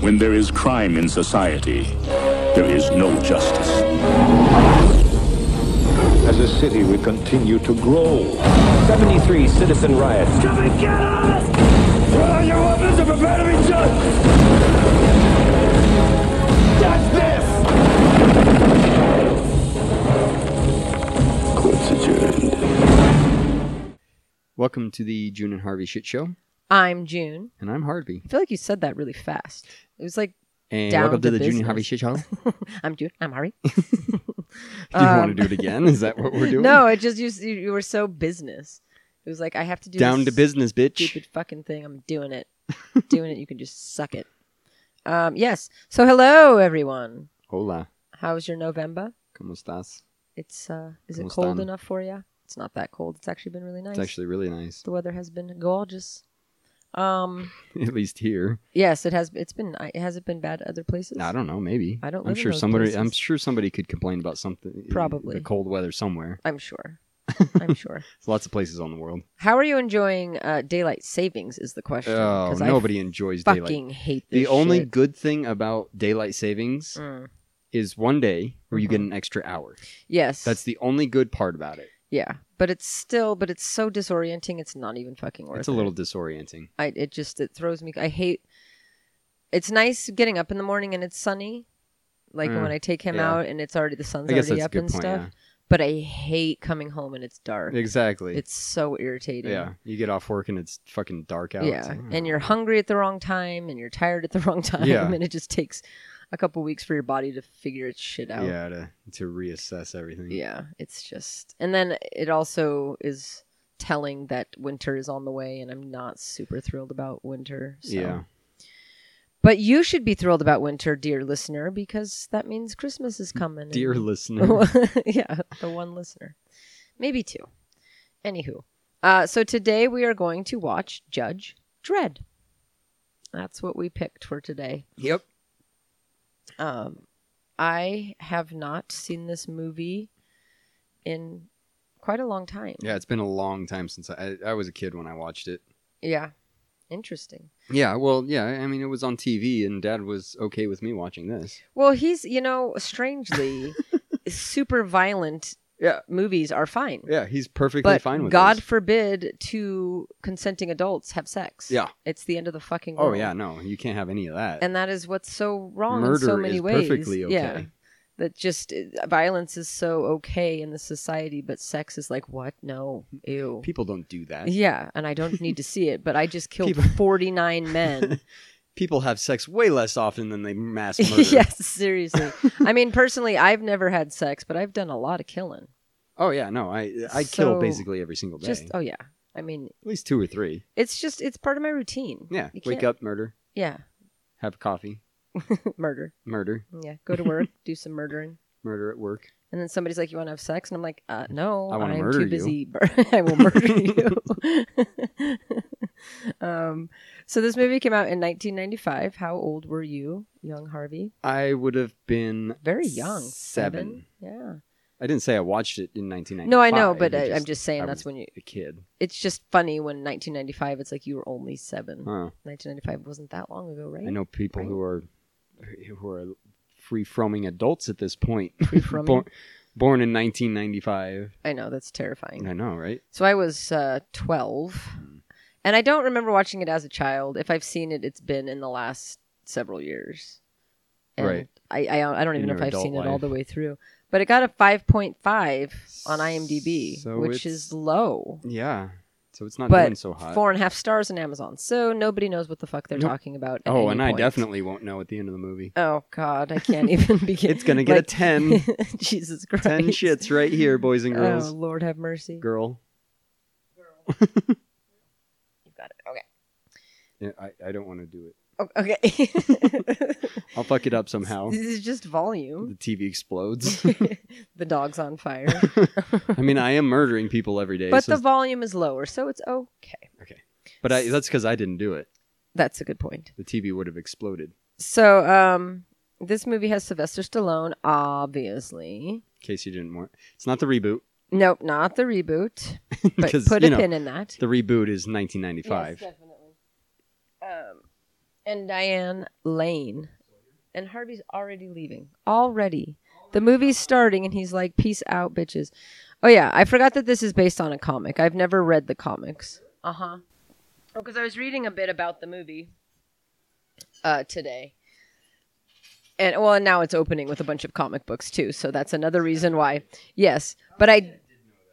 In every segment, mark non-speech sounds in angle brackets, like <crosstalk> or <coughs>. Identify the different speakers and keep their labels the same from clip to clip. Speaker 1: When there is crime in society, there is no justice.
Speaker 2: As a city, we continue to grow.
Speaker 3: 73 citizen riots.
Speaker 4: Come and get us! Throw your weapons and prepare to be judged! That's this!
Speaker 5: Court's adjourned.
Speaker 6: Welcome to the June and Harvey Shit Show,
Speaker 7: I'm June.
Speaker 6: and I'm Harvey.
Speaker 7: I feel like you said that really fast. It was like <laughs>
Speaker 6: And
Speaker 7: Down
Speaker 6: welcome to,
Speaker 7: to
Speaker 6: the June and Harvey Shit
Speaker 7: business.
Speaker 6: Show.
Speaker 7: <laughs>
Speaker 6: Do
Speaker 7: I'm June. I'm Harvey.
Speaker 6: you want to do it again? Is that
Speaker 7: <laughs>
Speaker 6: what we're doing?
Speaker 7: Um, No, it just you, you. you were so business. It was like I have to do
Speaker 6: Down
Speaker 7: this
Speaker 6: to business, bitch.
Speaker 7: Stupid fucking thing. I'm doing it. <laughs> doing it. You can just suck it. Um. Yes. So hello everyone.
Speaker 6: Hola,
Speaker 7: How's your November?
Speaker 6: cómo estás?
Speaker 7: It's uh. Is
Speaker 6: ¿Cómo
Speaker 7: it cold
Speaker 6: están?
Speaker 7: enough for you? It's not that cold. It's actually been really nice.
Speaker 6: It's actually really nice, <laughs>
Speaker 7: the weather has been gorgeous. Um.
Speaker 6: at least here.
Speaker 7: Yes, it has. It's been. ni- Has it been bad other places?
Speaker 6: I don't know, maybe.
Speaker 7: I don't
Speaker 6: I'm
Speaker 7: live in
Speaker 6: sure
Speaker 7: those
Speaker 6: somebody. I'm
Speaker 7: places.
Speaker 6: sure somebody could complain about something.
Speaker 7: Probably.
Speaker 6: the cold weather somewhere. <laughs>
Speaker 7: I'm sure. I'm sure.
Speaker 6: There's lots of places on the world.
Speaker 7: How are you enjoying uh, daylight savings? Is the question.
Speaker 6: Oh,
Speaker 7: <laughs> 'cause I
Speaker 6: nobody enjoys
Speaker 7: fucking
Speaker 6: daylight.
Speaker 7: hate this
Speaker 6: The only
Speaker 7: shit.
Speaker 6: good thing about daylight savings
Speaker 7: Mm. Mm-hmm.
Speaker 6: is one day where you get an extra hour.
Speaker 7: Yes,
Speaker 6: That's the only good part about it.
Speaker 7: yeah, but it's still, but it's so disorienting. It's not even fucking worth
Speaker 6: It's a
Speaker 7: it.
Speaker 6: little disorienting.
Speaker 7: I, it just it throws me. I hate. It's nice getting up in the morning and it's sunny, like
Speaker 6: Mm,
Speaker 7: when I take him
Speaker 6: yeah.
Speaker 7: out and it's already the sun's
Speaker 6: I guess that's
Speaker 7: already
Speaker 6: a
Speaker 7: up
Speaker 6: good
Speaker 7: and
Speaker 6: point.
Speaker 7: stuff.
Speaker 6: yeah.
Speaker 7: But I hate coming home and it's dark.
Speaker 6: Exactly.
Speaker 7: It's so irritating.
Speaker 6: Yeah, you get off work and it's fucking dark out. It's
Speaker 7: Yeah,
Speaker 6: like, oh.
Speaker 7: and you're hungry at the wrong time, and you're tired at the <laughs> wrong time,
Speaker 6: Yeah.
Speaker 7: and it just takes a couple weeks for your body to figure its shit out.
Speaker 6: yeah to, to reassess everything.
Speaker 7: Yeah, it's just, and then it also is telling that winter is on the way, and I'm not super thrilled about winter. So.
Speaker 6: Yeah.
Speaker 7: but you should be thrilled about winter, dear listener, because that means Christmas is coming. and-
Speaker 6: Dear
Speaker 7: <laughs>
Speaker 6: listener, <laughs>
Speaker 7: Mm-hmm. yeah, the one listener, maybe two. Anywho, uh, so today we are going to watch Judge Dredd. That's what we picked for today.
Speaker 6: yep.
Speaker 7: Um, I have not seen this movie in quite a long time.
Speaker 6: Yeah, it's been a long time since I, I I was a kid when I watched it.
Speaker 7: Yeah. Interesting.
Speaker 6: Yeah, well, yeah, I mean it was on TV and Dad was okay with me watching this.
Speaker 7: Well, he's, you know, strangely, super violent uh,
Speaker 6: Yeah.
Speaker 7: movies are fine.
Speaker 6: Yeah, he's perfectly
Speaker 7: But
Speaker 6: fine with
Speaker 7: God
Speaker 6: this.
Speaker 7: forbid two consenting adults have sex.
Speaker 6: Yeah.
Speaker 7: It's the end of the fucking
Speaker 6: Oh
Speaker 7: world.
Speaker 6: yeah, no, you can't have any of that.
Speaker 7: And that is what's so wrong in so
Speaker 6: Murder
Speaker 7: many
Speaker 6: is
Speaker 7: ways.
Speaker 6: perfectly
Speaker 7: Yeah.
Speaker 6: okay.
Speaker 7: That just uh, violence is so okay in the society, but sex is like, what? No. Ew.
Speaker 6: People don't do that.
Speaker 7: Yeah, and I don't need to see it, but I just killed
Speaker 6: People- <laughs>
Speaker 7: 49 men.
Speaker 6: People have sex way less often than they mass
Speaker 7: <laughs>
Speaker 6: murder.
Speaker 7: yes, seriously. I mean, personally, I've never had sex, but I've done a lot of killing.
Speaker 6: Oh yeah, no, I I kill
Speaker 7: So,
Speaker 6: basically every single day.
Speaker 7: Just,
Speaker 6: At
Speaker 7: oh, yeah. I mean,
Speaker 6: least two or three.
Speaker 7: it's just, it's part of my routine.
Speaker 6: Yeah.
Speaker 7: You
Speaker 6: Wake
Speaker 7: can't-
Speaker 6: up, murder,
Speaker 7: Yeah. <laughs>
Speaker 6: have coffee,
Speaker 7: Murder.
Speaker 6: murder,
Speaker 7: Yeah. Go to work, do some murdering.
Speaker 6: murder at work.
Speaker 7: And then somebody's like, you want to have sex? And I'm like, uh, no,
Speaker 6: I wanna
Speaker 7: I'm
Speaker 6: murder
Speaker 7: too
Speaker 6: you."
Speaker 7: busy. bur- <laughs> I will murder you. <laughs> um, so this movie came out in 1995. How old were you, young Harvey?
Speaker 6: I would have been
Speaker 7: Very young.
Speaker 6: Seven.
Speaker 7: Yeah.
Speaker 6: I didn't say I watched it in 1995.
Speaker 7: No, I know, but I, I'm just saying
Speaker 6: I
Speaker 7: that's
Speaker 6: was
Speaker 7: when you.
Speaker 6: a kid.
Speaker 7: It's just funny when 1995. It's like you were only seven.
Speaker 6: Huh.
Speaker 7: 1995 wasn't that long ago, right?
Speaker 6: I know people
Speaker 7: Right.
Speaker 6: who are who are free froming adults at this point. <laughs>
Speaker 7: Free-froming?
Speaker 6: born, born in 1995.
Speaker 7: I know that's terrifying.
Speaker 6: I know, right?
Speaker 7: So I was uh, 12,
Speaker 6: Hmm.
Speaker 7: and I don't remember watching it as a child. If I've seen it, it's been in the last several years. And
Speaker 6: Right.
Speaker 7: I I, I don't
Speaker 6: In
Speaker 7: even know
Speaker 6: your
Speaker 7: if I've
Speaker 6: adult
Speaker 7: seen it all
Speaker 6: life.
Speaker 7: the way through, but it got a 5.5 on IMDb,
Speaker 6: So
Speaker 7: which
Speaker 6: it's-
Speaker 7: is low.
Speaker 6: Yeah. So it's not
Speaker 7: But
Speaker 6: doing so hot.
Speaker 7: four and a half stars on Amazon, so nobody knows what the fuck they're
Speaker 6: Nope.
Speaker 7: talking about. at
Speaker 6: oh,
Speaker 7: any
Speaker 6: and I
Speaker 7: point.
Speaker 6: definitely won't know at the end of the movie.
Speaker 7: Oh God, I
Speaker 6: <laughs>
Speaker 7: can't even begin.
Speaker 6: It's
Speaker 7: <laughs>
Speaker 6: gonna get a 10.
Speaker 7: Jesus Christ.
Speaker 6: 10 shits right here, boys and
Speaker 7: Oh
Speaker 6: girls.
Speaker 7: Lord, have mercy.
Speaker 6: Girl.
Speaker 7: You got it. Okay.
Speaker 6: Yeah, I, I don't want to do it.
Speaker 7: O- okay. <laughs>
Speaker 6: I'll fuck it up somehow.
Speaker 7: This is just volume.
Speaker 6: <laughs>
Speaker 7: <laughs>
Speaker 6: the TV explodes.
Speaker 7: the dog's on fire,
Speaker 6: I mean, I am murdering people every day.
Speaker 7: but
Speaker 6: so
Speaker 7: the volume is lower, so it's okay.
Speaker 6: But I, that's because I didn't do it.
Speaker 7: That's a good point.
Speaker 6: The TV would have exploded.
Speaker 7: So, um, this movie has Sylvester Stallone, obviously.
Speaker 6: In case you didn't want, it's not the reboot
Speaker 7: Nope, not the reboot.
Speaker 6: <laughs>
Speaker 7: But
Speaker 6: because
Speaker 7: put
Speaker 6: you
Speaker 7: a
Speaker 6: know
Speaker 7: pin in that.
Speaker 6: the reboot is 1995.
Speaker 7: definitely. Um, and Diane Lane. And Harvey's already leaving. Already. The movie's starting and he's like, peace out, bitches. Oh, yeah. I forgot that this is based on a comic. I've never read the comics. Uh huh. Oh, because I was reading a bit about the movie uh, today. And well, and now it's opening with a bunch of comic books too, so that's another reason why. Yes, but I,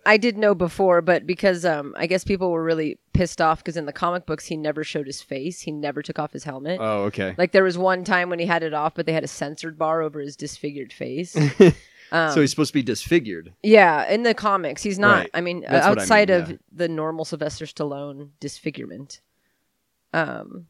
Speaker 7: I did know before, but because um, I guess people were really pissed off because in the comic books he never showed his face, he never took off his helmet.
Speaker 6: Oh, okay.
Speaker 7: Like there was one time when he had it off, but they had a censored bar over his disfigured face. Um,
Speaker 6: so he's supposed to be disfigured.
Speaker 7: yeah, in the comics, he's not.
Speaker 6: Right.
Speaker 7: I mean,
Speaker 6: That's what I mean,
Speaker 7: outside of
Speaker 6: yeah.
Speaker 7: the normal Sylvester Stallone disfigurement. Um,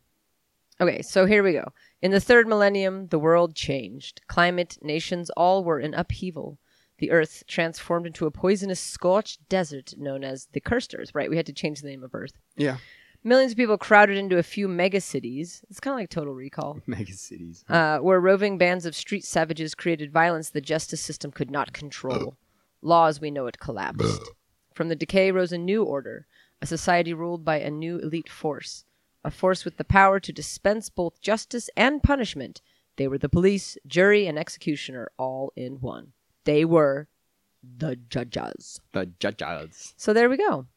Speaker 7: okay, so here we go. In the third millennium, the world changed. Climate, nations, all were in upheaval. The Earth transformed into a poisonous, scorched desert known as the Cursed Earth. Right, we had to change the name of Earth.
Speaker 6: Yeah.
Speaker 7: Millions of people crowded into a few megacities. It's kind of like Total Recall
Speaker 6: <laughs> Mega cities.
Speaker 7: uh, where roving bands of street savages created violence the justice system could not control. Law as we know it collapsed. From the decay rose a new order, a society ruled by a new elite force, a force with the power to dispense both justice and punishment. They were the police, jury, and executioner all in one. They were the judges.
Speaker 6: The judges.
Speaker 7: So there we go.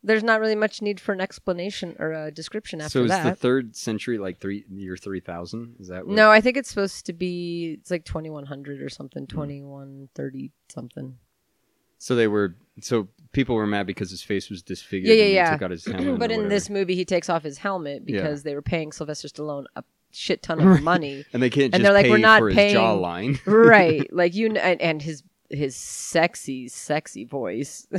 Speaker 7: There's not really much need for an explanation or a description after
Speaker 6: So is
Speaker 7: that.
Speaker 6: the third century like three year three thousand? Is that what-
Speaker 7: No, I think it's supposed to be it's like 2100 or something,
Speaker 6: Hmm.
Speaker 7: 2130 something.
Speaker 6: So they were. So people were mad because his face was disfigured.
Speaker 7: Yeah, yeah,
Speaker 6: and he
Speaker 7: yeah.
Speaker 6: Took out
Speaker 7: <clears throat>
Speaker 6: his helmet.
Speaker 7: but
Speaker 6: or
Speaker 7: in
Speaker 6: whatever.
Speaker 7: this movie, he takes off his helmet
Speaker 6: Yeah.
Speaker 7: because they were paying Sylvester Stallone a shit ton of
Speaker 6: <laughs>
Speaker 7: money.
Speaker 6: and they can't. just
Speaker 7: and they're like,
Speaker 6: pay
Speaker 7: "We're not
Speaker 6: for
Speaker 7: paying-
Speaker 6: his
Speaker 7: <laughs>
Speaker 6: jawline.
Speaker 7: right, like you kn- and, and his his sexy, sexy voice. <laughs>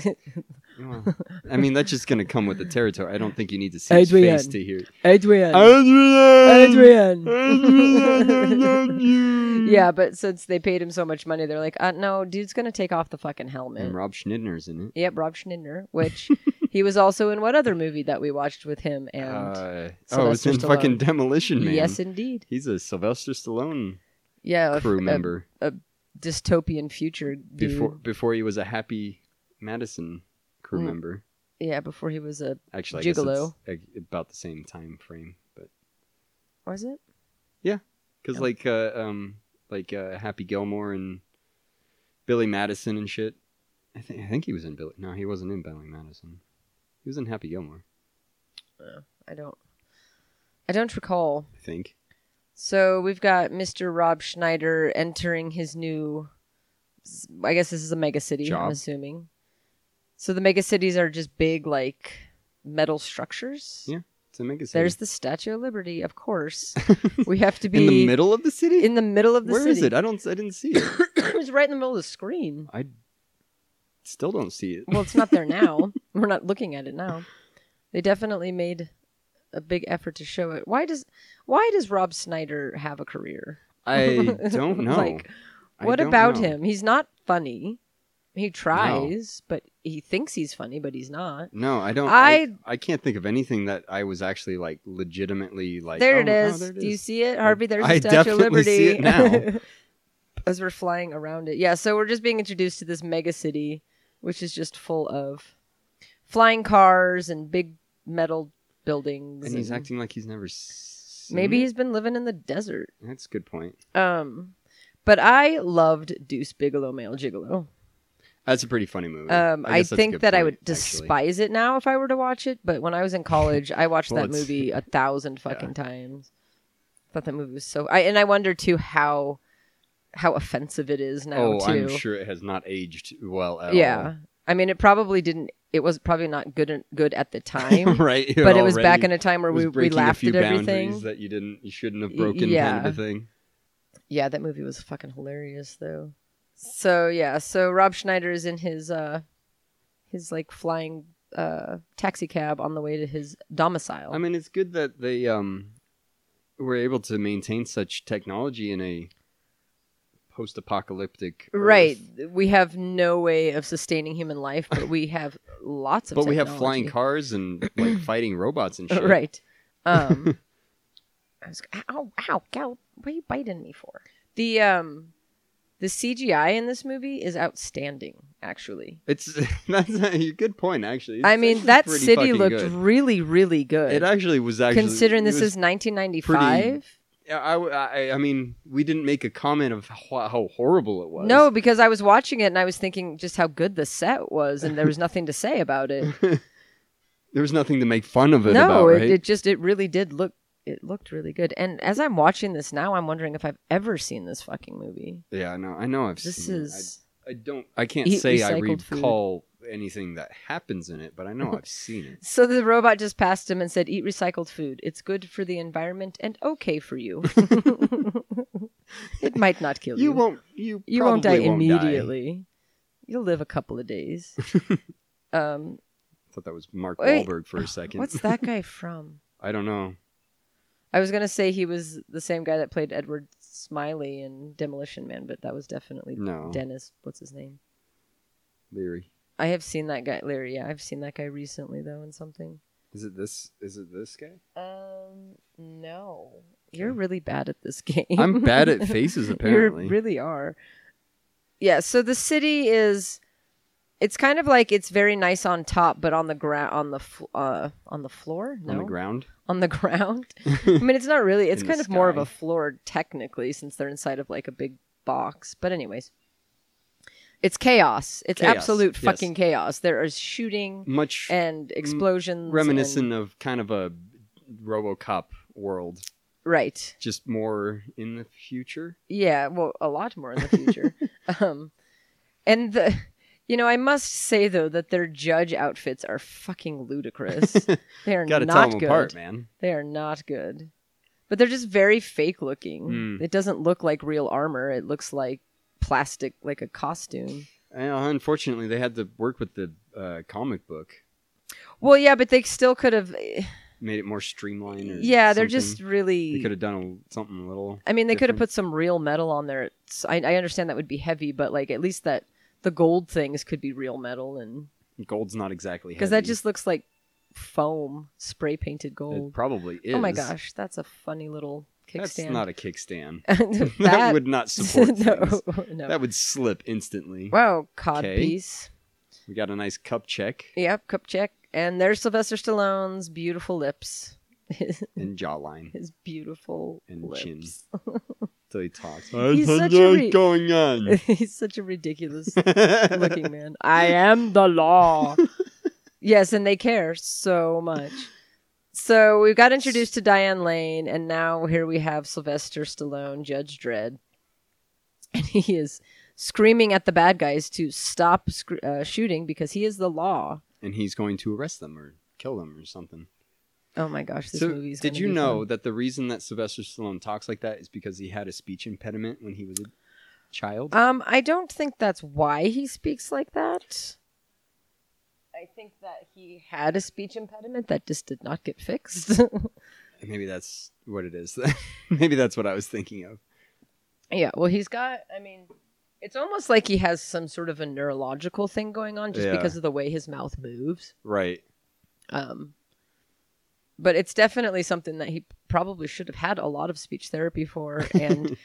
Speaker 6: I mean, that's just gonna come with the territory. I don't think you need to see his
Speaker 7: Adrian.
Speaker 6: face to hear.
Speaker 7: Adrian,
Speaker 6: Um, Adrian. um,
Speaker 7: <laughs> yeah, but since they paid him so much money, they're like, uh, no, dude's gonna take off the fucking helmet.
Speaker 6: And Rob Schneider's in it.
Speaker 7: Yep, Rob Schneider,
Speaker 6: <laughs>
Speaker 7: which he was also in what other movie that we watched with him and
Speaker 6: Uh, oh, it's
Speaker 7: Sylvester
Speaker 6: in fucking
Speaker 7: Stallone.
Speaker 6: Demolition Man.
Speaker 7: yes, Uh, indeed,
Speaker 6: He's a Sylvester Stallone
Speaker 7: yeah, a-
Speaker 6: crew
Speaker 7: a-
Speaker 6: member
Speaker 7: dystopian future dude.
Speaker 6: before before he was a Happy Madison crew
Speaker 7: Mm.
Speaker 6: member.
Speaker 7: yeah before he was a
Speaker 6: Actually, I
Speaker 7: Gigolo.
Speaker 6: guess it's uh, about the same time frame, but
Speaker 7: was it
Speaker 6: because like uh, um like uh, Happy Gilmore and Billy Madison and shit. I think I think he was in Billy. No, he wasn't in Billy Madison. He was in Happy Gilmore.
Speaker 7: i don't i don't recall
Speaker 6: I think.
Speaker 7: so we've got mr rob schneider entering his new i guess this is a mega city i'm
Speaker 6: Job.
Speaker 7: assuming so the mega cities are just big like metal structures
Speaker 6: Yeah. It's a mega city.
Speaker 7: there's the statue of liberty of
Speaker 6: <laughs>
Speaker 7: course we have to be
Speaker 6: in the middle of the city.
Speaker 7: in the middle of the
Speaker 6: Where
Speaker 7: city
Speaker 6: is
Speaker 7: <laughs>
Speaker 6: it? I don't. I didn't see it.
Speaker 7: it was right in the middle of the screen
Speaker 6: I still don't see it.
Speaker 7: Well, it's not there now. <laughs> We're not looking at it now. They definitely made a big effort to show it. Why does why does Rob Snyder have a career?
Speaker 6: I don't know.
Speaker 7: <laughs> Like,
Speaker 6: I
Speaker 7: What
Speaker 6: don't
Speaker 7: about
Speaker 6: know.
Speaker 7: him? He's not funny. He tries, but he thinks he's funny, but he's not.
Speaker 6: No, I don't. I,
Speaker 7: I-
Speaker 6: I can't think of anything that I was actually like legitimately like.
Speaker 7: There, it
Speaker 6: "Oh, oh,
Speaker 7: is.
Speaker 6: there it
Speaker 7: Do you
Speaker 6: is."
Speaker 7: see it, Harvey? There's
Speaker 6: I
Speaker 7: the Statue of
Speaker 6: definitely
Speaker 7: Liberty.
Speaker 6: see it now.
Speaker 7: <laughs> As we're flying around it, yeah. So we're just being introduced to this mega city, which is just full of flying cars and big metal buildings.
Speaker 6: And he's acting like he's never. Seen
Speaker 7: Maybe
Speaker 6: it?
Speaker 7: he's been living in the desert.
Speaker 6: That's a good point.
Speaker 7: Um, but I loved Deuce Bigelow Male Gigolo.
Speaker 6: That's a pretty funny movie.
Speaker 7: Um, I,
Speaker 6: guess that's a
Speaker 7: think
Speaker 6: good
Speaker 7: that I
Speaker 6: point,
Speaker 7: would
Speaker 6: actually.
Speaker 7: despise it now if I were to watch it. But when
Speaker 6: <laughs>
Speaker 7: I was in college, I watched
Speaker 6: Well,
Speaker 7: that
Speaker 6: it's- <laughs>
Speaker 7: movie a thousand fucking times. Thought that movie was so. I and I wonder too how how offensive it is now
Speaker 6: Oh,
Speaker 7: too.
Speaker 6: I'm sure it has not aged well at
Speaker 7: yeah, I mean it probably didn't. It was probably not good
Speaker 6: <laughs>
Speaker 7: good at the <laughs>
Speaker 6: all.
Speaker 7: time.
Speaker 6: right.
Speaker 7: But it was back
Speaker 6: already
Speaker 7: in a time where
Speaker 6: was
Speaker 7: we, we
Speaker 6: breaking
Speaker 7: laughed
Speaker 6: a few
Speaker 7: at everything.
Speaker 6: boundaries that you didn't, you shouldn't have
Speaker 7: Y-
Speaker 6: broken, kind
Speaker 7: yeah.
Speaker 6: of a thing.
Speaker 7: Yeah, that movie was fucking hilarious though. So yeah, so Rob Schneider is in his uh his like flying uh taxi cab on the way to his domicile.
Speaker 6: I mean, it's good that they um were able to maintain such technology in a post-apocalyptic. Earth.
Speaker 7: right. We have no way of sustaining human life, but we have lots of
Speaker 6: But we have flying
Speaker 7: technology.
Speaker 6: cars and
Speaker 7: <clears throat>
Speaker 6: like fighting robots and shit.
Speaker 7: Right. Um
Speaker 6: <laughs>
Speaker 7: I was ow, ow, ow, what are you biting me for? The um The CGI in this movie is outstanding, actually.
Speaker 6: It's <laughs> that's a good point actually. It's
Speaker 7: I mean,
Speaker 6: actually
Speaker 7: that
Speaker 6: pretty
Speaker 7: city
Speaker 6: fucking
Speaker 7: looked
Speaker 6: good.
Speaker 7: really, really good.
Speaker 6: It actually was actually
Speaker 7: considering
Speaker 6: it
Speaker 7: this
Speaker 6: was
Speaker 7: is 1995.
Speaker 6: Yeah, I, I, I mean, we didn't make a comment of how, how horrible it was.
Speaker 7: No, because I was watching it and I was thinking just how good the set was, and there was nothing to say
Speaker 6: <laughs>
Speaker 7: about it.
Speaker 6: there was nothing to make fun of it
Speaker 7: no,
Speaker 6: about, right?
Speaker 7: it, it just it really did look it looked really good. And as I'm watching this now, I'm wondering if I've ever seen this fucking movie.
Speaker 6: yeah, no, I know. I've
Speaker 7: This
Speaker 6: seen it.
Speaker 7: is
Speaker 6: I, I don't. I can't
Speaker 7: Eat
Speaker 6: say I
Speaker 7: recycled food.
Speaker 6: recall anything that happens in it, but I know
Speaker 7: <laughs>
Speaker 6: I've seen it.
Speaker 7: so the robot just passed him and said, "Eat recycled food. It's good for the environment and okay
Speaker 6: <laughs>
Speaker 7: for you. it might not kill you.
Speaker 6: You won't. You
Speaker 7: You won't die
Speaker 6: probably
Speaker 7: immediately. You'll live a couple of days."
Speaker 6: <laughs>
Speaker 7: um,
Speaker 6: I thought that was Mark
Speaker 7: Wait.
Speaker 6: Wahlberg
Speaker 7: <sighs>
Speaker 6: for a second.
Speaker 7: what's that <laughs> guy from?
Speaker 6: I don't know.
Speaker 7: I was gonna say he was the same guy that played Edward Smiley in Demolition Man, but that was definitely
Speaker 6: No.
Speaker 7: Dennis. What's his name?
Speaker 6: Leary.
Speaker 7: I have seen that guy, Larry. Yeah, I've seen that guy recently though in something.
Speaker 6: Is it this? Is it this
Speaker 7: <laughs>
Speaker 6: guy?
Speaker 7: Um, no, you're really bad at this <laughs> game.
Speaker 6: I'm bad at
Speaker 7: <laughs>
Speaker 6: faces. Apparently,
Speaker 7: You really are. Yeah. So the city is. It's kind of like it's very nice on top, but on the ground, on the fl- uh, on the floor, no,
Speaker 6: on the ground.
Speaker 7: on
Speaker 6: <laughs>
Speaker 7: the <laughs> ground. I mean, it's not really. It's
Speaker 6: In the
Speaker 7: kind of more of
Speaker 6: sky.
Speaker 7: a floor technically, since they're inside of like a big box. But anyways, it's chaos. It's
Speaker 6: Chaos,
Speaker 7: absolute
Speaker 6: yes.
Speaker 7: fucking chaos. There is shooting
Speaker 6: Much
Speaker 7: and explosions. and-
Speaker 6: reminiscent of kind of a RoboCop world,
Speaker 7: right?
Speaker 6: just more in the future.
Speaker 7: Yeah. Well, a lot more in
Speaker 6: <laughs>
Speaker 7: the future. um, and the, you know, I must say though that their judge outfits are
Speaker 6: <laughs>
Speaker 7: fucking ludicrous. they are
Speaker 6: Got to tell
Speaker 7: not
Speaker 6: them
Speaker 7: good.
Speaker 6: apart, man.
Speaker 7: They are not good. But they're just very fake looking.
Speaker 6: Mm.
Speaker 7: It doesn't look like real armor. It looks like plastic, like a costume.
Speaker 6: Uh, unfortunately, they had to work with the uh, comic book,
Speaker 7: Well, yeah, but they still could have.
Speaker 6: made it more streamlined. Or
Speaker 7: Yeah, they're
Speaker 6: Uh, something.
Speaker 7: just
Speaker 6: They could
Speaker 7: really.
Speaker 6: have done a, something a little.
Speaker 7: I mean, they could have
Speaker 6: different.
Speaker 7: put some real metal on there. It's- I, I understand that would be heavy, but like at least that the gold things could be real metal, and
Speaker 6: Gold's not exactly
Speaker 7: because that
Speaker 6: heavy.
Speaker 7: just looks like foam, spray painted
Speaker 6: it
Speaker 7: gold.
Speaker 6: probably is.
Speaker 7: Oh my gosh, that's a funny little kickstand.
Speaker 6: that's not
Speaker 7: <laughs>
Speaker 6: a <laughs> kickstand.
Speaker 7: that,
Speaker 6: that would
Speaker 7: <laughs>
Speaker 6: not support.
Speaker 7: no,
Speaker 6: things.
Speaker 7: no.
Speaker 6: That would slip instantly.
Speaker 7: wow, codpiece.
Speaker 6: We got a nice cup check
Speaker 7: Yep, cup check. And there's Sylvester Stallone's beautiful lips. His,
Speaker 6: and jawline
Speaker 7: his beautiful
Speaker 6: and
Speaker 7: lips. <laughs>
Speaker 6: chin. Till he talks.
Speaker 7: He's such a re-
Speaker 6: going
Speaker 7: <laughs>
Speaker 6: on.
Speaker 7: He's such a ridiculous looking man. I am
Speaker 6: <laughs>
Speaker 7: the law. yes, and they care so much. So we got introduced to Diane Lane, and now here we have Sylvester Stallone, Judge Dredd, and he is screaming at the bad guys to stop sc- uh, shooting because he is the law.
Speaker 6: and he's going to arrest them or kill them or something.
Speaker 7: Oh my gosh, this
Speaker 6: so,
Speaker 7: movie is.
Speaker 6: did
Speaker 7: gonna
Speaker 6: you
Speaker 7: be
Speaker 6: know
Speaker 7: fun.
Speaker 6: that the reason that Sylvester Stallone talks like that is because he had a speech impediment when he was a child?
Speaker 7: Um, I don't think that's why he speaks like that. I think that he had a speech impediment that just did not get fixed. <laughs>
Speaker 6: Maybe that's what it is. <laughs> Maybe that's what I was thinking of.
Speaker 7: yeah, well, he's got, I mean, it's almost like he has some sort of a neurological thing going on just
Speaker 6: Yeah.
Speaker 7: because of the way his mouth moves.
Speaker 6: Right.
Speaker 7: Um, but it's definitely something that he probably should have had a lot of speech therapy for
Speaker 6: <laughs>
Speaker 7: and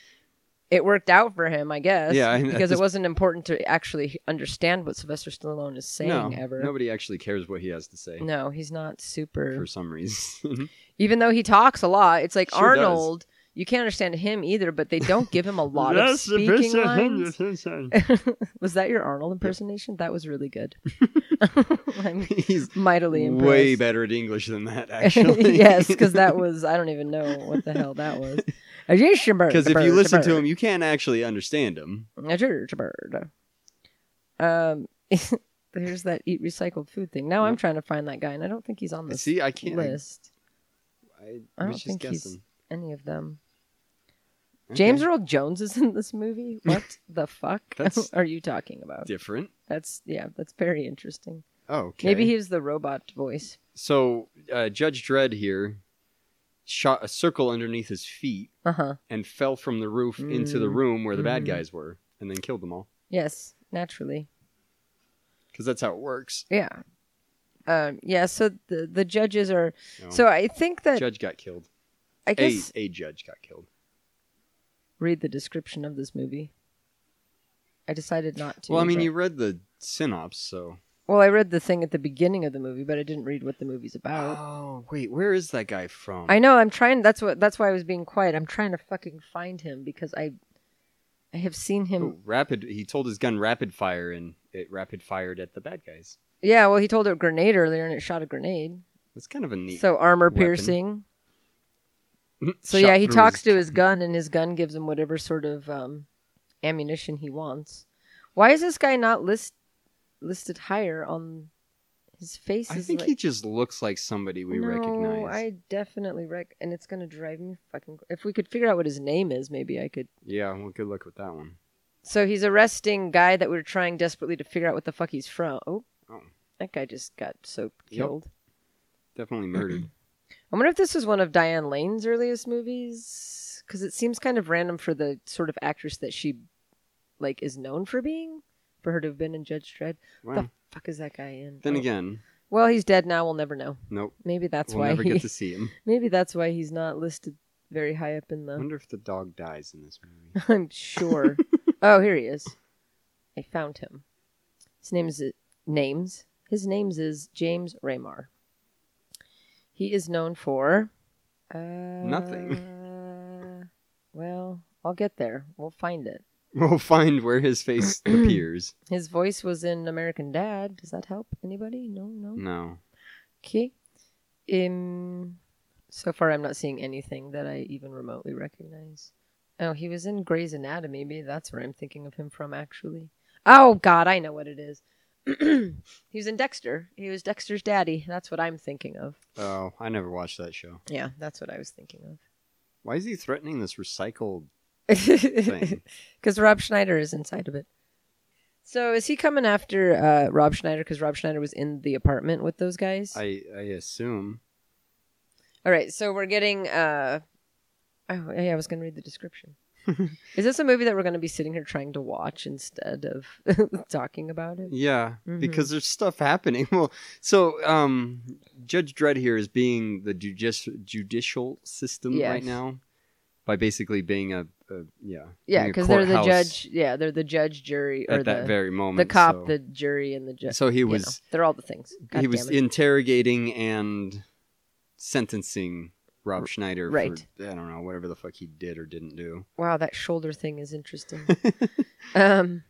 Speaker 7: it worked out for him, I guess.
Speaker 6: Yeah, and at
Speaker 7: because
Speaker 6: this-
Speaker 7: it wasn't important to actually understand what Sylvester Stallone is saying
Speaker 6: no,
Speaker 7: ever.
Speaker 6: nobody actually cares what he has to say
Speaker 7: No, he's not super.
Speaker 6: for some reason.
Speaker 7: Even though he talks a lot, it's like
Speaker 6: Sure does.
Speaker 7: Arnold. You can't understand him either, but they don't give him a <laughs> lot of speaking lines. <laughs> was that your Arnold impersonation? That was
Speaker 6: <laughs>
Speaker 7: really good. <laughs> I'm
Speaker 6: he's
Speaker 7: mightily impressed.
Speaker 6: way better at English than
Speaker 7: <laughs>
Speaker 6: that, actually.
Speaker 7: yes,
Speaker 6: <laughs>
Speaker 7: because that was I don't even know what the hell that was. Because
Speaker 6: Because if you listen to him, you can't actually understand him.
Speaker 7: A church bird. Um, <laughs> there's that eat recycled food thing. Now I'm trying to find that guy, and I don't think he's on this
Speaker 6: See, I can't. I-
Speaker 7: list.
Speaker 6: I,
Speaker 7: I
Speaker 6: was
Speaker 7: don't
Speaker 6: just
Speaker 7: think he's
Speaker 6: guessing.
Speaker 7: any of them.
Speaker 6: Okay.
Speaker 7: James Earl Jones is in this
Speaker 6: <laughs>
Speaker 7: movie. What the fuck
Speaker 6: That's-
Speaker 7: <laughs> are you talking about?
Speaker 6: different.
Speaker 7: That's yeah, that's very interesting.
Speaker 6: Oh, okay.
Speaker 7: Maybe he was the robot voice.
Speaker 6: So uh, Judge Dredd here shot a circle underneath his feet
Speaker 7: Uh huh.
Speaker 6: and fell from the roof into the
Speaker 7: Mm.
Speaker 6: room where the bad
Speaker 7: Mhm.
Speaker 6: guys were, and then killed them all.
Speaker 7: Yes, naturally.
Speaker 6: Because that's how it works.
Speaker 7: Yeah. Um, yeah. So the the judges are.
Speaker 6: you know.
Speaker 7: So I think that
Speaker 6: judge got killed.
Speaker 7: I
Speaker 6: A
Speaker 7: guess
Speaker 6: a judge got killed.
Speaker 7: read the description of this movie. I decided not to.
Speaker 6: Well, I mean,
Speaker 7: but-
Speaker 6: you read the synopsis, so.
Speaker 7: Well, I read the thing at the beginning of the movie, but I didn't read what the movie's about.
Speaker 6: <gasps> Oh wait, where is that guy from?
Speaker 7: I know. I'm trying. That's what. That's why I was being quiet. I'm trying to fucking find him because I, I have seen him.
Speaker 6: Oh, rapid. He told his gun rapid fire, and it rapid fired at the bad guys.
Speaker 7: Yeah. Well, he told a grenade earlier, and it shot a grenade.
Speaker 6: That's kind of a <laughs> neat.
Speaker 7: So armor
Speaker 6: Weapon.
Speaker 7: piercing. So yeah, he talks to his gun, and his gun gives him whatever sort of um, ammunition he wants. Why is this guy not list listed higher on his face?
Speaker 6: I
Speaker 7: is
Speaker 6: think
Speaker 7: like-
Speaker 6: he just looks like somebody we
Speaker 7: no,
Speaker 6: recognize.
Speaker 7: I definitely rec, and it's gonna drive me fucking. If we could figure out what his name is, maybe I could.
Speaker 6: Yeah, well, good luck with that one.
Speaker 7: So he's arresting guy that we are trying desperately to figure out what the fuck he's from. Oh,
Speaker 6: Oh.
Speaker 7: that guy just got so
Speaker 6: Yep.
Speaker 7: killed.
Speaker 6: Definitely
Speaker 7: <clears throat>
Speaker 6: murdered.
Speaker 7: I wonder if this was one of Diane Lane's earliest movies because it seems kind of random for the sort of actress that she like is known for being for her to have been in Judge Dredd. What
Speaker 6: Well,
Speaker 7: the fuck is that guy in?
Speaker 6: then
Speaker 7: Oh.
Speaker 6: again,
Speaker 7: well, he's dead now. We'll never know.
Speaker 6: nope.
Speaker 7: Maybe that's
Speaker 6: we'll
Speaker 7: why
Speaker 6: never
Speaker 7: he.
Speaker 6: get to see him.
Speaker 7: <laughs> Maybe that's why he's not listed very high up in
Speaker 6: I
Speaker 7: the.
Speaker 6: wonder if the dog dies in this movie.
Speaker 7: I'm <laughs> sure. oh, here he is. I found him. His name is names. His name's is James Raymar. He is known for uh, nothing. <laughs> Well, I'll get there. We'll find it. <laughs>
Speaker 6: we'll find where his <clears throat> face appears.
Speaker 7: His voice was in American Dad. Does that help anybody? No, no.
Speaker 6: No.
Speaker 7: Okay. Um, so far, I'm not seeing anything that I even remotely recognize. Oh, he was in Grey's Anatomy. Maybe that's where I'm thinking of him from, actually. Oh, God, I know what it is. <clears throat> he was in Dexter. He was Dexter's daddy. That's what I'm thinking of.
Speaker 6: Oh, I never watched that show.
Speaker 7: Yeah, that's what I was thinking of.
Speaker 6: Why is he threatening this
Speaker 7: <laughs>
Speaker 6: recycled? Thing.
Speaker 7: Because Rob Schneider is inside of it. So is he coming after uh, Rob Schneider? Because Rob Schneider was in the apartment with those guys.
Speaker 6: I I assume.
Speaker 7: All right, so we're getting. Uh, oh, yeah, I was going to read
Speaker 6: <laughs>
Speaker 7: the description. Is this a movie that we're going to be sitting here trying to watch instead of <laughs> talking about it?
Speaker 6: Yeah,
Speaker 7: Mhm.
Speaker 6: because there's stuff happening. <laughs> Well, so um, Judge Dredd here is being the judici- judicial system right
Speaker 7: Yes.
Speaker 6: now by basically being a, a yeah being a
Speaker 7: Yeah, because they're the
Speaker 6: courthouse
Speaker 7: judge. Yeah, they're the judge, jury,
Speaker 6: at
Speaker 7: or
Speaker 6: that
Speaker 7: the
Speaker 6: very moment.
Speaker 7: the cop,
Speaker 6: so
Speaker 7: the jury, and the judge.
Speaker 6: So he was-
Speaker 7: they're all the things. God
Speaker 6: he was
Speaker 7: damn it.
Speaker 6: interrogating and sentencing Rob Schneider
Speaker 7: right.
Speaker 6: for I don't know whatever the fuck he did or didn't do.
Speaker 7: Wow, that shoulder thing
Speaker 6: <laughs>
Speaker 7: is interesting. um,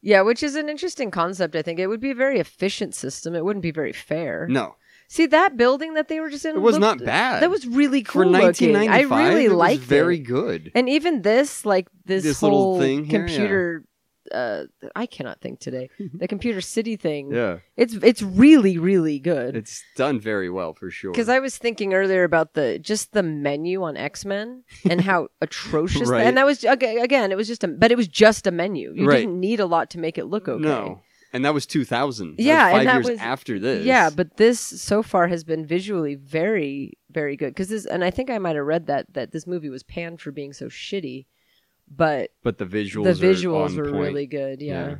Speaker 7: yeah, which is an interesting concept. I think it would be a very efficient system. It wouldn't be very fair.
Speaker 6: No,
Speaker 7: See that building that they were just in.
Speaker 6: It was
Speaker 7: looked-
Speaker 6: not bad.
Speaker 7: That was really cool
Speaker 6: for
Speaker 7: looking. I
Speaker 6: 1995,
Speaker 7: really
Speaker 6: it was
Speaker 7: liked
Speaker 6: very
Speaker 7: it.
Speaker 6: good.
Speaker 7: And even this, like this,
Speaker 6: This little
Speaker 7: whole
Speaker 6: thing here, yeah.
Speaker 7: computer, uh, I cannot
Speaker 6: <laughs>
Speaker 7: think today. The computer city thing.
Speaker 6: Yeah,
Speaker 7: It's it's really really good.
Speaker 6: it's done very well for sure.
Speaker 7: Because I was thinking earlier about the just the menu on X Men
Speaker 6: <laughs>
Speaker 7: and how atrocious,
Speaker 6: Right.
Speaker 7: and that was aga- again, it was just a, but it was just a menu. You
Speaker 6: Right.
Speaker 7: didn't need a lot to make it look okay.
Speaker 6: No. And that was 2000. That was
Speaker 7: Yeah, and
Speaker 6: five
Speaker 7: that
Speaker 6: years
Speaker 7: was-
Speaker 6: after this.
Speaker 7: Yeah, but this so far has been visually very, very good. Because this, and I think I might have read that that this movie was panned for being so shitty, but
Speaker 6: but the visuals.
Speaker 7: the visuals
Speaker 6: are on
Speaker 7: were
Speaker 6: point.
Speaker 7: really good. Yeah.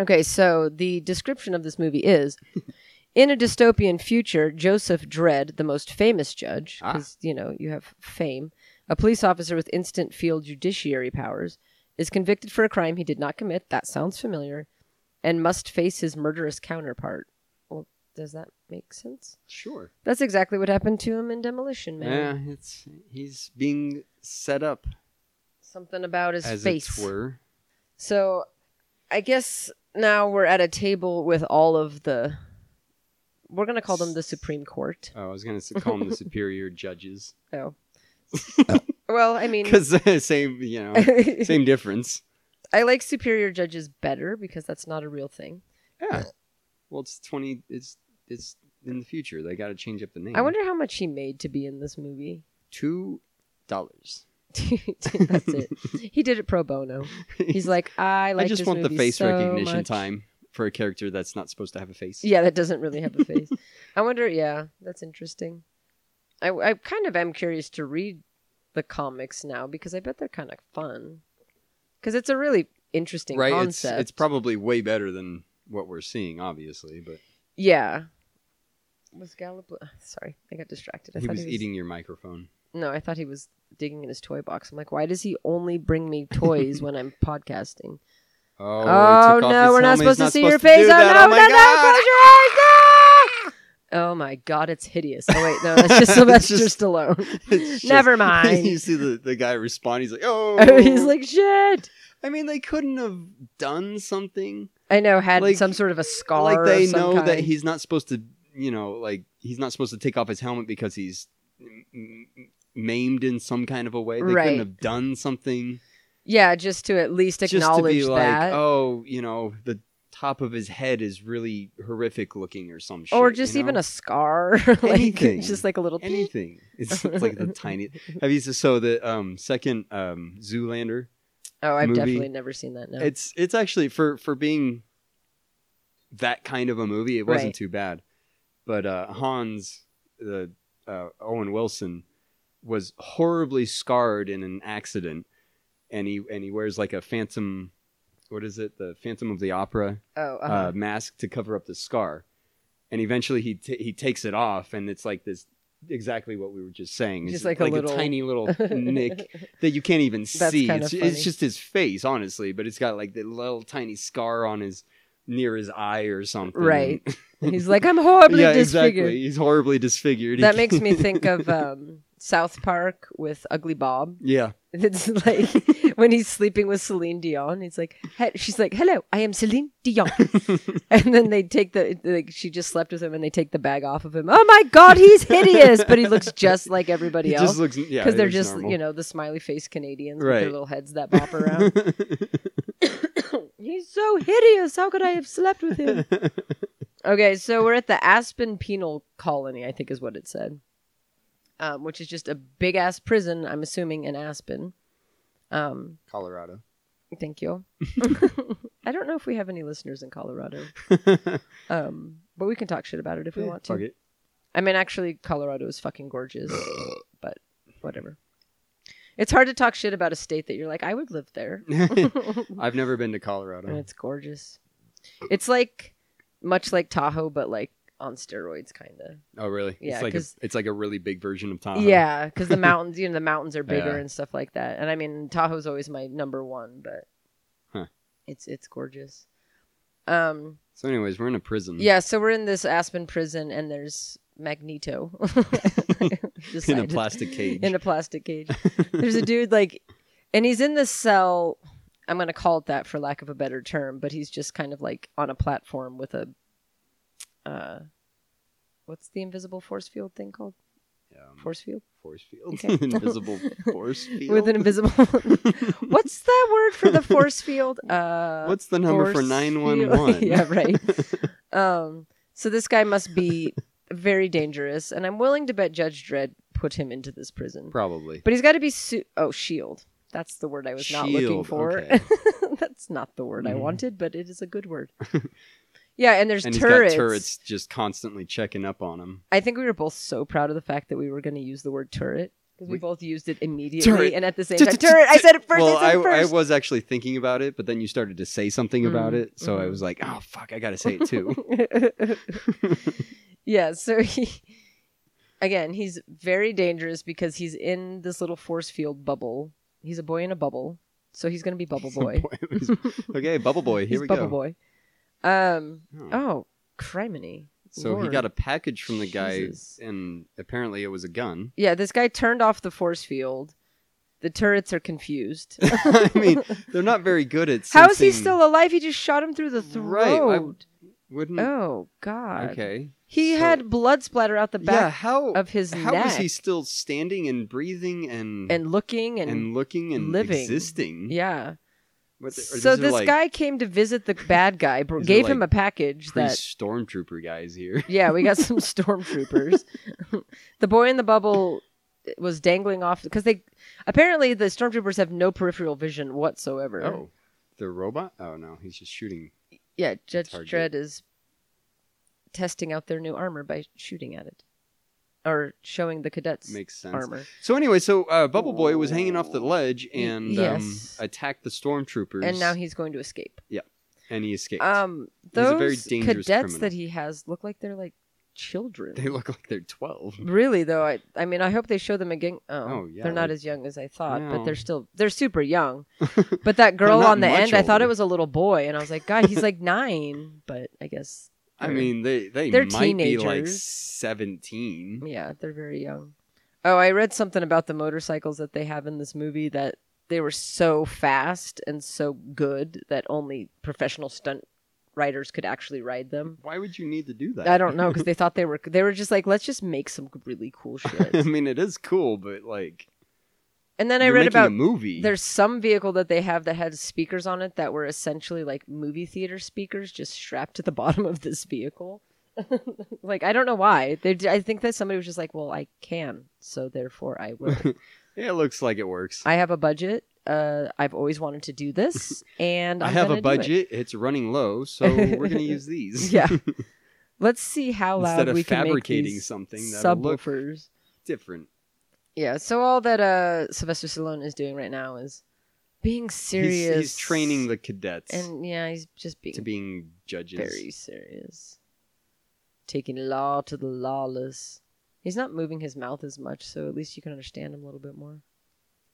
Speaker 7: Okay, so the description of this movie is. <laughs> In a dystopian future, Joseph Dredd, the most famous judge,
Speaker 6: Ah.
Speaker 7: because you know you have fame, a police officer with instant field judiciary powers, is convicted for a crime he did not commit. That sounds familiar, and must face his murderous counterpart. Well, does that make sense?
Speaker 6: Sure.
Speaker 7: That's exactly what happened to him in Demolition Man.
Speaker 6: Yeah, it's he's being set up
Speaker 7: Something about his
Speaker 6: as
Speaker 7: face.
Speaker 6: it were.
Speaker 7: So I guess now we're at a table with all of the we're going to call them the Supreme Court.
Speaker 6: Oh, I was gonna s- call them
Speaker 7: <laughs>
Speaker 6: the superior judges <laughs>
Speaker 7: Oh. well, I mean
Speaker 6: because <laughs> same you
Speaker 7: <laughs>
Speaker 6: know same difference.
Speaker 7: I like superior judges better because that's not a real thing.
Speaker 6: Yeah. Well, it's 20. It's it's in the future. They got to change up the name.
Speaker 7: I wonder how much he made to be in this movie. <laughs>
Speaker 6: two dollars.
Speaker 7: that's it. He did it pro bono. <laughs> He's like, I like.
Speaker 6: I just
Speaker 7: this
Speaker 6: want the
Speaker 7: movie
Speaker 6: face
Speaker 7: so
Speaker 6: recognition
Speaker 7: much."
Speaker 6: time for a character that's not supposed to have a face.
Speaker 7: Yeah, that doesn't really have
Speaker 6: <laughs>
Speaker 7: a face. I wonder. Yeah, that's interesting. I, I kind of am curious to read the comics now because I bet they're kind of fun. Because it's a really interesting
Speaker 6: right. It's
Speaker 7: concept.
Speaker 6: it's probably way better than what we're seeing, obviously, but.
Speaker 7: yeah. Was Gallup? uh, Sorry, I got distracted. I
Speaker 6: he
Speaker 7: thought
Speaker 6: was,
Speaker 7: he was
Speaker 6: eating your microphone.
Speaker 7: No, I thought
Speaker 6: <laughs>
Speaker 7: he was digging in his toy box. I'm like, why does he only bring me toys when I'm podcasting?
Speaker 6: Oh, he
Speaker 7: Oh,
Speaker 6: took off
Speaker 7: no,
Speaker 6: his
Speaker 7: we're not
Speaker 6: helmet. He's
Speaker 7: supposed to
Speaker 6: supposed
Speaker 7: see your
Speaker 6: do
Speaker 7: face. Oh,
Speaker 6: that.
Speaker 7: no,
Speaker 6: my
Speaker 7: no, no,
Speaker 6: God.
Speaker 7: close your eyes. Ah! Oh my god, it's hideous. Oh wait, no,
Speaker 6: <laughs>
Speaker 7: that's just Sylvester
Speaker 6: just-
Speaker 7: <laughs> Stallone.
Speaker 6: <laughs> It's just-
Speaker 7: Never mind. <laughs>
Speaker 6: you see the, the guy respond. He's like, oh.
Speaker 7: He's like, shit.
Speaker 6: I mean, they couldn't have done something.
Speaker 7: I know, had
Speaker 6: Like-
Speaker 7: some sort of a scar.
Speaker 6: like they
Speaker 7: of some
Speaker 6: know that
Speaker 7: kind.
Speaker 6: he's not supposed to, you know, like he's not supposed to take off his helmet because he's m- m- maimed in some kind of a way. They
Speaker 7: Right.
Speaker 6: couldn't have done something
Speaker 7: Yeah, just to at least
Speaker 6: just to
Speaker 7: acknowledge
Speaker 6: be like,
Speaker 7: that.
Speaker 6: oh, you know, the top of his head is really horrific looking or some shit.
Speaker 7: or
Speaker 6: you
Speaker 7: just even
Speaker 6: know?
Speaker 7: a scar. <laughs> like
Speaker 6: Anything.
Speaker 7: just like a little peep.
Speaker 6: anything.
Speaker 7: <laughs>
Speaker 6: It's, it's like the tiny. Have you so the um second um Zoolander?
Speaker 7: Oh, I've
Speaker 6: movie.
Speaker 7: definitely never seen that. No.
Speaker 6: It's it's actually for for being that kind of a movie, it wasn't
Speaker 7: Right.
Speaker 6: too bad. But uh, Hans, the uh, Owen Wilson, was horribly scarred in an accident, and he and he wears like a phantom, what is it, the Phantom of the Opera
Speaker 7: oh, uh-huh.
Speaker 6: uh, mask to cover up the scar, and eventually he t- he takes it off, and it's like this exactly what we were just saying. It's
Speaker 7: Just like a little-
Speaker 6: tiny little
Speaker 7: <laughs>
Speaker 6: nick that you can't even see.
Speaker 7: kinda
Speaker 6: It's, it's
Speaker 7: funny.
Speaker 6: just his face, honestly, but it's got like the little tiny scar on his near his eye or something. <laughs>
Speaker 7: Right. <laughs> he's like, I'm horribly
Speaker 6: yeah,
Speaker 7: disfigured.
Speaker 6: exactly. He's horribly disfigured. He
Speaker 7: That makes
Speaker 6: can't-
Speaker 7: me think of um, South Park with Ugly Bob.
Speaker 6: <laughs> yeah.
Speaker 7: It's like <laughs> when he's sleeping with Celine Dion. He's like, he- she's like, "Hello, I am Celine Dion,"
Speaker 6: <laughs>
Speaker 7: and then they take the like she just slept with him, and they take the bag off of him. Oh my god, he's hideous, but he looks just like everybody
Speaker 6: He
Speaker 7: else.
Speaker 6: just looks yeah.
Speaker 7: because they're just you know the smiley face Canadians with their
Speaker 6: Right.
Speaker 7: little heads that bop
Speaker 6: <laughs>
Speaker 7: around. <laughs> He's so hideous. How could I have slept
Speaker 6: <laughs>
Speaker 7: with him? okay, so we're at the Aspen Penal Colony, I think is what it said, um, which is just a big ass prison. I'm assuming in Aspen. Um,
Speaker 6: Colorado.
Speaker 7: thank
Speaker 6: <laughs>
Speaker 7: you. I don't know if we have any listeners in Colorado, um, but we can talk shit about it if
Speaker 6: <laughs>
Speaker 7: we want to.
Speaker 6: Fuck
Speaker 7: <laughs>
Speaker 6: it.
Speaker 7: I mean, actually, Colorado is
Speaker 6: <clears throat>
Speaker 7: fucking gorgeous, but whatever. It's hard to talk shit about a state that you're like, I would live there.
Speaker 6: I've never been to Colorado.
Speaker 7: And it's gorgeous. It's like much like Tahoe, but like on steroids, kind of.
Speaker 6: Oh, really?
Speaker 7: Yeah,
Speaker 6: it's like a,
Speaker 7: 'cause-
Speaker 6: it's like a really big version of Tahoe.
Speaker 7: Yeah, because the mountains, you know, the mountains
Speaker 6: <laughs>
Speaker 7: are bigger
Speaker 6: Yeah.
Speaker 7: and stuff like that. And I mean, Tahoe's always my number one, but
Speaker 6: Huh.
Speaker 7: it's it's gorgeous. Um,
Speaker 6: So, anyways, we're in a prison.
Speaker 7: yeah. So we're in this Aspen prison, and there's Magneto <laughs>
Speaker 6: <laughs> in a
Speaker 7: Decided.
Speaker 6: plastic cage.
Speaker 7: in a
Speaker 6: <laughs>
Speaker 7: plastic cage. There's a dude like, and he's in this cell. I'm gonna call it that for lack of a better term, but he's just kind of like on a platform with a, uh, what's the invisible force field thing called?
Speaker 6: Um,
Speaker 7: Force field
Speaker 6: force field.
Speaker 7: Okay.
Speaker 6: <laughs>
Speaker 7: <laughs>
Speaker 6: Invisible force field. <laughs>
Speaker 7: with an uh, invisible. <laughs> what's that word for the force field? Uh,
Speaker 6: What's the number for
Speaker 7: <laughs> force
Speaker 6: nine one
Speaker 7: field?
Speaker 6: one?
Speaker 7: yeah, right. Um, so this guy must be very dangerous, and I'm willing to bet Judge Dredd put him into this
Speaker 6: <laughs>
Speaker 7: prison.
Speaker 6: Probably.
Speaker 7: But he's got to be su- oh shield. That's the word I was not looking
Speaker 6: Shield,
Speaker 7: for.
Speaker 6: okay.
Speaker 7: <laughs> That's not the word I
Speaker 6: Mhm.
Speaker 7: wanted, but it is a
Speaker 6: <laughs>
Speaker 7: good word. yeah, and there's
Speaker 6: And he's
Speaker 7: turrets.
Speaker 6: got turrets just constantly checking up on him.
Speaker 7: I think we were both so proud of the fact that we were going to use the word turret because we
Speaker 6: We-
Speaker 7: both used it immediately
Speaker 6: Turret.
Speaker 7: and at the same
Speaker 6: Tu-
Speaker 7: time.
Speaker 6: tu- tu-
Speaker 7: Turret. I said it first.
Speaker 6: well,
Speaker 7: I
Speaker 6: I,
Speaker 7: said it
Speaker 6: I
Speaker 7: first.
Speaker 6: was actually thinking about it, but then you started to say something about
Speaker 7: Mhm,
Speaker 6: it, so I
Speaker 7: mhm.
Speaker 6: was like, "Oh fuck, I gotta say it
Speaker 7: <laughs>
Speaker 6: too." <laughs>
Speaker 7: yeah, so he again, he's very dangerous because he's in this little force field bubble. He's a boy in a bubble. So he's going to be bubble
Speaker 6: <laughs>
Speaker 7: boy. <laughs>
Speaker 6: okay, Bubble Boy, here
Speaker 7: he's
Speaker 6: we
Speaker 7: bubble
Speaker 6: go.
Speaker 7: boy. Um
Speaker 6: Oh.
Speaker 7: Oh, criminy.
Speaker 6: So he
Speaker 7: Lord.
Speaker 6: got a package from the guy,
Speaker 7: Jesus.
Speaker 6: and apparently it was a gun. <laughs>
Speaker 7: Yeah, this guy turned off the force field. The turrets are confused.
Speaker 6: I mean, they're not very good at.
Speaker 7: How is he
Speaker 6: sensing-
Speaker 7: still alive? He just shot him through the
Speaker 6: Right, I-
Speaker 7: throat.
Speaker 6: Wouldn't
Speaker 7: Oh god.
Speaker 6: okay.
Speaker 7: He
Speaker 6: so-
Speaker 7: had blood splatter out the
Speaker 6: yeah,
Speaker 7: back
Speaker 6: how
Speaker 7: of his
Speaker 6: how
Speaker 7: neck
Speaker 6: was he still standing and breathing and
Speaker 7: and looking and,
Speaker 6: and looking and
Speaker 7: living.
Speaker 6: existing?
Speaker 7: yeah.
Speaker 6: What the- or
Speaker 7: So
Speaker 6: these are
Speaker 7: this
Speaker 6: like
Speaker 7: guy came to visit the bad guy, bro,
Speaker 6: These are
Speaker 7: gave him a
Speaker 6: like
Speaker 7: package
Speaker 6: pre
Speaker 7: that
Speaker 6: stormtrooper guys here.
Speaker 7: Yeah, we got
Speaker 6: <laughs>
Speaker 7: some stormtroopers. the boy in the bubble was dangling off because they apparently the stormtroopers have no peripheral vision whatsoever.
Speaker 6: Oh, the robot? Oh no, he's just shooting.
Speaker 7: yeah, Judge
Speaker 6: Target.
Speaker 7: Dredd is testing out their new armor by shooting at it or showing the cadets
Speaker 6: Makes sense.
Speaker 7: armor. Oh.
Speaker 6: So anyway, so uh, Bubble Boy was hanging off the ledge and
Speaker 7: yes.
Speaker 6: um, attacked the stormtroopers,
Speaker 7: And now he's going to escape.
Speaker 6: and he escaped.
Speaker 7: Um,
Speaker 6: He's
Speaker 7: those
Speaker 6: a very dangerous
Speaker 7: cadets
Speaker 6: criminal.
Speaker 7: that he has look like they're like children.
Speaker 6: <laughs> They look like they're 12.
Speaker 7: Really though, I I mean I hope they show them again. Oh,
Speaker 6: Oh, yeah,
Speaker 7: they're not
Speaker 6: they-
Speaker 7: as young as I thought, but
Speaker 6: No.
Speaker 7: they're still they're super
Speaker 6: <laughs>
Speaker 7: young. But that girl
Speaker 6: not
Speaker 7: on the
Speaker 6: much
Speaker 7: end, I thought it
Speaker 6: older.
Speaker 7: was a little boy, and I was like, God, he's like nine. But I guess
Speaker 6: I
Speaker 7: they're-
Speaker 6: mean, they, they
Speaker 7: They're
Speaker 6: might be like
Speaker 7: teenagers.
Speaker 6: 17.
Speaker 7: Yeah, they're very young. Oh, I read something about the motorcycles that they have in this movie that they were so fast and so good that only professional stunt riders could actually ride them.
Speaker 6: Why would you need to do that?
Speaker 7: I don't know because they thought they were they were just like let's just make some really
Speaker 6: <laughs>
Speaker 7: cool
Speaker 6: <laughs> I
Speaker 7: shit.
Speaker 6: mean, it is cool, but like,
Speaker 7: And then I
Speaker 6: you're
Speaker 7: read
Speaker 6: making a
Speaker 7: about
Speaker 6: movie.
Speaker 7: there's some vehicle that they have that had speakers on it that were essentially like movie theater speakers just strapped to the <laughs> bottom of this vehicle. <laughs> like I don't know why. They I think that somebody was just like, well, I can, so therefore I
Speaker 6: <laughs>
Speaker 7: will.
Speaker 6: Yeah, it looks like it works.
Speaker 7: I have a budget. Uh, I've always wanted to
Speaker 6: <laughs>
Speaker 7: do this, and
Speaker 6: I
Speaker 7: I'm
Speaker 6: have
Speaker 7: gonna
Speaker 6: a
Speaker 7: do it.
Speaker 6: budget. It's running low, so we're gonna use these.
Speaker 7: <laughs> Yeah. Let's see how loud
Speaker 6: <laughs> Instead of
Speaker 7: we can make
Speaker 6: fabricating
Speaker 7: these
Speaker 6: something that'll look-
Speaker 7: subwoofers.
Speaker 6: Different.
Speaker 7: Yeah. So all that uh, Sylvester Stallone is doing right now is being
Speaker 6: He's,
Speaker 7: serious.
Speaker 6: he's training the cadets
Speaker 7: and yeah, he's just being
Speaker 6: to being judges.
Speaker 7: very serious, taking law to the lawless. He's not moving his mouth as much, so at least you can understand him a little bit more. <laughs>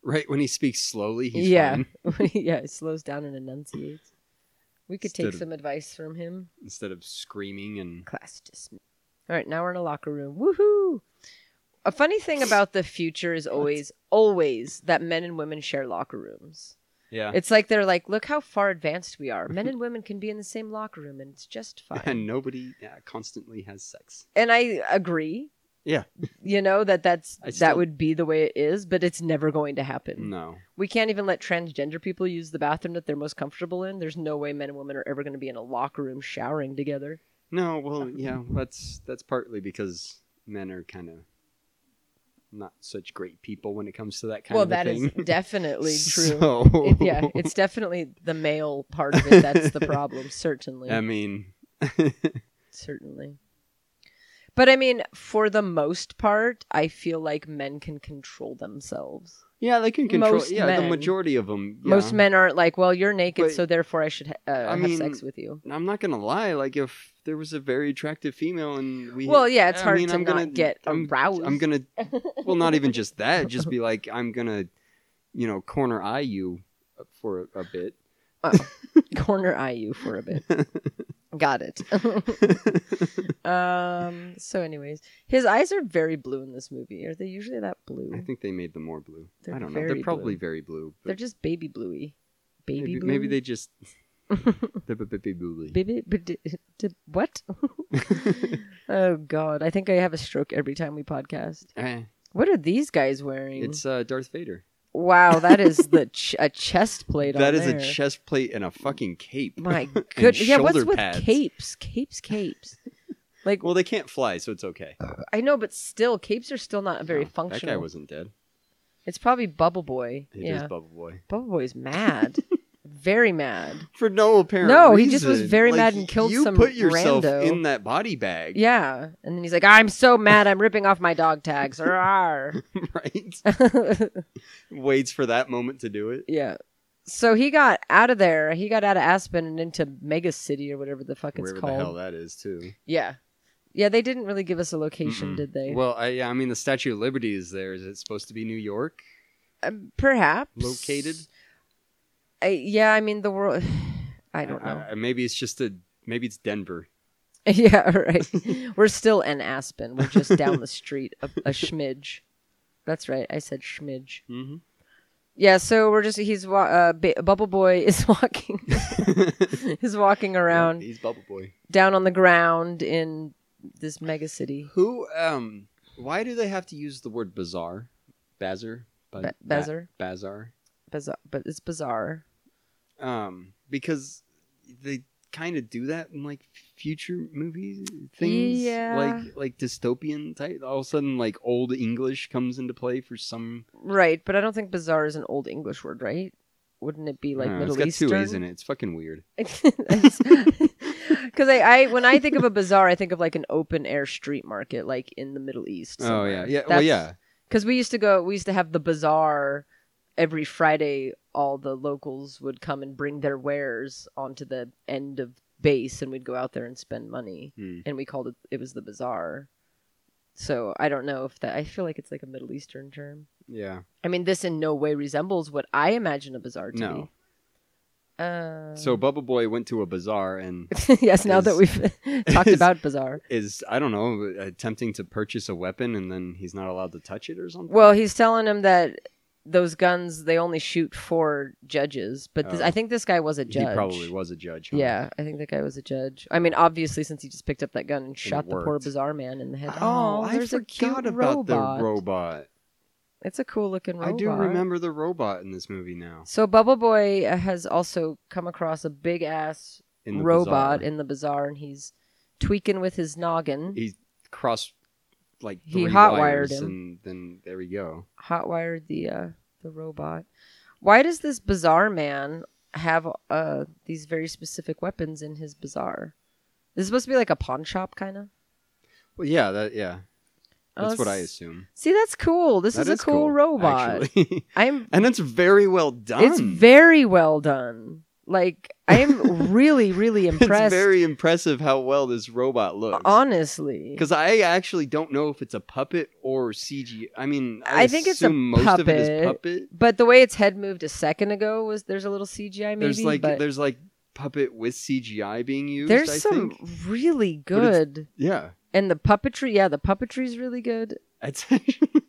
Speaker 6: Right when he speaks slowly, he's
Speaker 7: yeah,
Speaker 6: fine.
Speaker 7: yeah, he slows down and enunciates. We could take
Speaker 6: Instead of-
Speaker 7: some advice from him.
Speaker 6: Instead of screaming and
Speaker 7: class dismissed. All right, now we're in a locker room. Woohoo! A funny thing about the future is always, always that men and women share locker rooms.
Speaker 6: yeah,
Speaker 7: It's like they're like, look how far advanced we are. Men and women can be in the same locker room, and it's
Speaker 6: <laughs>
Speaker 7: just fine.
Speaker 6: and nobody yeah, constantly has sex.
Speaker 7: and I agree.
Speaker 6: Yeah.
Speaker 7: You know that that's
Speaker 6: I
Speaker 7: that
Speaker 6: still-
Speaker 7: would be the way it is, but it's never going to happen.
Speaker 6: No,
Speaker 7: We can't even let transgender people use the bathroom that they're most comfortable in. There's no way men and women are ever going to be in a locker room showering together.
Speaker 6: no. Well, yeah, that's that's partly because men are kind of not such great people when it comes to that kind
Speaker 7: well,
Speaker 6: of a
Speaker 7: that is
Speaker 6: thing. <laughs>
Speaker 7: definitely true.
Speaker 6: So,
Speaker 7: it, yeah,
Speaker 6: <laughs>
Speaker 7: it's definitely the male part of it that's the problem, certainly.
Speaker 6: I mean,
Speaker 7: certainly. But I mean, for the most part, I feel like men can control themselves.
Speaker 6: yeah, they can control.
Speaker 7: Most
Speaker 6: yeah,
Speaker 7: men-
Speaker 6: the majority of them.
Speaker 7: Most men aren't like, well, you're naked,
Speaker 6: But-
Speaker 7: so therefore I should ha- uh, have
Speaker 6: mean,
Speaker 7: sex with you. <laughs>
Speaker 6: I'm not gonna lie. Like, if there was a very attractive female and we,
Speaker 7: Well, yeah, it's
Speaker 6: I
Speaker 7: hard
Speaker 6: mean,
Speaker 7: to
Speaker 6: I'm gonna,
Speaker 7: not get
Speaker 6: I'm,
Speaker 7: aroused.
Speaker 6: I'm
Speaker 7: <laughs>
Speaker 6: gonna, well, not even just that. Just be like, I'm gonna, you know, corner eye you for a, a bit.
Speaker 7: corner eye you for
Speaker 6: <laughs>
Speaker 7: a bit. Got it. <laughs> um. So, anyways, his eyes are very blue in this movie. Are they usually that blue?
Speaker 6: I think they made them more blue.
Speaker 7: Mm. They're
Speaker 6: I don't know.
Speaker 7: very
Speaker 6: They're probably
Speaker 7: blue.
Speaker 6: very blue. but
Speaker 7: They're just baby bluey. Baby
Speaker 6: maybe,
Speaker 7: blue.
Speaker 6: maybe they
Speaker 7: <laughs>
Speaker 6: just they're baby blue.
Speaker 7: Baby, but d- d-
Speaker 6: <laughs>
Speaker 7: what? <laughs> oh God, I think I have a stroke every time we podcast.
Speaker 6: Eh,
Speaker 7: What are these guys wearing?
Speaker 6: It's uh, Darth Vader.
Speaker 7: Wow,
Speaker 6: <laughs>
Speaker 7: that is the ch- a chest plate.
Speaker 6: That
Speaker 7: on
Speaker 6: is
Speaker 7: there.
Speaker 6: a chest plate and a fucking cape.
Speaker 7: My
Speaker 6: <laughs> And
Speaker 7: good. yeah, what's
Speaker 6: shoulder
Speaker 7: with
Speaker 6: pads.
Speaker 7: capes? Capes, capes. Like
Speaker 6: Well, they can't fly, so it's okay.
Speaker 7: I know, but still, capes are still not very
Speaker 6: No,
Speaker 7: functional.
Speaker 6: That guy wasn't dead.
Speaker 7: It's probably Bubble Boy.
Speaker 6: It is
Speaker 7: yeah,
Speaker 6: Bubble Boy.
Speaker 7: Bubble Boy's mad.
Speaker 6: <laughs>
Speaker 7: Very mad.
Speaker 6: For no apparent
Speaker 7: No, he just was
Speaker 6: reason.
Speaker 7: very
Speaker 6: Like,
Speaker 7: mad and killed
Speaker 6: you
Speaker 7: some
Speaker 6: put yourself
Speaker 7: rando.
Speaker 6: in that body bag,
Speaker 7: Yeah, and then he's like, "I'm so mad, I'm ripping off my dog
Speaker 6: <laughs>
Speaker 7: tags." Rawr.
Speaker 6: <laughs> right?
Speaker 7: <laughs>
Speaker 6: Waits for that moment to do it.
Speaker 7: Yeah. So he got out of there. He got out of Aspen and into Mega City or whatever the fuck it's
Speaker 6: Wherever the
Speaker 7: called.
Speaker 6: hell that is, too.
Speaker 7: yeah. Yeah, they didn't really give us a location,
Speaker 6: Mm-mm.
Speaker 7: did they?
Speaker 6: Well, I, yeah, I mean, the Statue of Liberty is there. Is it supposed to be New York
Speaker 7: Um, perhaps.
Speaker 6: located?
Speaker 7: I, yeah, I mean the world <sighs> I don't know.
Speaker 6: I- maybe it's just a maybe it's Denver.
Speaker 7: <laughs>
Speaker 6: <laughs>
Speaker 7: yeah, right. We're still in Aspen. We're just down the street a, a schmidge. That's right. I said schmidge.
Speaker 6: Mm-hmm.
Speaker 7: Yeah, so we're just he's wa- uh, ba- Bubble Boy is <laughs> walking <laughs> is walking around
Speaker 6: Mm-hmm. he's Bubble Boy.
Speaker 7: down on the ground in this mega city.
Speaker 6: Who? Um. Why do they have to use the word bazaar? Bazar. Ba-
Speaker 7: Ba-
Speaker 6: ba-
Speaker 7: bazar?
Speaker 6: Bazar.
Speaker 7: bizarre, but it's bizarre.
Speaker 6: Um. Because they kind of do that in like future movies things.
Speaker 7: Yeah.
Speaker 6: Like like dystopian type. All of a sudden, like old English comes into play for some.
Speaker 7: Right, but I don't think bizarre is an old English word, right? Wouldn't it be like
Speaker 6: I don't know,
Speaker 7: Middle
Speaker 6: it's got
Speaker 7: Eastern?
Speaker 6: two A's in it. It's fucking weird.
Speaker 7: <laughs> Because I, I, when I think of a bazaar, I think of like an open air street market, like in the Middle East.
Speaker 6: Oh yeah. Yeah. well yeah.
Speaker 7: Because we used to go, we used to have the bazaar every Friday. All the locals would come and bring their wares onto the end of base and we'd go out there and spend money
Speaker 6: Hmm.
Speaker 7: and we called it it was the bazaar so i don't know if that i feel like it's like a middle eastern term
Speaker 6: Yeah.
Speaker 7: i mean this in no way resembles what i imagine a bazaar to
Speaker 6: No.
Speaker 7: be uh,
Speaker 6: So Bubble Boy went to a bazaar
Speaker 7: <laughs>
Speaker 6: and
Speaker 7: yes now that
Speaker 6: is-
Speaker 7: we've <laughs>
Speaker 6: <laughs>
Speaker 7: talked
Speaker 6: is-
Speaker 7: about bazaar
Speaker 6: is I don't know attempting to purchase a weapon and then he's not allowed to touch it or something.
Speaker 7: well he's telling him that those guns they only shoot for judges but this,
Speaker 6: Oh.
Speaker 7: i think this guy was a
Speaker 6: he
Speaker 7: judge
Speaker 6: probably was a judge. huh?
Speaker 7: Yeah, I think that guy was a judge. I mean, obviously, since he just picked up that gun and shot the poor
Speaker 6: worked.
Speaker 7: bizarre man in the head.
Speaker 6: Oh, I
Speaker 7: there's a
Speaker 6: forgot
Speaker 7: cute
Speaker 6: about
Speaker 7: robot.
Speaker 6: the robot.
Speaker 7: It's a cool looking robot.
Speaker 6: I do remember the robot in this movie now.
Speaker 7: So Bubble Boy uh, has also come across a big ass
Speaker 6: In the
Speaker 7: robot
Speaker 6: bazaar.
Speaker 7: in the bazaar, and he's tweaking with his noggin.
Speaker 6: he crossed like
Speaker 7: He
Speaker 6: three
Speaker 7: hotwired
Speaker 6: wires
Speaker 7: him.
Speaker 6: and then there we go.
Speaker 7: hotwired the uh, the robot. Why does this bizarre man have uh, these very specific weapons in his bazaar? This is supposed to be like a pawn shop, kind of.
Speaker 6: Well, yeah, that yeah, that's what I assume.
Speaker 7: See, that's cool. This
Speaker 6: That
Speaker 7: is a
Speaker 6: is
Speaker 7: cool, robot.
Speaker 6: actually. <laughs>
Speaker 7: I'm.
Speaker 6: and it's very well done.
Speaker 7: It's very well done. Like I'm really,
Speaker 6: <laughs>
Speaker 7: really
Speaker 6: It's
Speaker 7: impressed.
Speaker 6: very impressive how well this robot looks.
Speaker 7: honestly,
Speaker 6: because I actually don't know if it's a puppet or CG. I mean, I,
Speaker 7: I think it's a
Speaker 6: assume most of it is
Speaker 7: puppet.
Speaker 6: puppet.
Speaker 7: but the way its head moved a second ago was there's a little CGI maybe.
Speaker 6: there's like
Speaker 7: but
Speaker 6: there's like puppet with CGI being used.
Speaker 7: there's
Speaker 6: I
Speaker 7: some
Speaker 6: think.
Speaker 7: really
Speaker 6: But it's-
Speaker 7: good
Speaker 6: yeah. <laughs>
Speaker 7: and the puppetry. Yeah, the puppetry's really good.
Speaker 6: It's actually-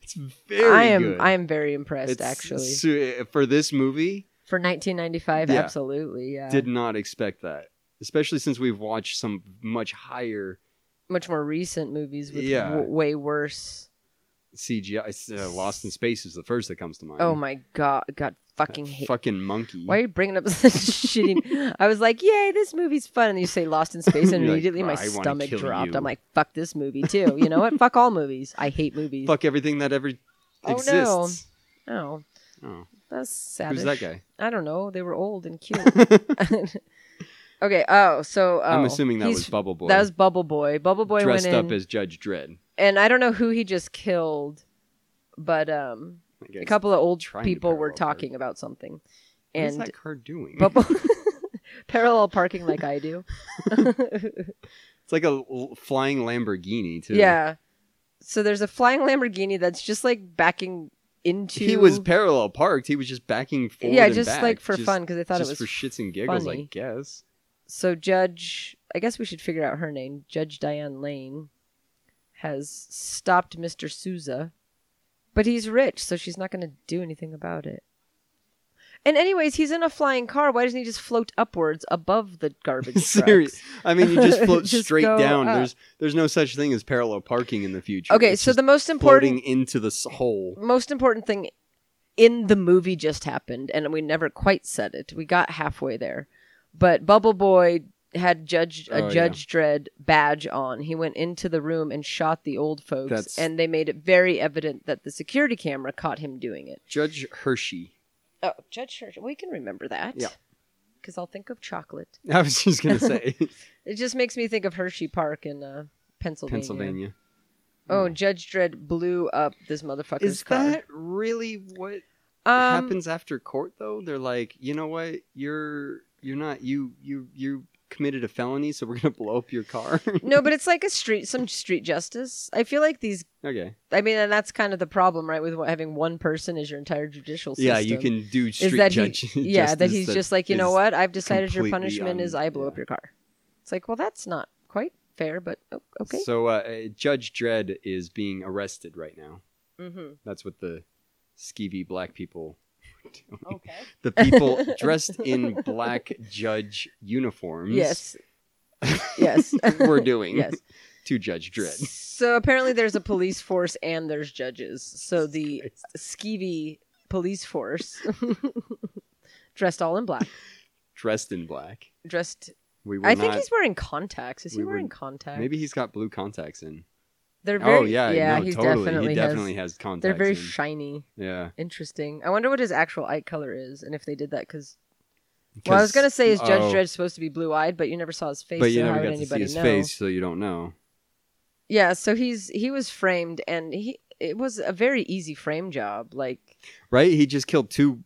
Speaker 6: it's very.
Speaker 7: I am
Speaker 6: good.
Speaker 7: I am very impressed
Speaker 6: It's
Speaker 7: actually
Speaker 6: su- eh, for this movie,
Speaker 7: for 1995.
Speaker 6: Yeah.
Speaker 7: Absolutely, yeah.
Speaker 6: did not expect that, especially since we've watched some much higher
Speaker 7: Much more recent movies with
Speaker 6: Yeah.
Speaker 7: w- way worse.
Speaker 6: CGI. Uh, Lost in Space is the first that comes to mind.
Speaker 7: Oh my god,
Speaker 6: That
Speaker 7: God fucking hate
Speaker 6: fucking monkey.
Speaker 7: Why are you bringing up <laughs> such shitty? I was like, "Yay, this movie's fun," and you say "Lost
Speaker 6: <laughs>
Speaker 7: in Space," and
Speaker 6: You're like,
Speaker 7: immediately
Speaker 6: "Well,
Speaker 7: my
Speaker 6: I wanna
Speaker 7: stomach
Speaker 6: kill
Speaker 7: dropped.
Speaker 6: you."
Speaker 7: I'm like, "Fuck this movie too." You know what? Fuck all movies. I hate movies.
Speaker 6: Fuck everything that ever
Speaker 7: Oh, no.
Speaker 6: exists.
Speaker 7: Oh,
Speaker 6: Oh.
Speaker 7: that's sad.
Speaker 6: Who's that guy?
Speaker 7: I don't know. They were old and
Speaker 6: <laughs>
Speaker 7: cute. <laughs> okay. Oh, so oh,
Speaker 6: I'm assuming that
Speaker 7: he's-
Speaker 6: was Bubble Boy.
Speaker 7: That was Bubble Boy. Bubble Boy
Speaker 6: dressed
Speaker 7: went in,
Speaker 6: up as Judge Dredd.
Speaker 7: and I don't know who he just killed, but um,
Speaker 6: I
Speaker 7: a
Speaker 6: guess.
Speaker 7: couple of old
Speaker 6: trying to
Speaker 7: people were
Speaker 6: parallel park.
Speaker 7: talking about something,
Speaker 6: What is
Speaker 7: and
Speaker 6: that car doing?
Speaker 7: Bubble <laughs> parallel parking like
Speaker 6: <laughs>
Speaker 7: I do.
Speaker 6: It's like a l- flying Lamborghini too.
Speaker 7: Yeah. So there's a flying Lamborghini that's just like backing into.
Speaker 6: He was parallel parked. He was just backing forward.
Speaker 7: yeah,
Speaker 6: and
Speaker 7: just
Speaker 6: back,
Speaker 7: like for
Speaker 6: just-
Speaker 7: fun because I thought it
Speaker 6: just
Speaker 7: was.
Speaker 6: for shits and giggles,
Speaker 7: funny.
Speaker 6: I guess.
Speaker 7: so Judge, I guess we should figure out her name. Judge Diane Lane has stopped Mr. Souza, but he's rich, so she's not going to do anything about it. And anyways, he's in a flying car. Why doesn't he just float upwards above the
Speaker 6: <laughs>
Speaker 7: garbage
Speaker 6: Serious.
Speaker 7: trucks?
Speaker 6: I mean, you just
Speaker 7: <laughs>
Speaker 6: float
Speaker 7: Just
Speaker 6: straight
Speaker 7: go
Speaker 6: down.
Speaker 7: up.
Speaker 6: There's there's no such thing as parallel parking in the future.
Speaker 7: Okay,
Speaker 6: It's
Speaker 7: so
Speaker 6: just
Speaker 7: the most
Speaker 6: floating
Speaker 7: important
Speaker 6: into the s- hole.
Speaker 7: most important thing in the movie just happened, and we never quite said it. We got halfway there, but Bubble Boy had Judge a
Speaker 6: Oh, yeah.
Speaker 7: Judge Dredd badge on. He went into the room and shot the old folks,
Speaker 6: That's-
Speaker 7: and they made it very evident that the security camera caught him doing it.
Speaker 6: Judge Hershey. <laughs>
Speaker 7: Oh, Judge Church, we can remember that.
Speaker 6: Yeah.
Speaker 7: Because I'll think of chocolate.
Speaker 6: I was just gonna say
Speaker 7: It just makes me think of Hershey Park in uh, <laughs> Pennsylvania.
Speaker 6: Pennsylvania.
Speaker 7: Oh, and Judge Dredd blew up this motherfucker's
Speaker 6: Is
Speaker 7: car.
Speaker 6: that really what
Speaker 7: Um,
Speaker 6: happens after court though? They're like, you know what? You're you're not you you you committed a felony, so we're gonna blow up your car. <laughs>
Speaker 7: no, but it's like a street, some street justice. I feel like these
Speaker 6: okay.
Speaker 7: I mean, and that's kind of the problem, right? With what, having one person as your entire judicial system.
Speaker 6: Yeah, you can do street
Speaker 7: Is that
Speaker 6: judge. <laughs>
Speaker 7: he? <laughs> Yeah, that
Speaker 6: justice
Speaker 7: he's just like, you know
Speaker 6: is-
Speaker 7: what? I've decided your
Speaker 6: completely
Speaker 7: punishment
Speaker 6: un-
Speaker 7: is I blow
Speaker 6: yeah.
Speaker 7: up your car. It's like, well, that's not quite fair, but o- okay.
Speaker 6: So uh, uh, Judge Dredd is being arrested right now.
Speaker 7: mm-hmm.
Speaker 6: <laughs> That's what the skeevy black people.
Speaker 7: Okay.
Speaker 6: The
Speaker 7: <laughs>
Speaker 6: people dressed in black judge uniforms. <laughs>
Speaker 7: Yes. Yes. <laughs>
Speaker 6: We're doing
Speaker 7: yes.
Speaker 6: to Judge Dredd.
Speaker 7: So apparently, there's a police force and there's judges. So the skeevy police force, <laughs> dressed all in black,
Speaker 6: Dressed in black.
Speaker 7: dressed.
Speaker 6: We were
Speaker 7: I
Speaker 6: not.
Speaker 7: think he's wearing contacts. Is he
Speaker 6: we were-
Speaker 7: wearing contacts?
Speaker 6: Maybe he's got blue contacts in.
Speaker 7: They're very,
Speaker 6: oh yeah,
Speaker 7: yeah.
Speaker 6: no,
Speaker 7: he
Speaker 6: totally.
Speaker 7: definitely,
Speaker 6: he definitely
Speaker 7: has.
Speaker 6: has, contacts.
Speaker 7: They're very
Speaker 6: in.
Speaker 7: shiny.
Speaker 6: yeah.
Speaker 7: Interesting. I wonder what his actual eye color is, and if they did that because. Well, I was gonna say is Judge
Speaker 6: oh,
Speaker 7: Dredd supposed to be blue-eyed, but you never saw his face,
Speaker 6: but you
Speaker 7: so how
Speaker 6: never
Speaker 7: would
Speaker 6: got to see
Speaker 7: anybody
Speaker 6: his
Speaker 7: know?
Speaker 6: face, so you don't know.
Speaker 7: Yeah, so he's he was framed, and he it was a very easy frame job. Like
Speaker 6: Right? He just killed two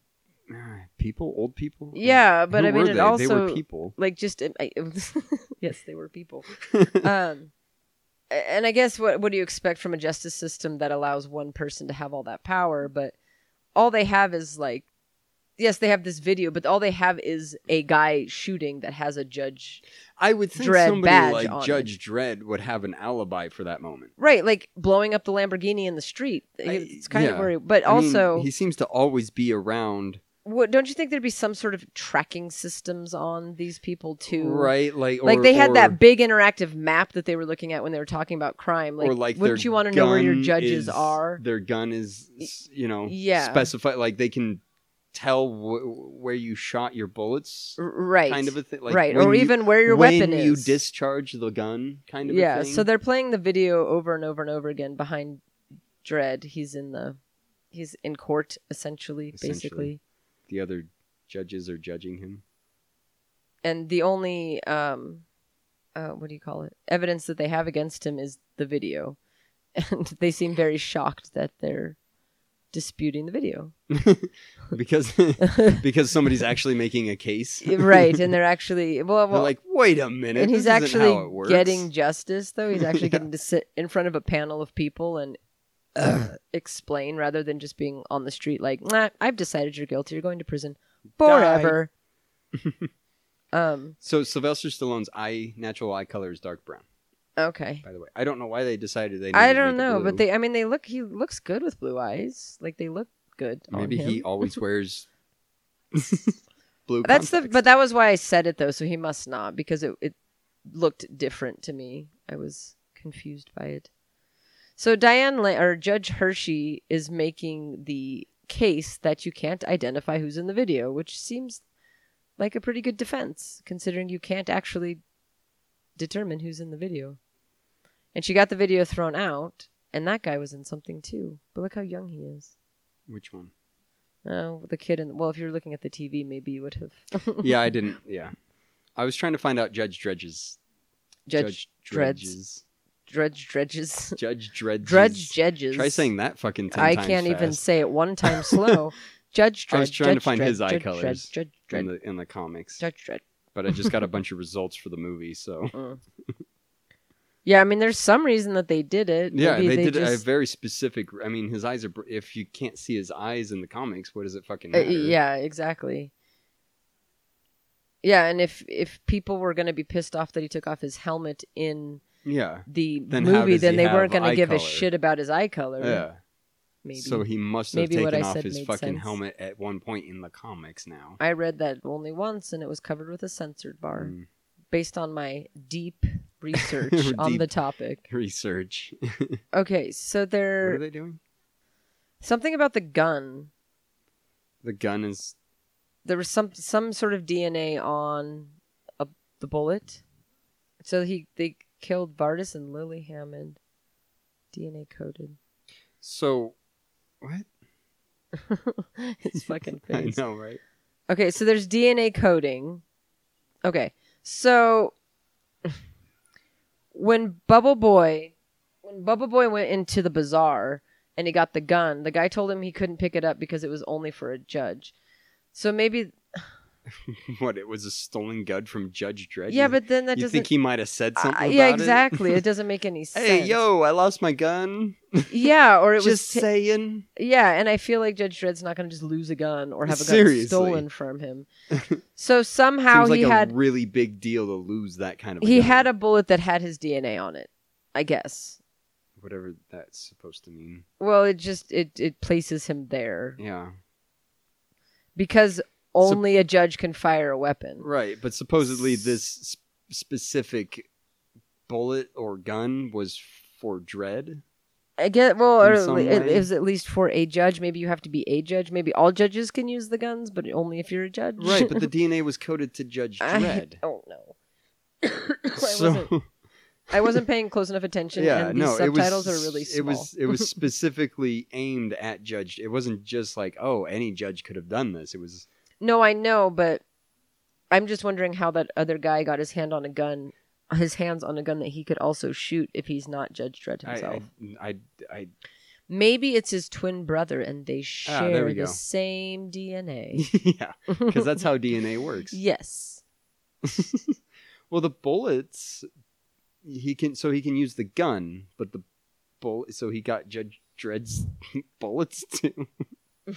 Speaker 6: uh, people, old people.
Speaker 7: Yeah, but
Speaker 6: Who
Speaker 7: I mean,
Speaker 6: were
Speaker 7: it
Speaker 6: they? they
Speaker 7: also
Speaker 6: were people.
Speaker 7: like just I, <laughs> yes, they were people. <laughs> um, a- and I guess what what do you expect from a justice system that allows one person to have all that power? But all they have is like, yes, they have this video, but all they have is a guy shooting that has a judge.
Speaker 6: I would think
Speaker 7: Dredd badge
Speaker 6: somebody
Speaker 7: on
Speaker 6: like
Speaker 7: it.
Speaker 6: Judge Dredd would have an alibi for that moment.
Speaker 7: Right, like blowing up the Lamborghini in the street. It's kind of
Speaker 6: yeah.
Speaker 7: where, but
Speaker 6: I mean,
Speaker 7: also,
Speaker 6: he seems to always be around,
Speaker 7: what, don't you think there'd be some sort of tracking systems on these people too?
Speaker 6: right? Like,
Speaker 7: like
Speaker 6: or-
Speaker 7: they had
Speaker 6: or-
Speaker 7: that big interactive map that they were looking at when they were talking about crime. Like,
Speaker 6: or like
Speaker 7: wouldn't
Speaker 6: their
Speaker 7: you want to know where your
Speaker 6: gun
Speaker 7: judges
Speaker 6: is-
Speaker 7: are?
Speaker 6: Their gun is, s- you know,
Speaker 7: yeah.
Speaker 6: specified. Like they can tell wh- where you shot your bullets,
Speaker 7: R- right,
Speaker 6: kind of a thing. Like
Speaker 7: right,
Speaker 6: when
Speaker 7: or
Speaker 6: you-
Speaker 7: even where your
Speaker 6: when
Speaker 7: weapon
Speaker 6: you
Speaker 7: is.
Speaker 6: discharge the gun, kind of.
Speaker 7: yeah,
Speaker 6: A thing.
Speaker 7: so they're playing the video over and over and over again behind Dread. He's in the, he's in court essentially, basically,
Speaker 6: Essentially. the other judges are judging
Speaker 7: <laughs>
Speaker 6: him.
Speaker 7: and the only um, uh, what do you call it? Evidence that they have against him is the video, <laughs> and they seem very shocked that they're disputing the video. <laughs>
Speaker 6: because because somebody's actually making a case.
Speaker 7: right,
Speaker 6: <laughs>
Speaker 7: and they're actually well,
Speaker 6: They're
Speaker 7: well
Speaker 6: like, wait a minute,
Speaker 7: and he's
Speaker 6: this isn't how it
Speaker 7: actually
Speaker 6: works."
Speaker 7: getting justice though he's
Speaker 6: <laughs>
Speaker 7: actually
Speaker 6: Yeah.
Speaker 7: getting to sit in front of a panel of people and
Speaker 6: <clears throat>
Speaker 7: uh, explain rather than just being on the street like nah, i've decided you're guilty you're going to prison
Speaker 6: <laughs>
Speaker 7: forever um
Speaker 6: So Sylvester Stallone's eye natural eye color is dark brown.
Speaker 7: okay
Speaker 6: By the way, I don't know why they decided they. Needed
Speaker 7: i
Speaker 6: to
Speaker 7: don't
Speaker 6: make it
Speaker 7: know but
Speaker 6: blue.
Speaker 7: they i mean they look he looks good with blue eyes like they look good on
Speaker 6: maybe
Speaker 7: him.
Speaker 6: he always
Speaker 7: <laughs>
Speaker 6: wears blue.
Speaker 7: that's the
Speaker 6: contacts.
Speaker 7: but that was why i said it though so he must not because it, it looked different to me i was confused by it so diane La- or judge hershey is making the case that you can't identify who's in the video which seems like a pretty good defense considering you can't actually determine who's in the video and she got the video thrown out and that guy was in something too but look how young he is
Speaker 6: which one?
Speaker 7: oh the kid in well if you were looking at the tv maybe you would have
Speaker 6: Yeah, I didn't. Yeah, I was trying to find out Judge Dredge's
Speaker 7: Judge, Dredge,
Speaker 6: Dredge's
Speaker 7: Dredge,
Speaker 6: <laughs>
Speaker 7: Dredges,
Speaker 6: Judge Dredge's
Speaker 7: Dredge, Judges.
Speaker 6: Try saying that fucking ten
Speaker 7: I
Speaker 6: times
Speaker 7: can't even
Speaker 6: fast
Speaker 7: say it
Speaker 6: <laughs>
Speaker 7: one time slow. Judge, Dredge.
Speaker 6: I was trying to
Speaker 7: Judge
Speaker 6: find
Speaker 7: Dredd,
Speaker 6: his eye
Speaker 7: Judge
Speaker 6: colours
Speaker 7: Dredd, Judge,
Speaker 6: in
Speaker 7: Dredd,
Speaker 6: the in the comics,
Speaker 7: Judge,
Speaker 6: <laughs>
Speaker 7: Dredd.
Speaker 6: but I just got a bunch of results for the movie, so.
Speaker 7: Mm. Yeah, I mean, there's some reason that they did it.
Speaker 6: Yeah,
Speaker 7: <laughs> Maybe
Speaker 6: they, did a
Speaker 7: just,
Speaker 6: very specific. I mean, his eyes are. br- If you can't see his eyes in the comics, what does it fucking
Speaker 7: Uh,
Speaker 6: matter?
Speaker 7: yeah, exactly. Yeah, and if if people were going to be pissed off that he took off his helmet in
Speaker 6: yeah,
Speaker 7: the
Speaker 6: Then how
Speaker 7: movie,
Speaker 6: does
Speaker 7: then
Speaker 6: he
Speaker 7: they
Speaker 6: have
Speaker 7: weren't going to
Speaker 6: eye
Speaker 7: give a
Speaker 6: colour?
Speaker 7: shit about his eye color.
Speaker 6: yeah.
Speaker 7: Maybe.
Speaker 6: So he must have
Speaker 7: Maybe what
Speaker 6: taken
Speaker 7: I
Speaker 6: off
Speaker 7: said
Speaker 6: his
Speaker 7: made
Speaker 6: fucking
Speaker 7: sense.
Speaker 6: helmet at one point in the comics. Now,
Speaker 7: I read that only once, and it was covered with a censored bar,
Speaker 6: Mm.
Speaker 7: based on my
Speaker 6: <laughs>
Speaker 7: deep research on the
Speaker 6: Deep.
Speaker 7: topic.
Speaker 6: <laughs> research.
Speaker 7: Okay, so
Speaker 6: what
Speaker 7: there
Speaker 6: are they doing?
Speaker 7: something about the gun.
Speaker 6: The gun is.
Speaker 7: There was some some sort of DNA on a, the bullet. So he they killed Vardis and Lily Hammond, DNA coded. <laughs>
Speaker 6: So, what? <laughs>
Speaker 7: His fucking
Speaker 6: I
Speaker 7: face.
Speaker 6: know, right? <laughs>
Speaker 7: Okay, so there's DNA coding. Okay, so when Bubble Boy, when Bubble Boy went into the bazaar and he got the gun, the guy told him he couldn't pick it up because it was only for a judge. So maybe,
Speaker 6: What? It was a stolen gun from Judge Dredd.
Speaker 7: yeah,
Speaker 6: You-
Speaker 7: but then that
Speaker 6: you
Speaker 7: doesn't.
Speaker 6: think he might have said something?
Speaker 7: Uh,
Speaker 6: about
Speaker 7: yeah,
Speaker 6: it?
Speaker 7: exactly. It? doesn't make any
Speaker 6: <laughs>
Speaker 7: sense.
Speaker 6: hey, yo! I lost my gun.
Speaker 7: Yeah, or it was
Speaker 6: just
Speaker 7: ta-
Speaker 6: saying.
Speaker 7: Yeah, and I feel like Judge Dredd's not going to just lose a gun or have a gun
Speaker 6: Seriously.
Speaker 7: stolen from him. So somehow
Speaker 6: Seems like
Speaker 7: he
Speaker 6: a
Speaker 7: had
Speaker 6: really big deal to lose that kind of.
Speaker 7: he
Speaker 6: gun.
Speaker 7: had a bullet that had his DNA on it. I guess.
Speaker 6: whatever that's supposed to mean.
Speaker 7: Well, it just it it places him there
Speaker 6: Yeah.
Speaker 7: because only a judge can fire a weapon.
Speaker 6: Right, but supposedly this sp- specific bullet or gun was for dread.
Speaker 7: I get well, or
Speaker 6: In
Speaker 7: at
Speaker 6: some
Speaker 7: le- it,
Speaker 6: way.
Speaker 7: it was at least for a judge. Maybe you have to be a judge. Maybe all judges can use the guns, but only if you're a judge.
Speaker 6: Right, but the DNA was coded to Judge
Speaker 7: <laughs> I
Speaker 6: Dread.
Speaker 7: <laughs> don't know. <coughs> I wasn't
Speaker 6: so
Speaker 7: I wasn't paying close enough
Speaker 6: <laughs>
Speaker 7: attention.
Speaker 6: yeah,
Speaker 7: and these
Speaker 6: no, it was
Speaker 7: subtitles are really small.
Speaker 6: it was it
Speaker 7: <laughs>
Speaker 6: was specifically aimed at Judge. It wasn't just like oh any judge could have done this. It
Speaker 7: <laughs>
Speaker 6: was
Speaker 7: No, I know, but I'm just wondering how that other guy got his hand on a gun, his hands on a gun that he could also shoot if he's not Judge Dredd
Speaker 6: I,
Speaker 7: himself.
Speaker 6: I, I I
Speaker 7: Maybe it's his twin brother and they
Speaker 6: Ah, there
Speaker 7: share
Speaker 6: we
Speaker 7: the
Speaker 6: go. <laughs>
Speaker 7: same DNA.
Speaker 6: yeah, because that's how
Speaker 7: <laughs>
Speaker 6: DNA works.
Speaker 7: yes.
Speaker 6: Well, the bullets he can so he can use the gun, but the bull so he got Judge Dredd's <laughs> bullets too. <laughs>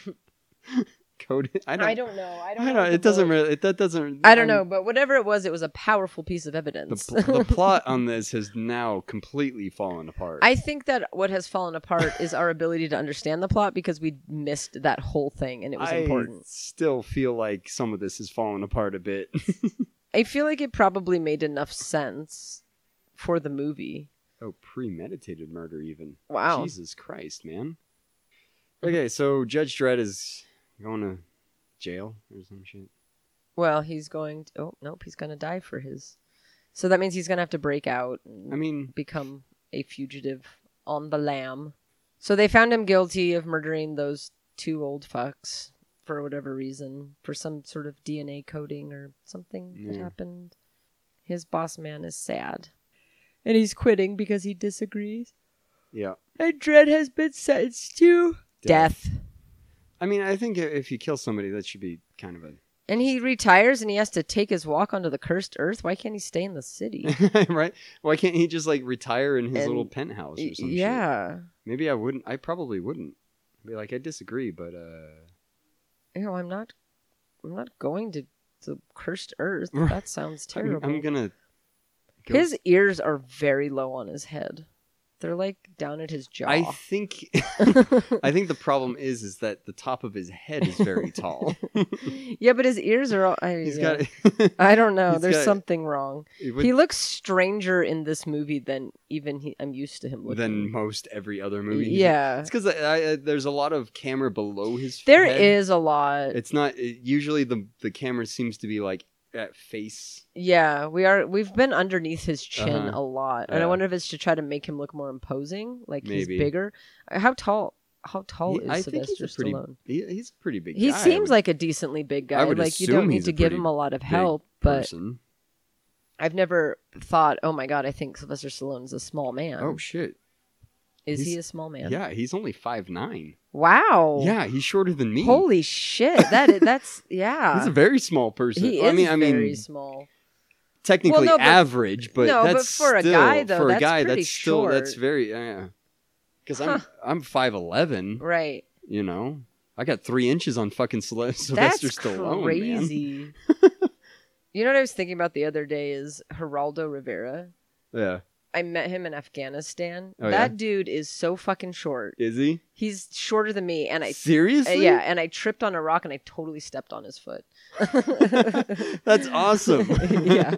Speaker 6: Coded. I don't. I don't.
Speaker 7: know. I
Speaker 6: It doesn't really. It, that doesn't.
Speaker 7: I don't
Speaker 6: I'm-
Speaker 7: know, but whatever it was, it was a powerful piece of
Speaker 6: The,
Speaker 7: evidence.
Speaker 6: pl-
Speaker 7: <laughs>
Speaker 6: the plot on this has now completely fallen apart.
Speaker 7: I think that what has fallen apart is our ability to understand the plot because we missed that whole thing and it was
Speaker 6: I
Speaker 7: important.
Speaker 6: still feel like some of this has fallen apart a bit. <laughs>
Speaker 7: I feel like it probably made enough sense for the movie.
Speaker 6: oh, premeditated murder, even.
Speaker 7: Wow.
Speaker 6: Jesus Christ, man. Okay, so Judge Dredd is going to jail or some shit.
Speaker 7: Well, he's going to. Oh, nope. He's going to die for his. So that means he's going to have to break out and
Speaker 6: I mean,
Speaker 7: become a fugitive on the lam. So they found him guilty of murdering those two old fucks for whatever reason, for some sort of DNA coding or something that
Speaker 6: Yeah.
Speaker 7: happened. His boss man is sad. And he's quitting because he disagrees.
Speaker 6: yeah.
Speaker 7: And Dredd has been sentenced to death.
Speaker 6: I mean, I think i- if you kill somebody, that should be kind of
Speaker 7: And he retires and he has to take his walk onto the cursed earth. Why can't he stay in the
Speaker 6: <laughs>
Speaker 7: city?
Speaker 6: a right. Why can't he just like retire in his
Speaker 7: And-
Speaker 6: little penthouse or
Speaker 7: Y-
Speaker 6: something?
Speaker 7: yeah.
Speaker 6: Maybe I wouldn't. I probably wouldn't. I'd be like, I disagree, but uh,
Speaker 7: You know, I'm not I'm not going to the cursed earth.
Speaker 6: Right.
Speaker 7: That sounds
Speaker 6: <laughs> I'm-
Speaker 7: terrible.
Speaker 6: I'm, gonna. go-
Speaker 7: His ears are very low on his head. They're like down at his jaw.
Speaker 6: I think.
Speaker 7: <laughs>
Speaker 6: I think the problem is, is that the top of his head is very
Speaker 7: <laughs>
Speaker 6: tall.
Speaker 7: yeah, but his ears are all I,
Speaker 6: <laughs> He's
Speaker 7: yeah.
Speaker 6: got. <laughs>
Speaker 7: I don't know.
Speaker 6: he's
Speaker 7: There's
Speaker 6: got-
Speaker 7: something wrong.
Speaker 6: It would-
Speaker 7: he looks stranger in this movie than even he, I'm used to him looking.
Speaker 6: than most every other movie. <laughs>
Speaker 7: Yeah.
Speaker 6: it's because I, I, there's a lot of camera below his.
Speaker 7: There is
Speaker 6: head.
Speaker 7: a lot.
Speaker 6: It's not it- usually the the camera seems to be like at face.
Speaker 7: Yeah, we are. We've been underneath his chin
Speaker 6: Uh-huh.
Speaker 7: a lot, and I
Speaker 6: Yeah.
Speaker 7: wonder if it's to try to make him look more imposing, like he's
Speaker 6: Maybe.
Speaker 7: bigger. Uh, How tall? How tall
Speaker 6: He-
Speaker 7: is
Speaker 6: I think
Speaker 7: Sylvester
Speaker 6: he's a pretty.
Speaker 7: Stallone?
Speaker 6: He, he's a pretty big.
Speaker 7: He
Speaker 6: guy, I
Speaker 7: seems
Speaker 6: would
Speaker 7: like a decently big guy.
Speaker 6: I would
Speaker 7: Like you
Speaker 6: assume
Speaker 7: don't need
Speaker 6: he's
Speaker 7: to
Speaker 6: a
Speaker 7: give
Speaker 6: pretty
Speaker 7: him a lot of
Speaker 6: big
Speaker 7: help, but
Speaker 6: person.
Speaker 7: I've never thought, oh my god, I think Sylvester Stallone's a small man.
Speaker 6: Oh shit!
Speaker 7: is he
Speaker 6: he's-
Speaker 7: a small man?
Speaker 6: Yeah, he's only five nine.
Speaker 7: Wow.
Speaker 6: Yeah, he's shorter than me.
Speaker 7: Oh. Holy shit! That is, that's
Speaker 6: <laughs> He's a
Speaker 7: yeah.
Speaker 6: very small person.
Speaker 7: he is
Speaker 6: Well, I mean, I mean,
Speaker 7: very small.
Speaker 6: technically
Speaker 7: Well, no, but-
Speaker 6: average, but
Speaker 7: no, but
Speaker 6: that's
Speaker 7: for a
Speaker 6: still-
Speaker 7: guy, though,
Speaker 6: for a
Speaker 7: that's
Speaker 6: guy,
Speaker 7: pretty
Speaker 6: that's still that's
Speaker 7: short.
Speaker 6: very yeah. Because I'm I'm five eleven,
Speaker 7: Right.
Speaker 6: you know. I got three inches on fucking Syl- <laughs> Sylvester
Speaker 7: That's
Speaker 6: Stallone, man. <laughs>
Speaker 7: crazy. you know what I was thinking about the other day is Geraldo Rivera.
Speaker 6: Yeah,
Speaker 7: I met him in Afghanistan.
Speaker 6: Oh,
Speaker 7: that
Speaker 6: yeah?
Speaker 7: dude is so fucking short.
Speaker 6: is he
Speaker 7: He's shorter than me, and I uh,
Speaker 6: seriously?
Speaker 7: yeah, <laughs> and I tripped on a rock and I totally stepped on his foot.
Speaker 6: <laughs>
Speaker 7: <laughs>
Speaker 6: that's awesome.
Speaker 7: yeah,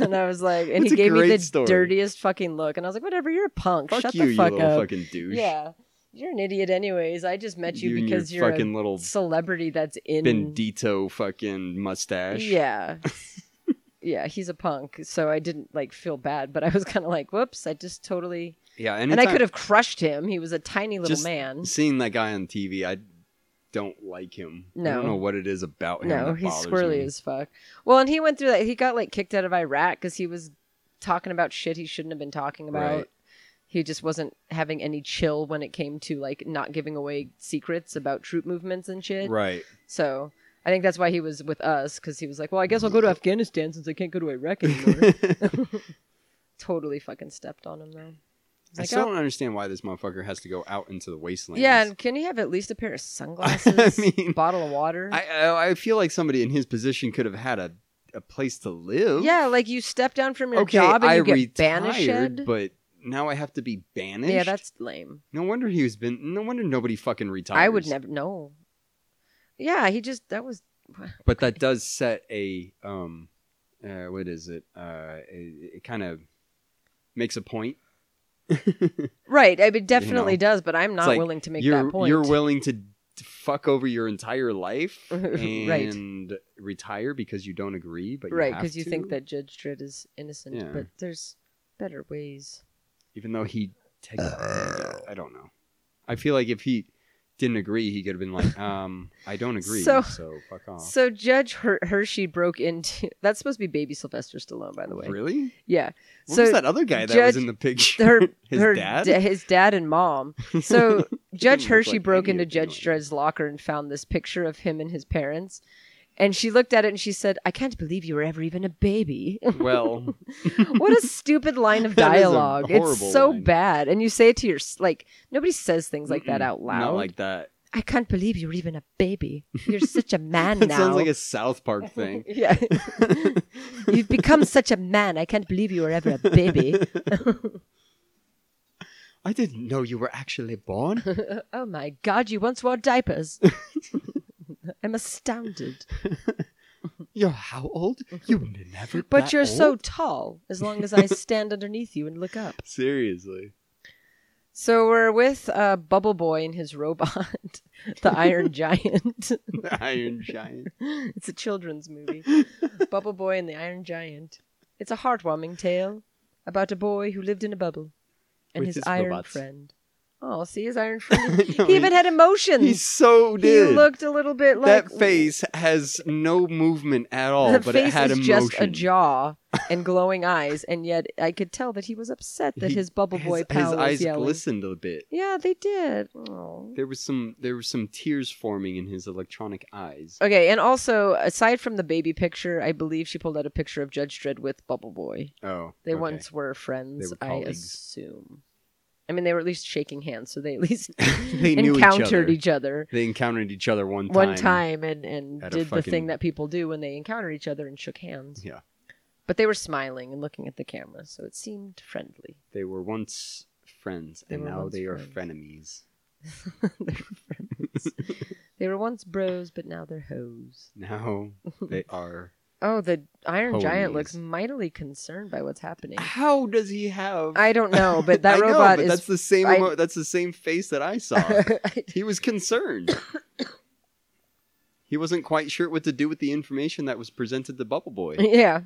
Speaker 7: and I was like, and
Speaker 6: That's
Speaker 7: he
Speaker 6: a
Speaker 7: gave me
Speaker 6: great
Speaker 7: the
Speaker 6: story.
Speaker 7: dirtiest fucking look, and I was like, whatever, you're a
Speaker 6: <laughs>
Speaker 7: punk.
Speaker 6: fuck
Speaker 7: Shut
Speaker 6: you,
Speaker 7: the fuck
Speaker 6: you
Speaker 7: up.
Speaker 6: little fucking douche.
Speaker 7: yeah, you're an idiot, anyways. I just met you,
Speaker 6: You and your
Speaker 7: because you're
Speaker 6: fucking
Speaker 7: a
Speaker 6: little
Speaker 7: celebrity that's in
Speaker 6: Bendito fucking mustache.
Speaker 7: Yeah. <laughs> yeah, he's a punk, so I didn't like feel bad, but I was kind of like, whoops, I just totally
Speaker 6: yeah,
Speaker 7: and I
Speaker 6: anytime-
Speaker 7: could have crushed him. He was a tiny little
Speaker 6: just
Speaker 7: man.
Speaker 6: Seeing that guy on TV, I don't like him. I
Speaker 7: No.
Speaker 6: don't know what it is about him.
Speaker 7: No,
Speaker 6: that
Speaker 7: he's
Speaker 6: bothers
Speaker 7: squirrely
Speaker 6: me.
Speaker 7: as fuck. Well, and he went through that. He got like kicked out of Iraq cuz he was talking about shit he shouldn't have been talking about.
Speaker 6: Right.
Speaker 7: He just wasn't having any chill when it came to like not giving away secrets about troop movements and shit.
Speaker 6: Right.
Speaker 7: So, I think that's why he was with us cuz he was like, "Well, I guess I'll go to Afghanistan since I can't go to
Speaker 6: <laughs>
Speaker 7: Iraq anymore." <laughs> totally fucking stepped on him though.
Speaker 6: I
Speaker 7: Like,
Speaker 6: still
Speaker 7: oh.
Speaker 6: don't understand why this motherfucker has to go out into the wasteland.
Speaker 7: Yeah, and can he have at least
Speaker 6: <laughs>
Speaker 7: a pair of sunglasses,
Speaker 6: mean,
Speaker 7: bottle of water?
Speaker 6: I, I I feel like somebody in his position could have had a, a place to live.
Speaker 7: yeah, like you step down from your
Speaker 6: okay,
Speaker 7: job and
Speaker 6: I
Speaker 7: you get
Speaker 6: retired,
Speaker 7: banished.
Speaker 6: but now I have to be banished.
Speaker 7: yeah, that's lame.
Speaker 6: no wonder he was been. No wonder nobody fucking retires.
Speaker 7: I would never. No. Yeah, he just that was
Speaker 6: But that does set a um, uh, what is it? Uh, it, it kind of makes a point.
Speaker 7: right. I mean, definitely
Speaker 6: know,
Speaker 7: does, but I'm not
Speaker 6: like,
Speaker 7: willing to make
Speaker 6: you're
Speaker 7: that point.
Speaker 6: you're willing to d- fuck over your entire life
Speaker 7: <laughs> Right.
Speaker 6: and retire because you don't agree, but you
Speaker 7: right
Speaker 6: because
Speaker 7: because you think that Judge Dredd is innocent,
Speaker 6: Yeah.
Speaker 7: but there's better ways.
Speaker 6: even though he technically, I don't know. I feel like if he didn't agree, he could have been like, um, I don't agree, so,
Speaker 7: So-
Speaker 6: fuck off.
Speaker 7: So Judge Her- Hershey broke into. <laughs> That's supposed to be baby Sylvester Stallone, by the way.
Speaker 6: Really?
Speaker 7: Yeah.
Speaker 6: What
Speaker 7: so
Speaker 6: was that other guy that was
Speaker 7: Judge-
Speaker 6: in the picture?
Speaker 7: <laughs> her,
Speaker 6: <laughs> His
Speaker 7: her
Speaker 6: dad?
Speaker 7: da- his dad and mom.
Speaker 6: <laughs>
Speaker 7: So Judge
Speaker 6: look
Speaker 7: Hershey
Speaker 6: like
Speaker 7: broke
Speaker 6: any
Speaker 7: into
Speaker 6: of them,
Speaker 7: Judge
Speaker 6: like-
Speaker 7: Dredd's locker and found this picture of him and his parents. And she looked at it and she said, "I can't believe you were ever even a baby."
Speaker 6: <laughs>
Speaker 7: <laughs>
Speaker 6: well,
Speaker 7: what
Speaker 6: <laughs>
Speaker 7: a stupid line of
Speaker 6: That is a
Speaker 7: dialogue!
Speaker 6: horrible
Speaker 7: It's so
Speaker 6: line.
Speaker 7: bad, and you say it to your s- like nobody says things like that out loud.
Speaker 6: not like
Speaker 7: <laughs>
Speaker 6: that.
Speaker 7: I can't believe you're even a baby.
Speaker 6: <laughs>
Speaker 7: You're such a man
Speaker 6: That
Speaker 7: now.
Speaker 6: sounds like a South Park
Speaker 7: <laughs>
Speaker 6: thing. <laughs>
Speaker 7: yeah. You've become such a man. I can't believe you were ever
Speaker 6: <laughs>
Speaker 7: a baby.
Speaker 6: I didn't know you were actually
Speaker 7: <laughs>
Speaker 6: born.
Speaker 7: Oh my god, you once
Speaker 6: <laughs>
Speaker 7: wore diapers. I'm astounded.
Speaker 6: You're how old? You were never.
Speaker 7: But
Speaker 6: that
Speaker 7: you're so
Speaker 6: old.
Speaker 7: tall as long
Speaker 6: <laughs>
Speaker 7: as I stand underneath you and look up.
Speaker 6: seriously.
Speaker 7: So we're with uh, Bubble Boy and his robot, <laughs> the
Speaker 6: <laughs>
Speaker 7: Iron Giant. <laughs>
Speaker 6: The <laughs> Iron Giant.
Speaker 7: it's a children's movie. bubble Boy and the Iron Giant. It's a heartwarming tale about a boy who lived in a bubble and
Speaker 6: With
Speaker 7: his,
Speaker 6: his
Speaker 7: iron
Speaker 6: robots.
Speaker 7: friend. Oh, see his
Speaker 6: <laughs>
Speaker 7: iron friend.
Speaker 6: No,
Speaker 7: he even had emotions.
Speaker 6: He so did.
Speaker 7: He looked a little bit like
Speaker 6: that face has no movement at all,
Speaker 7: the
Speaker 6: but
Speaker 7: face
Speaker 6: it had
Speaker 7: is
Speaker 6: emotion.
Speaker 7: just
Speaker 6: <laughs>
Speaker 7: a jaw and glowing eyes, and yet I could tell that he was upset that
Speaker 6: He-
Speaker 7: his bubble
Speaker 6: his-
Speaker 7: boy
Speaker 6: his,
Speaker 7: pal was
Speaker 6: eyes
Speaker 7: yelling.
Speaker 6: glistened a bit.
Speaker 7: Yeah, they did. Aw.
Speaker 6: There was some there were some tears forming in his electronic eyes.
Speaker 7: Okay, and also aside from the baby picture, I believe she pulled out a picture of Judge Dredd with Bubble Boy.
Speaker 6: Oh,
Speaker 7: They
Speaker 6: okay.
Speaker 7: once were friends,
Speaker 6: were
Speaker 7: I
Speaker 6: colleagues.
Speaker 7: assume. I mean, they were at least shaking hands, so they at least
Speaker 6: <laughs>
Speaker 7: <laughs>
Speaker 6: They knew each
Speaker 7: encountered
Speaker 6: other.
Speaker 7: each other,
Speaker 6: they encountered each other one time.
Speaker 7: one time and, and
Speaker 6: At a
Speaker 7: did the
Speaker 6: fucking-
Speaker 7: thing that people do when they encounter each other and shook hands.
Speaker 6: Yeah.
Speaker 7: But they were smiling and looking at the camera, so it seemed friendly.
Speaker 6: They were once friends,
Speaker 7: They
Speaker 6: and
Speaker 7: were
Speaker 6: now
Speaker 7: once
Speaker 6: they are
Speaker 7: friends.
Speaker 6: frenemies.
Speaker 7: They're friends. they were once bros, but now they're hoes. <laughs>
Speaker 6: Now they are.
Speaker 7: Oh, the Iron Giant
Speaker 6: Hoes.
Speaker 7: looks mightily concerned by what's happening.
Speaker 6: How does he have?
Speaker 7: I
Speaker 6: <laughs>
Speaker 7: don't know, but
Speaker 6: I
Speaker 7: that
Speaker 6: know,
Speaker 7: robot
Speaker 6: but
Speaker 7: is.
Speaker 6: That's the same.
Speaker 7: I-
Speaker 6: emo- that's the same face that I
Speaker 7: <laughs>
Speaker 6: saw. he was concerned. he wasn't quite sure what to do with the information that was presented to Bubble
Speaker 7: <laughs>
Speaker 6: Boy.
Speaker 7: yeah,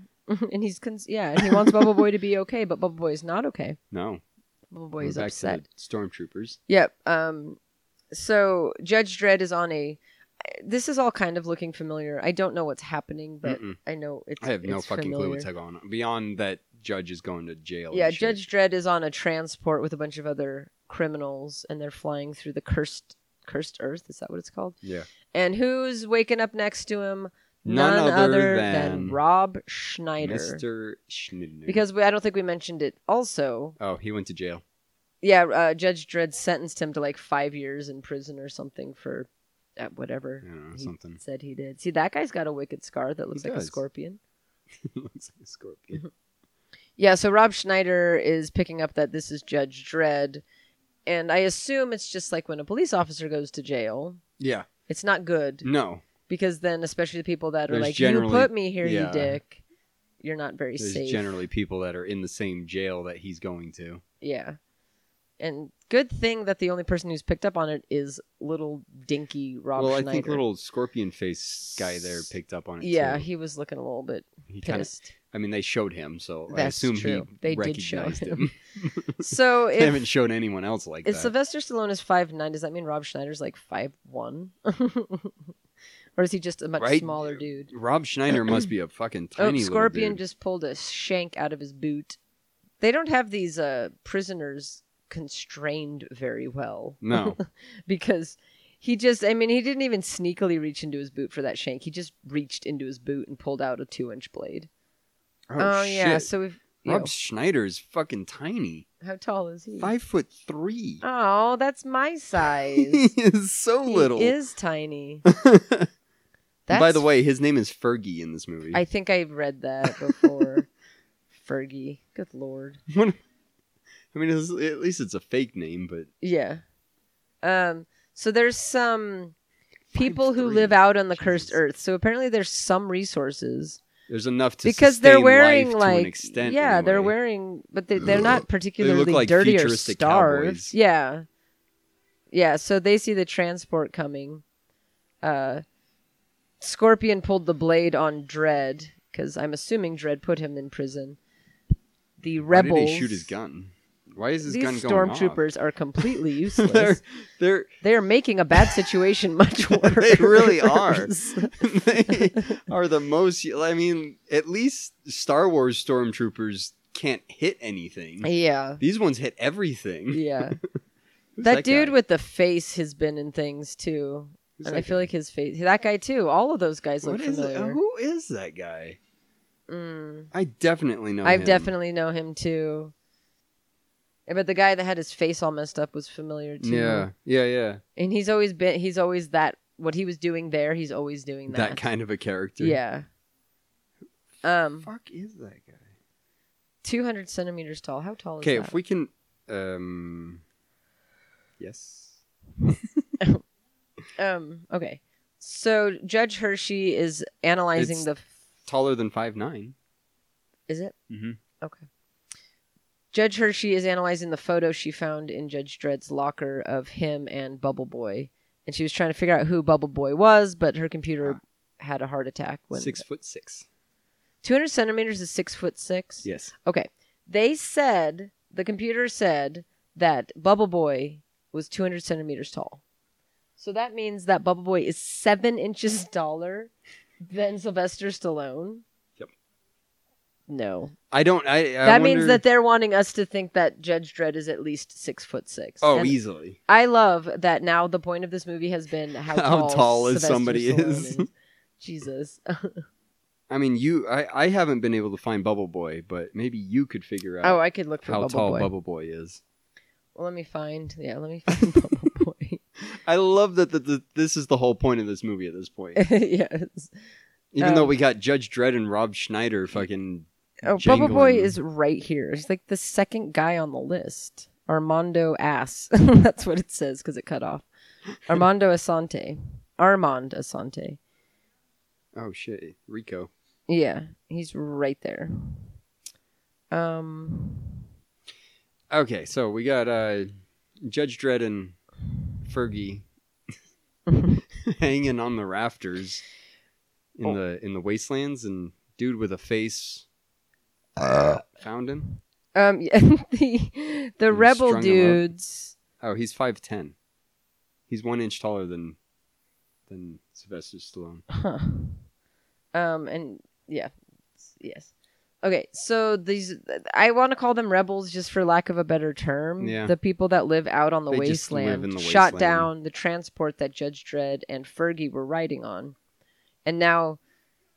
Speaker 7: and he's con- yeah, and he wants Bubble Boy to be okay, but Bubble Boy is not okay.
Speaker 6: No, we're
Speaker 7: Bubble Boy is
Speaker 6: back to
Speaker 7: upset.
Speaker 6: the stormtroopers.
Speaker 7: Yep. Um. So Judge Dredd is on a. This is all kind of looking familiar. I don't know what's happening, but
Speaker 6: Mm-mm.
Speaker 7: I know it's.
Speaker 6: I have no
Speaker 7: it's
Speaker 6: fucking clue
Speaker 7: familiar.
Speaker 6: what's going on. Beyond that, Judge is going to jail. and
Speaker 7: Yeah,
Speaker 6: shit.
Speaker 7: Judge Dredd is on a transport with a bunch of other criminals, and they're flying through the cursed cursed Earth. Is that what it's called?
Speaker 6: Yeah.
Speaker 7: And who's waking up next to him?
Speaker 6: None other than
Speaker 7: Rob Schneider.
Speaker 6: Mr. Schneider.
Speaker 7: Because we, I don't think we mentioned it. Also,
Speaker 6: oh, he went to jail.
Speaker 7: yeah, uh, Judge Dredd sentenced him to like five years in prison or something for uh, whatever
Speaker 6: I
Speaker 7: <laughs>
Speaker 6: don't know,
Speaker 7: he
Speaker 6: something. <laughs>
Speaker 7: said he did. See, that guy's got a wicked scar that looks like
Speaker 6: does.
Speaker 7: a scorpion.
Speaker 6: Looks like a
Speaker 7: <laughs>
Speaker 6: scorpion.
Speaker 7: Yeah, so Rob Schneider is picking up that this is Judge Dredd, and I assume it's just like when a police officer goes to jail.
Speaker 6: yeah.
Speaker 7: It's not good
Speaker 6: No.
Speaker 7: because then, especially the people that are
Speaker 6: Mm. There's
Speaker 7: like, "You
Speaker 6: generally-
Speaker 7: put me here,
Speaker 6: yeah.
Speaker 7: you dick." You're not very
Speaker 6: There's
Speaker 7: safe.
Speaker 6: generally people that are in the same jail that he's going to.
Speaker 7: yeah, and good thing that the only person who's picked up on it is little dinky Rob
Speaker 6: well,
Speaker 7: Schneider.
Speaker 6: I think little scorpion face guy there picked up on it.
Speaker 7: yeah,
Speaker 6: too.
Speaker 7: he was looking a little bit
Speaker 6: he kind of.
Speaker 7: pissed.
Speaker 6: I mean, they showed him, so I
Speaker 7: That's
Speaker 6: assume
Speaker 7: true.
Speaker 6: he
Speaker 7: They did show
Speaker 6: recognized
Speaker 7: him. <laughs>
Speaker 6: him. <laughs>
Speaker 7: So
Speaker 6: they
Speaker 7: if
Speaker 6: haven't shown anyone else like
Speaker 7: If
Speaker 6: that.
Speaker 7: Sylvester Stallone is five nine, does that mean Rob Schneider's like five one? <laughs> or is he just a much
Speaker 6: Right?
Speaker 7: smaller dude?
Speaker 6: Rob Schneider must
Speaker 7: <clears throat>
Speaker 6: be a fucking
Speaker 7: Oh,
Speaker 6: tiny little
Speaker 7: Scorpion
Speaker 6: dude.
Speaker 7: just pulled a shank out of his boot. They don't have these uh, prisoners constrained very well <laughs>
Speaker 6: No, Oh,
Speaker 7: because he just, I mean, he didn't even sneakily reach into his boot for that shank. He just reached into his boot and pulled out a two inch blade.
Speaker 6: oh,
Speaker 7: Oh,
Speaker 6: shit.
Speaker 7: yeah. So we've, ew,
Speaker 6: Rob Schneider is fucking tiny.
Speaker 7: how tall is he?
Speaker 6: Five foot three.
Speaker 7: Oh, that's
Speaker 6: <laughs>
Speaker 7: my
Speaker 6: he
Speaker 7: size.
Speaker 6: is so little.
Speaker 7: He
Speaker 6: <laughs>
Speaker 7: is tiny.
Speaker 6: And By the way, his name is Fergie in this movie.
Speaker 7: I think I read
Speaker 6: <laughs>
Speaker 7: that before. Fergie. Good lord.
Speaker 6: I mean, it's, at least it's a fake name, but
Speaker 7: Yeah. Um so there's some people who
Speaker 6: 5'3".
Speaker 7: live out on the cursed
Speaker 6: Jesus.
Speaker 7: earth. So apparently there's some resources
Speaker 6: there's enough to
Speaker 7: because they're
Speaker 6: sustain
Speaker 7: wearing
Speaker 6: life to
Speaker 7: like
Speaker 6: an extent.
Speaker 7: yeah, they're
Speaker 6: anyway.
Speaker 7: wearing but they, they're not particularly
Speaker 6: like
Speaker 7: dirty or
Speaker 6: futuristic
Speaker 7: starved.
Speaker 6: cowboys.
Speaker 7: Yeah. Yeah, so they see the transport coming. Uh Scorpion pulled the blade on Dread cuz I'm assuming Dread put him in prison. The
Speaker 6: Why did
Speaker 7: rebels
Speaker 6: they shoot his gun? Why is this
Speaker 7: These
Speaker 6: gun going off?
Speaker 7: stormtroopers are completely
Speaker 6: <laughs>
Speaker 7: <laughs>
Speaker 6: they're
Speaker 7: useless.
Speaker 6: they're
Speaker 7: they are making a bad situation much
Speaker 6: <laughs>
Speaker 7: worse.
Speaker 6: they really are. <laughs> they are the most. I mean, at least Star Wars stormtroopers can't hit anything.
Speaker 7: <laughs> Yeah.
Speaker 6: These ones hit everything.
Speaker 7: Yeah.
Speaker 6: <laughs> Who's
Speaker 7: that dude
Speaker 6: guy?
Speaker 7: with the face has been in things too.
Speaker 6: Who's
Speaker 7: and
Speaker 6: that
Speaker 7: I feel like his face. That guy too. All of those guys look
Speaker 6: What is it?
Speaker 7: familiar.
Speaker 6: Who is that guy?
Speaker 7: Mm.
Speaker 6: I definitely know.
Speaker 7: I
Speaker 6: him.
Speaker 7: definitely know him too. Yeah, But the guy that had his face all messed up was familiar too.
Speaker 6: Yeah, yeah, yeah.
Speaker 7: And he's always been. He's always that. What he was doing there, he's always doing
Speaker 6: That.
Speaker 7: that.
Speaker 6: kind of a character.
Speaker 7: Yeah. Um,
Speaker 6: Fuck is that guy?
Speaker 7: two hundred centimeters tall. How tall is
Speaker 6: Okay,
Speaker 7: that?
Speaker 6: if we can. Um. Yes.
Speaker 7: Um. Okay. So Judge Hershey is analyzing
Speaker 6: It's-
Speaker 7: the. f-
Speaker 6: Taller than five nine.
Speaker 7: Is it?
Speaker 6: Mhm.
Speaker 7: Okay. Judge Hershey is analyzing the photo she found in Judge Dredd's locker of him and Bubble Boy, and she was trying to figure out who Bubble Boy was, but her computer had a heart attack when
Speaker 6: Ah. Six foot six.
Speaker 7: 200 centimeters is six foot six.
Speaker 6: Yes.
Speaker 7: Okay. They said the computer said that Bubble Boy was 200 centimeters tall. So that means that Bubble Boy is seven inches <laughs> taller than Sylvester Stallone.
Speaker 6: Yep.
Speaker 7: No,
Speaker 6: I don't. I. I
Speaker 7: that
Speaker 6: wonder...
Speaker 7: means that they're wanting us to think that Judge Dredd is at least six foot six.
Speaker 6: Oh,
Speaker 7: And
Speaker 6: easily.
Speaker 7: I love that now. The point of this movie has been how
Speaker 6: <laughs> How
Speaker 7: tall,
Speaker 6: tall is
Speaker 7: Sylvester
Speaker 6: somebody
Speaker 7: Stallone
Speaker 6: is. <laughs>
Speaker 7: Jesus,
Speaker 6: I mean, you. I. I haven't been able to find Bubble Boy, but maybe you could figure out
Speaker 7: oh, I could look for
Speaker 6: how
Speaker 7: Bubble
Speaker 6: tall
Speaker 7: Boy.
Speaker 6: Bubble Boy is.
Speaker 7: Well, let me find. Yeah,
Speaker 6: <laughs>
Speaker 7: let me find Bubble Boy. <laughs>
Speaker 6: I love that. The, the, this is the whole point of this movie at this
Speaker 7: <laughs>
Speaker 6: point.
Speaker 7: yes.
Speaker 6: Even though
Speaker 7: Um,
Speaker 6: we got Judge Dredd and Rob Schneider fucking.
Speaker 7: Oh,
Speaker 6: jangling.
Speaker 7: Bubble Boy is right here. He's like the second guy on the list. Armando Ass. <laughs> That's what it says because it
Speaker 6: <laughs>
Speaker 7: cut off. Armando Asante. Armand Asante.
Speaker 6: Oh shit, Rico.
Speaker 7: Yeah, he's right there. Um,
Speaker 6: Okay, so we got uh, Judge Dredd and
Speaker 7: <laughs>
Speaker 6: Fergie hanging on the rafters in
Speaker 7: Oh.
Speaker 6: the in the wastelands, and dude with a face found him.
Speaker 7: um, <laughs> yeah, the the
Speaker 6: strung 'em
Speaker 7: rebel
Speaker 6: up.
Speaker 7: dudes.
Speaker 6: Oh, he's five ten. He's one inch taller than than Sylvester Stallone.
Speaker 7: Huh. Um, and yeah, yes. Okay, so these I want to call them rebels just for lack of a better term.
Speaker 6: Yeah.
Speaker 7: The people that live out on the
Speaker 6: They just live
Speaker 7: wasteland
Speaker 6: in the
Speaker 7: shot
Speaker 6: wasteland.
Speaker 7: down the transport that Judge Dredd and Fergie were riding on. And now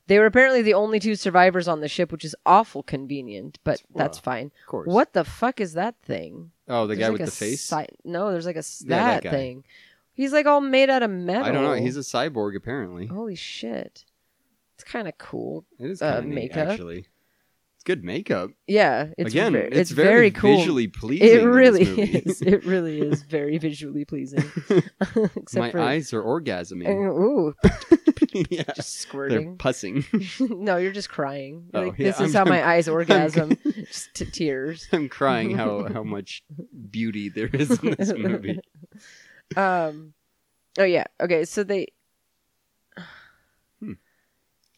Speaker 7: they were apparently the only two survivors on the ship, which is awful convenient, but
Speaker 6: Well,
Speaker 7: that's fine.
Speaker 6: Of course.
Speaker 7: What the fuck is that thing?
Speaker 6: Oh, the
Speaker 7: There's
Speaker 6: guy
Speaker 7: like
Speaker 6: with
Speaker 7: a
Speaker 6: the face.
Speaker 7: ci- no, there's like a s-
Speaker 6: Yeah, that
Speaker 7: that,
Speaker 6: guy.
Speaker 7: thing. He's like all made out of metal.
Speaker 6: I don't know.
Speaker 7: Oh.
Speaker 6: He's a cyborg apparently.
Speaker 7: holy shit. It's kind of cool.
Speaker 6: It is
Speaker 7: Oh, uh,
Speaker 6: kind of neat,
Speaker 7: makeup.
Speaker 6: actually. It's good makeup.
Speaker 7: Yeah, it's
Speaker 6: Again,
Speaker 7: ver-
Speaker 6: it's,
Speaker 7: it's
Speaker 6: very,
Speaker 7: cool.
Speaker 6: visually pleasing. in
Speaker 7: it
Speaker 6: this
Speaker 7: really
Speaker 6: movie.
Speaker 7: <laughs>
Speaker 6: <laughs>
Speaker 7: is. It really is very visually pleasing. Except
Speaker 6: My
Speaker 7: for
Speaker 6: eyes are
Speaker 7: Uh,
Speaker 6: orgasming.
Speaker 7: <laughs>
Speaker 6: <laughs>
Speaker 7: ooh,
Speaker 6: yeah.
Speaker 7: just
Speaker 6: They're
Speaker 7: squirting.
Speaker 6: pussing. <laughs>
Speaker 7: <laughs> no, you're just crying. You're
Speaker 6: Oh,
Speaker 7: like,
Speaker 6: yeah,
Speaker 7: this
Speaker 6: <laughs>
Speaker 7: is
Speaker 6: I'm-
Speaker 7: how my eyes orgasm,
Speaker 6: I'm-
Speaker 7: <laughs> just t- tears.
Speaker 6: I'm crying how,
Speaker 7: <laughs>
Speaker 6: how much beauty there is in this movie.
Speaker 7: Um, oh yeah. Okay, so they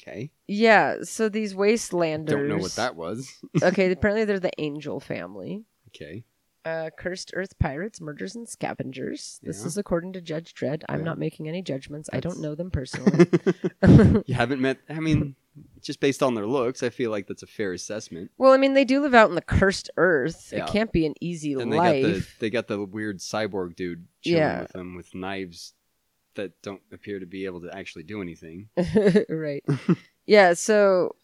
Speaker 6: Okay.
Speaker 7: yeah, so these wastelanders.
Speaker 6: Don't know what that was.
Speaker 7: okay, apparently they're the angel family.
Speaker 6: <laughs> Okay.
Speaker 7: uh, cursed earth pirates, murders, and scavengers. This
Speaker 6: Yeah.
Speaker 7: is according to Judge Dredd. I'm
Speaker 6: Yeah.
Speaker 7: not making any judgments. I
Speaker 6: That's- <laughs>
Speaker 7: don't know them personally.
Speaker 6: You haven't met, I
Speaker 7: <laughs>
Speaker 6: mean, just based on their looks, I feel like that's a fair assessment.
Speaker 7: well, I mean, they do live out in the cursed earth.
Speaker 6: Yeah.
Speaker 7: It can't be an easy
Speaker 6: And they got, the,
Speaker 7: life.
Speaker 6: they got the weird cyborg dude chilling
Speaker 7: Yeah.
Speaker 6: with them with knives that don't appear to be able to actually do anything. <laughs>
Speaker 7: <laughs> right. yeah, so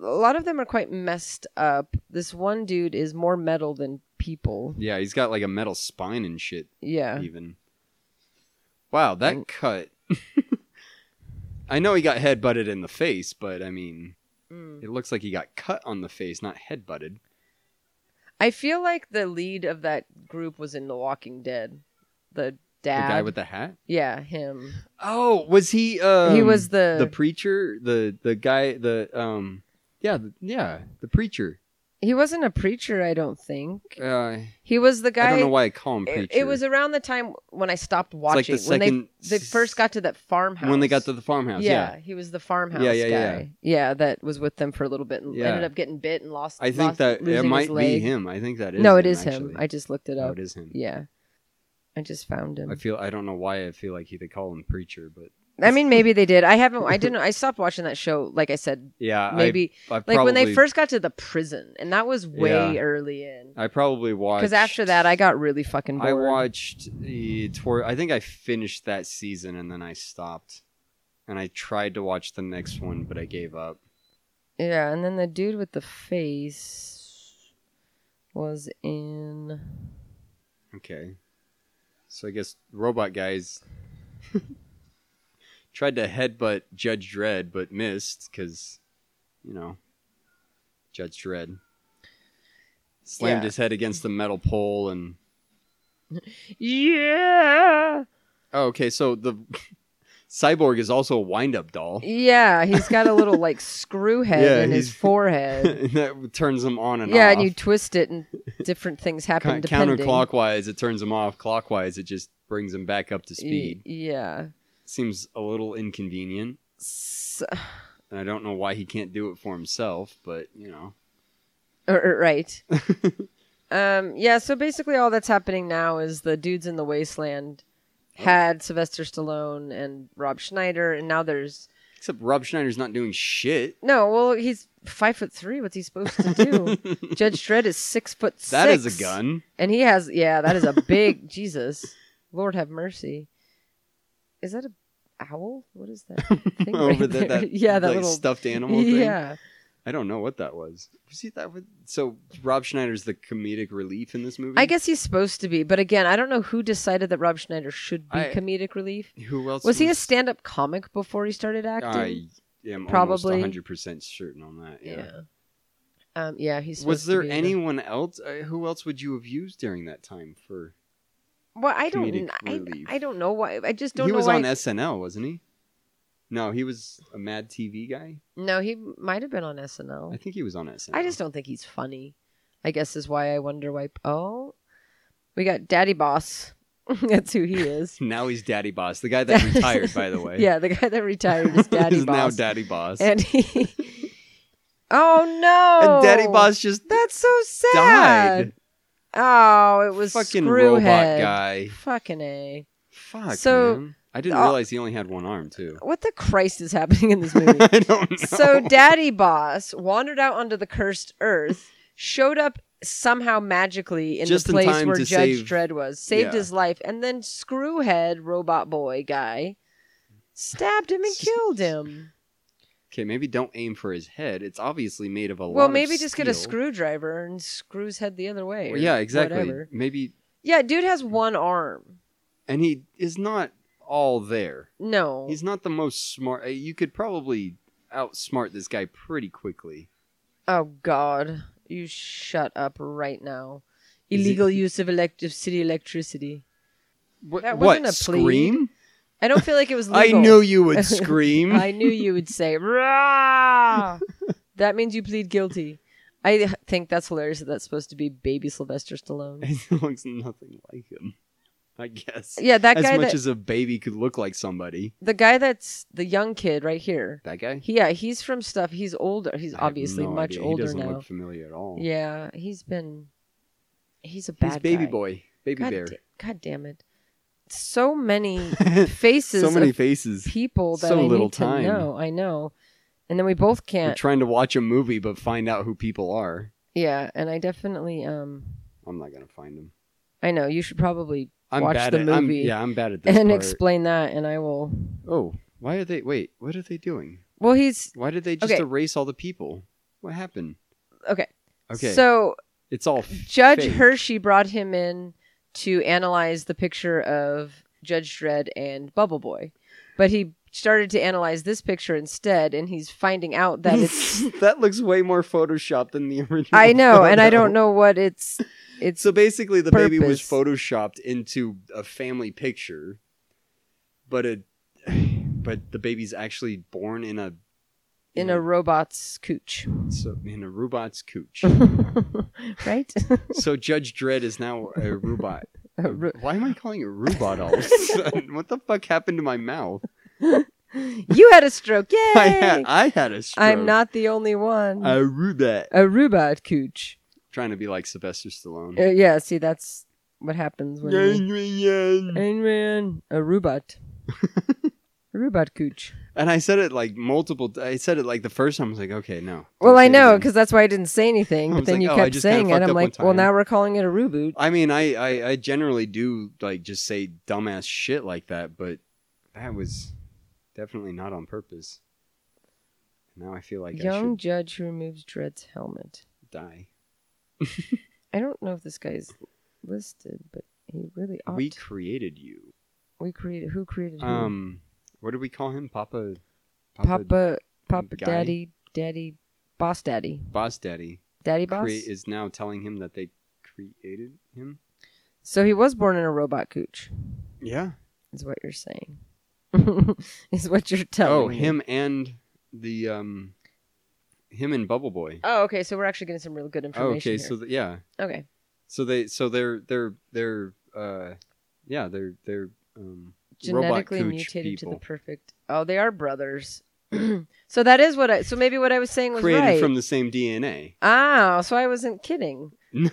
Speaker 7: a lot of them are quite messed up. This one dude is more metal than people.
Speaker 6: Yeah, he's got like a metal spine and shit.
Speaker 7: Yeah.
Speaker 6: even. Wow, that cut. <laughs> I know he got headbutted in the face, but I mean,
Speaker 7: Mm.
Speaker 6: it looks like he got cut on the face, not headbutted.
Speaker 7: I feel like the lead of that group was in The Walking Dead. The
Speaker 6: The
Speaker 7: dad.
Speaker 6: guy with the hat.
Speaker 7: yeah, him.
Speaker 6: Oh, was he? Um,
Speaker 7: he was the
Speaker 6: the preacher, the the guy, the um, yeah, the, yeah, the preacher.
Speaker 7: He wasn't a preacher, I don't think.
Speaker 6: Uh,
Speaker 7: He was the guy.
Speaker 6: I don't know why I call him preacher.
Speaker 7: It, it was around the time when I stopped
Speaker 6: like
Speaker 7: watching.
Speaker 6: the
Speaker 7: when
Speaker 6: second
Speaker 7: they they
Speaker 6: s-
Speaker 7: first got to that farmhouse.
Speaker 6: when they got to the farmhouse.
Speaker 7: yeah,
Speaker 6: Yeah,
Speaker 7: he was the farmhouse
Speaker 6: Yeah, yeah, yeah.
Speaker 7: guy. Yeah, that was with them for a little bit and
Speaker 6: Yeah.
Speaker 7: ended up getting bit and lost.
Speaker 6: I think
Speaker 7: lost-
Speaker 6: that
Speaker 7: losing
Speaker 6: it
Speaker 7: his
Speaker 6: might be
Speaker 7: leg.
Speaker 6: him. I think that is.
Speaker 7: no,
Speaker 6: him,
Speaker 7: it is him.
Speaker 6: actually.
Speaker 7: I just looked it
Speaker 6: Oh,
Speaker 7: up.
Speaker 6: it is him.
Speaker 7: Yeah, I just found him.
Speaker 6: I feel I don't know why I feel like he they call him preacher, but
Speaker 7: I mean, maybe they did. I haven't.
Speaker 6: <laughs>
Speaker 7: I didn't. I stopped watching that show. Like I said,
Speaker 6: yeah, I-
Speaker 7: maybe
Speaker 6: I,
Speaker 7: like when they
Speaker 6: probably-
Speaker 7: first got to the prison, and that was way
Speaker 6: Yeah.
Speaker 7: early in.
Speaker 6: I probably watched
Speaker 7: Because after that, I got really fucking bored.
Speaker 6: I watched the tour. I think I finished that season and then I stopped, and I tried to watch the next one, but I gave up.
Speaker 7: Yeah, and then the dude with the face was in.
Speaker 6: Okay, so I guess Robot Guys <laughs> tried to headbutt Judge Dredd, but missed because you know Judge Dredd slammed
Speaker 7: Yeah.
Speaker 6: his head against the metal pole and.
Speaker 7: Yeah.
Speaker 6: Oh, okay. So the <laughs> cyborg is also a wind-up doll.
Speaker 7: Yeah, he's got a little
Speaker 6: <laughs>
Speaker 7: like screw head
Speaker 6: Yeah,
Speaker 7: in his
Speaker 6: he's-
Speaker 7: forehead.
Speaker 6: <laughs> that turns them on <laughs> and
Speaker 7: yeah,
Speaker 6: off.
Speaker 7: and you twist it, and different things happen
Speaker 6: Coun-
Speaker 7: depending.
Speaker 6: counterclockwise, it turns them off. Clockwise, it just brings them back up to
Speaker 7: Y-
Speaker 6: speed.
Speaker 7: yeah.
Speaker 6: Seems a little inconvenient.
Speaker 7: S- <laughs>
Speaker 6: And I don't know why he can't do it for himself, but you know,
Speaker 7: er, er,
Speaker 6: <laughs>
Speaker 7: right. um. Yeah. So basically, all that's happening now is the dudes in the wasteland had Sylvester Stallone and Rob Schneider, and now there's
Speaker 6: except Rob Schneider's not doing shit.
Speaker 7: No, well, he's five foot three. What's he supposed to
Speaker 6: <laughs>
Speaker 7: do? Judge Dredd is six foot six.
Speaker 6: That is a gun.
Speaker 7: and he has yeah. That is a big <laughs> Jesus. Lord have mercy. Is that a owl? What is
Speaker 6: <laughs>
Speaker 7: that thing
Speaker 6: Over
Speaker 7: right
Speaker 6: there,
Speaker 7: there?
Speaker 6: that
Speaker 7: <laughs> yeah, that
Speaker 6: like,
Speaker 7: little
Speaker 6: stuffed animal thing.
Speaker 7: yeah.
Speaker 6: I don't know what that was. Was he that? With... So Rob Schneider's the comedic relief in this movie.
Speaker 7: I guess he's supposed to be, but again, I don't know who decided that Rob Schneider should be
Speaker 6: I-
Speaker 7: comedic relief.
Speaker 6: Who else
Speaker 7: Was, he a stand-up comic before he started acting?
Speaker 6: I am
Speaker 7: Probably.
Speaker 6: probably hundred percent certain on that. Yeah.
Speaker 7: Um, yeah, he's.
Speaker 6: Was
Speaker 7: supposed to
Speaker 6: there
Speaker 7: be the-
Speaker 6: anyone else? Uh, who else would you have used during that time for?
Speaker 7: Well, I don't.
Speaker 6: comedic
Speaker 7: kn- I,
Speaker 6: relief?
Speaker 7: I don't know why. I just don't
Speaker 6: he
Speaker 7: know
Speaker 6: was
Speaker 7: why.
Speaker 6: on SNL, wasn't he? No, he was a Mad TV guy.
Speaker 7: No, he might have been on SNL.
Speaker 6: I think he was on SNL.
Speaker 7: I just don't think he's funny. I guess is why I wonder why. Oh, we got Daddy Boss. <laughs> That's who he is.
Speaker 6: now he's Daddy Boss, <laughs> the guy
Speaker 7: <laughs>
Speaker 6: that retired, by the way.
Speaker 7: yeah, the guy that retired is
Speaker 6: <laughs>
Speaker 7: Daddy
Speaker 6: He's now
Speaker 7: Boss.
Speaker 6: Daddy Boss.
Speaker 7: and he. <laughs> Oh no!
Speaker 6: And Daddy Boss just
Speaker 7: That's so sad.
Speaker 6: died.
Speaker 7: Oh, it was
Speaker 6: Fucking robot
Speaker 7: Screwhead.
Speaker 6: guy.
Speaker 7: Fucking a.
Speaker 6: Fuck.
Speaker 7: So-
Speaker 6: man. I didn't
Speaker 7: Oh.
Speaker 6: realize he only had one arm too. <laughs>
Speaker 7: What the Christ is happening in this movie?
Speaker 6: I don't know. <laughs>
Speaker 7: So Daddy Boss wandered out onto the cursed earth, showed up somehow magically in
Speaker 6: Just
Speaker 7: the
Speaker 6: in
Speaker 7: place
Speaker 6: time
Speaker 7: where
Speaker 6: to
Speaker 7: Judge
Speaker 6: save-
Speaker 7: Dredd was, saved
Speaker 6: yeah.
Speaker 7: his life, and then Screwhead Robot Boy guy stabbed him and killed him.
Speaker 6: okay, maybe don't aim for his head. It's obviously made of a lot.
Speaker 7: well,
Speaker 6: of
Speaker 7: maybe just get a
Speaker 6: steel.
Speaker 7: screwdriver and screws head the other way. or
Speaker 6: Well, yeah, exactly.
Speaker 7: whatever.
Speaker 6: Maybe,
Speaker 7: Yeah, dude has one arm.
Speaker 6: and he is not all there.
Speaker 7: No,
Speaker 6: He's not the most smart. uh, You could probably outsmart this guy pretty quickly.
Speaker 7: Oh God! You shut up right now.
Speaker 6: Is it- <laughs>
Speaker 7: Illegal use of electric city electricity.
Speaker 6: What?
Speaker 7: That
Speaker 6: what,
Speaker 7: wasn't a plea.
Speaker 6: scream?
Speaker 7: I don't feel like it was
Speaker 6: I
Speaker 7: legal.
Speaker 6: knew you
Speaker 7: <laughs>
Speaker 6: would scream. <laughs>
Speaker 7: I knew you would say "Rah!" that means you plead guilty. I think that's hilarious that that's supposed to be baby Sylvester Stallone.
Speaker 6: It looks nothing like him. I guess.
Speaker 7: Yeah, that
Speaker 6: as
Speaker 7: guy
Speaker 6: much
Speaker 7: that
Speaker 6: as a baby could look like somebody.
Speaker 7: the guy that's the young kid right here.
Speaker 6: That guy.
Speaker 7: He, yeah, he's from stuff. He's older. He's
Speaker 6: I have
Speaker 7: obviously
Speaker 6: no
Speaker 7: much
Speaker 6: idea. He
Speaker 7: older
Speaker 6: doesn't
Speaker 7: now.
Speaker 6: look familiar at all.
Speaker 7: Yeah, he's been. He's a bad
Speaker 6: He's baby
Speaker 7: guy.
Speaker 6: boy, baby
Speaker 7: God,
Speaker 6: bear.
Speaker 7: da- God damn it! So many
Speaker 6: <laughs>
Speaker 7: faces.
Speaker 6: so many
Speaker 7: of
Speaker 6: faces.
Speaker 7: people that
Speaker 6: so
Speaker 7: I
Speaker 6: little
Speaker 7: need
Speaker 6: time.
Speaker 7: to know. I know, and then we both
Speaker 6: We're
Speaker 7: can't.
Speaker 6: trying to watch a movie but find out who people are.
Speaker 7: yeah, and I definitely um.
Speaker 6: I'm not gonna find them.
Speaker 7: I know you should probably
Speaker 6: I'm
Speaker 7: watch
Speaker 6: bad
Speaker 7: the
Speaker 6: at. I'm,
Speaker 7: movie
Speaker 6: yeah, I'm bad at this
Speaker 7: and
Speaker 6: part.
Speaker 7: explain that, and I will.
Speaker 6: Oh, why are they? Wait, what are they doing?
Speaker 7: Well, he's
Speaker 6: Why did they just
Speaker 7: Okay.
Speaker 6: erase all the people? What happened?
Speaker 7: okay.
Speaker 6: Okay,
Speaker 7: So
Speaker 6: it's all
Speaker 7: Judge
Speaker 6: fake.
Speaker 7: Hershey brought him in to analyze the picture of Judge Dredd and Bubble Boy, but he started to analyze this picture instead, and he's finding out
Speaker 6: <laughs>
Speaker 7: that it's.
Speaker 6: that looks way more photoshopped than the original. <laughs>
Speaker 7: I know, and I
Speaker 6: photo.
Speaker 7: don't know what it's. It's
Speaker 6: Oh, So basically, the baby was
Speaker 7: purpose.
Speaker 6: photoshopped into a family <sighs> picture, but a but the baby's actually born in a
Speaker 7: in a robot's
Speaker 6: <laughs>
Speaker 7: cooch,
Speaker 6: So in a robot's
Speaker 7: <laughs>
Speaker 6: cooch.
Speaker 7: right?
Speaker 6: so Judge Dredd is now <laughs> a robot.
Speaker 7: <laughs> A ro-
Speaker 6: Why am I calling it robot
Speaker 7: <laughs>
Speaker 6: all of a sudden? What the fuck happened to my mouth?
Speaker 7: you had a stroke, yay!
Speaker 6: <laughs> I had I had a stroke.
Speaker 7: I'm not the only one.
Speaker 6: a robot.
Speaker 7: a robot cooch.
Speaker 6: Trying to be like Sylvester Stallone.
Speaker 7: Uh, yeah, see, that's what happens when. you-
Speaker 6: and
Speaker 7: Ayn Rand, a robot. a robot cooch.
Speaker 6: I said it like multiple. I said it like the first time. I was like, okay, no.
Speaker 7: Well,
Speaker 6: Don't
Speaker 7: I
Speaker 6: say it
Speaker 7: know
Speaker 6: again.
Speaker 7: because that's why I didn't say anything.
Speaker 6: I
Speaker 7: But
Speaker 6: was
Speaker 7: then
Speaker 6: like,
Speaker 7: you
Speaker 6: "Oh, I
Speaker 7: kept
Speaker 6: just kinda
Speaker 7: saying it.
Speaker 6: fucked
Speaker 7: I'm
Speaker 6: up one
Speaker 7: like,
Speaker 6: time."
Speaker 7: well,
Speaker 6: Oh,
Speaker 7: now we're calling it a reboot.
Speaker 6: I mean, I, I I generally do like just say dumbass shit like that, but that was definitely not on purpose. Now I feel like I
Speaker 7: Young
Speaker 6: should
Speaker 7: judge who removes Dred's helmet.
Speaker 6: die.
Speaker 7: I don't know if this guy's listed, but he really ought.
Speaker 6: We
Speaker 7: We,
Speaker 6: created you.
Speaker 7: created who created who?
Speaker 6: Um, what did we call him? Papa, Papa,
Speaker 7: Mhm. Papa, Papa,
Speaker 6: guy?
Speaker 7: Daddy, Daddy, Boss, Daddy,
Speaker 6: Boss Daddy
Speaker 7: Daddy Boss.
Speaker 6: crea- is now telling him that they created him.
Speaker 7: so he was born in a robot cooch,
Speaker 6: Yeah.
Speaker 7: is what you're saying. <laughs> is what you're telling.
Speaker 6: Oh,
Speaker 7: me.
Speaker 6: him and the um, him and Bubble Boy.
Speaker 7: Oh, okay. So we're actually getting some real good
Speaker 6: Oh,
Speaker 7: information.
Speaker 6: okay,
Speaker 7: here.
Speaker 6: so th- yeah,
Speaker 7: okay.
Speaker 6: so they so they're they're they're uh, yeah they're they're um
Speaker 7: genetically
Speaker 6: robot cooch
Speaker 7: mutated to
Speaker 6: people.
Speaker 7: the perfect. Oh, they are brothers. <clears throat> so that is what I. So maybe what I was saying was
Speaker 6: created
Speaker 7: right.
Speaker 6: from the same DNA.
Speaker 7: Ah, so I wasn't kidding.
Speaker 6: <laughs> No,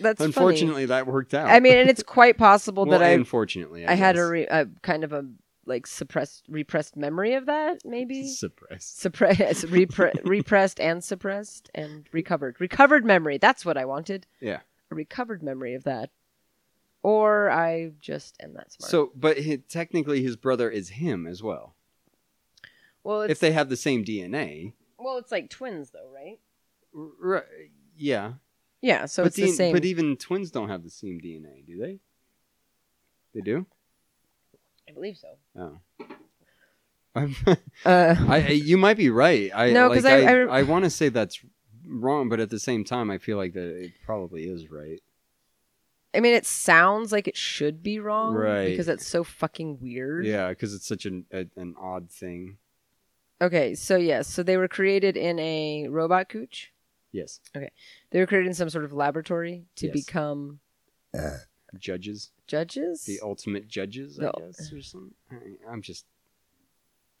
Speaker 7: That's funny.
Speaker 6: unfortunately that worked out.
Speaker 7: I mean, and it's quite possible
Speaker 6: <laughs> well,
Speaker 7: that I
Speaker 6: unfortunately I,
Speaker 7: I, had a,
Speaker 6: guess.
Speaker 7: re, a kind of a like suppressed repressed memory of that maybe
Speaker 6: suppressed.
Speaker 7: suppressed <laughs> repre- repressed and suppressed and recovered recovered memory. That's what I wanted.
Speaker 6: Yeah.
Speaker 7: A recovered memory of that. Or I just am that smart.
Speaker 6: So, but he, technically his brother is him as well.
Speaker 7: well, it's
Speaker 6: if they have the same DNA,
Speaker 7: well, it's like twins though, right?
Speaker 6: r- r- yeah.
Speaker 7: Yeah, so
Speaker 6: but
Speaker 7: it's the
Speaker 6: the-
Speaker 7: same.
Speaker 6: But even twins don't have the same DNA, do they? They do.
Speaker 7: I believe so.
Speaker 6: Oh. I'm- <laughs>
Speaker 7: Uh,
Speaker 6: I, I- you might be right. I
Speaker 7: No,
Speaker 6: like,
Speaker 7: 'cause I-
Speaker 6: I,
Speaker 7: I-
Speaker 6: I want to say that's wrong, but at the same time, I feel like that it probably is right.
Speaker 7: I mean, it sounds like it should be wrong,
Speaker 6: Right.
Speaker 7: Because that's so fucking weird.
Speaker 6: Yeah, because it's such an a, an odd thing.
Speaker 7: Okay, so yes, so they were created in a robot cooch.
Speaker 6: Yes,
Speaker 7: They were created in some sort of laboratory to
Speaker 6: Yes.
Speaker 7: become
Speaker 6: judges,
Speaker 7: judges.
Speaker 6: the ultimate judges, I
Speaker 7: The- Oh
Speaker 6: guess, or something. I- I'm just.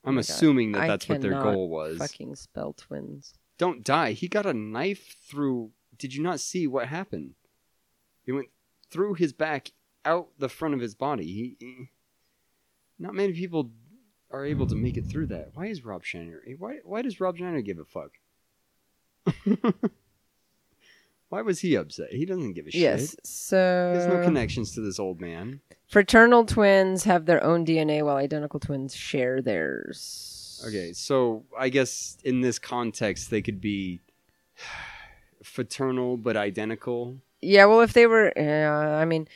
Speaker 6: I'm
Speaker 7: my God.
Speaker 6: assuming that
Speaker 7: I
Speaker 6: that's what their
Speaker 7: cannot
Speaker 6: goal was.
Speaker 7: Fucking spell twins.
Speaker 6: Don't die. He got a knife through. Did you not see what happened? It went through his back, out the front of his body. He, he- not many people are able to make it through that. Why is Rob Schneider? eh, Why why does Rob Schneider give a fuck? <laughs> why was he upset? He doesn't give a shit.
Speaker 7: Yes. uh,
Speaker 6: He has
Speaker 7: So
Speaker 6: no connections to this old man.
Speaker 7: fraternal twins have their own DNA, while identical twins share theirs.
Speaker 6: Okay, so I guess in this context they could be <sighs> fraternal but identical.
Speaker 7: Yeah, well, if they were, uh, I mean,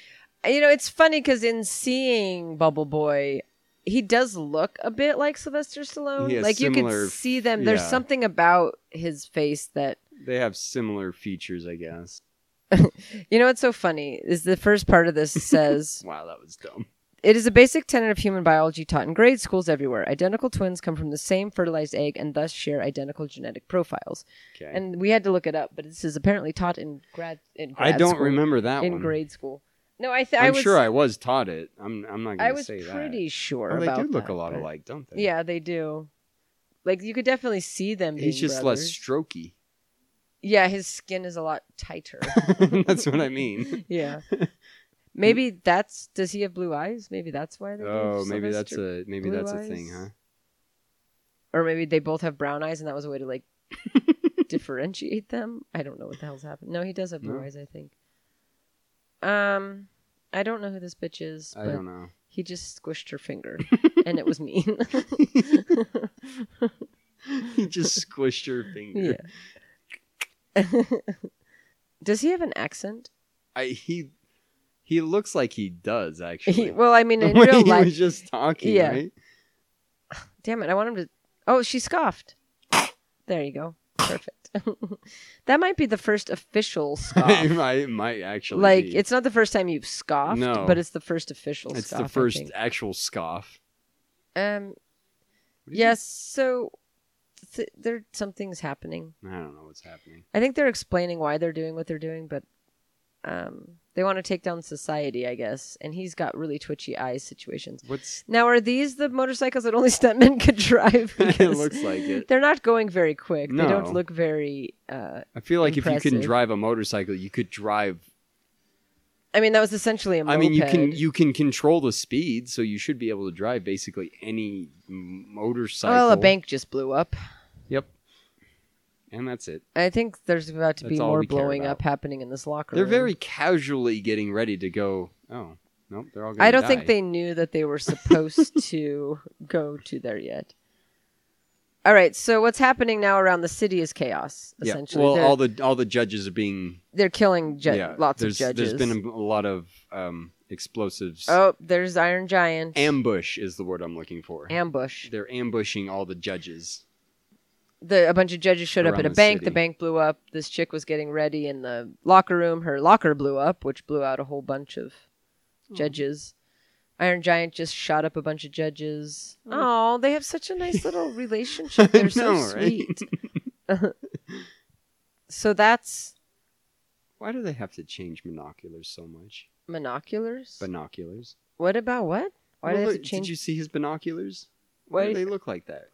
Speaker 7: you know, it's funny because in seeing Bubble Boy, he does look a bit like Sylvester Stallone.
Speaker 6: He has
Speaker 7: like you
Speaker 6: similar-
Speaker 7: could see them. There's
Speaker 6: yeah.
Speaker 7: something about his face that
Speaker 6: They have similar features, I guess.
Speaker 7: you know. What's so funny is the first part
Speaker 6: <laughs>
Speaker 7: of this says
Speaker 6: Wow, that was dumb.
Speaker 7: it is a basic tenet of human biology taught in grade schools everywhere. Identical twins come from the same fertilized egg and thus share identical genetic profiles.
Speaker 6: Okay.
Speaker 7: And we had to look it up, but this is apparently taught in grad. In grad
Speaker 6: I don't
Speaker 7: school,
Speaker 6: remember that
Speaker 7: in
Speaker 6: one.
Speaker 7: grade school. No, I th-
Speaker 6: I'm
Speaker 7: I was
Speaker 6: sure I was taught it. I'm I'm not gonna
Speaker 7: I was
Speaker 6: say that.
Speaker 7: pretty sure
Speaker 6: Well, they
Speaker 7: about
Speaker 6: do look
Speaker 7: that,
Speaker 6: a lot
Speaker 7: but-
Speaker 6: alike, don't they?
Speaker 7: Yeah, they do. Like you could definitely see them. Being
Speaker 6: He's just
Speaker 7: brothers.
Speaker 6: less
Speaker 7: <laughs>
Speaker 6: strokey.
Speaker 7: Yeah, his skin is a lot tighter.
Speaker 6: <laughs> That's what I mean. <laughs>
Speaker 7: yeah. Maybe that's. Does he have blue eyes? Maybe that's why they. gave
Speaker 6: Oh, maybe that's
Speaker 7: Sylvester-
Speaker 6: a maybe
Speaker 7: blue
Speaker 6: that's a thing,
Speaker 7: eyes.
Speaker 6: huh?
Speaker 7: Or maybe they both have brown eyes, and that was a way to like differentiate them. I don't know what the hell's happened. No, he does have blue
Speaker 6: No?
Speaker 7: eyes. I think. Um, I don't know who this bitch is.
Speaker 6: I
Speaker 7: but
Speaker 6: don't know.
Speaker 7: He just squished her finger, and it was mean.
Speaker 6: <laughs> He just squished your
Speaker 7: <laughs>
Speaker 6: finger.
Speaker 7: <laughs> Yeah. Does he have an accent?
Speaker 6: I he he looks like he does actually. <laughs>
Speaker 7: He, well, I mean,
Speaker 6: the
Speaker 7: in
Speaker 6: way
Speaker 7: real
Speaker 6: he
Speaker 7: life.
Speaker 6: was just talking,
Speaker 7: Yeah.
Speaker 6: right? <laughs>
Speaker 7: Damn it! I want him to. Oh, she scoffed. There you go. Perfect. <laughs> that might be the
Speaker 6: <laughs>
Speaker 7: first official
Speaker 6: it
Speaker 7: scoff.
Speaker 6: might, it might actually
Speaker 7: like,
Speaker 6: be.
Speaker 7: it's not the first time you've scoffed,
Speaker 6: No.
Speaker 7: but it's the first official.
Speaker 6: it's
Speaker 7: scoff, I
Speaker 6: the first e-,
Speaker 7: think.
Speaker 6: actual scoff.
Speaker 7: Um.
Speaker 6: What do you
Speaker 7: Yes. So, th- there something's happening.
Speaker 6: I don't know what's happening.
Speaker 7: I think they're explaining why they're doing what they're doing, but um, they want to take down society, I guess. And he's got really twitchy eyes situations.
Speaker 6: What's
Speaker 7: Now, are these the motorcycles that only <laughs> stuntmen could drive?
Speaker 6: <laughs> it
Speaker 7: Because
Speaker 6: looks like it.
Speaker 7: They're not going very quick. They
Speaker 6: No.
Speaker 7: don't look very. Uh,
Speaker 6: I feel like if you can
Speaker 7: Impressive.
Speaker 6: drive a motorcycle, you could drive.
Speaker 7: I mean, that was essentially a moped.
Speaker 6: I mean, you can you can control the speed, so you should be able to drive basically any m- motorcycle.
Speaker 7: well, a bank just blew up.
Speaker 6: Yep. And that's it.
Speaker 7: I think there's about to be
Speaker 6: That's all
Speaker 7: more
Speaker 6: we care
Speaker 7: blowing
Speaker 6: about.
Speaker 7: up happening in this locker
Speaker 6: They're
Speaker 7: room.
Speaker 6: very casually getting ready to go. Oh nope, they're all. Gonna
Speaker 7: I don't
Speaker 6: die.
Speaker 7: think they knew that they were supposed
Speaker 6: <laughs>
Speaker 7: to go to there yet. All right, so what's happening now around the city is chaos.
Speaker 6: Yeah.
Speaker 7: Essentially,
Speaker 6: Well,
Speaker 7: they're,
Speaker 6: all the all the judges are being.
Speaker 7: they're killing ju-
Speaker 6: yeah,
Speaker 7: lots
Speaker 6: there's,
Speaker 7: of judges.
Speaker 6: There's been a, a lot of um, explosives.
Speaker 7: oh, there's Iron Giant
Speaker 6: Ambush is the word I'm looking for.
Speaker 7: ambush.
Speaker 6: They're ambushing all the judges.
Speaker 7: The, a bunch of judges showed up
Speaker 6: Around
Speaker 7: at a
Speaker 6: the
Speaker 7: bank.
Speaker 6: city.
Speaker 7: The bank blew up. This chick was getting ready in the locker room. Her locker blew up, which blew out a whole bunch of judges. Iron Giant just shot up a bunch of judges. Oh, they have such a
Speaker 6: <laughs>
Speaker 7: nice little relationship. They're so
Speaker 6: know, right?
Speaker 7: sweet.
Speaker 6: <laughs>
Speaker 7: so that's
Speaker 6: Why do they have to change monoculars so much?
Speaker 7: monoculars.
Speaker 6: Binoculars.
Speaker 7: what about what? Why
Speaker 6: Well,
Speaker 7: do they have
Speaker 6: look,
Speaker 7: to change?
Speaker 6: Did you see his binoculars? Why
Speaker 7: why,
Speaker 6: do they look like that?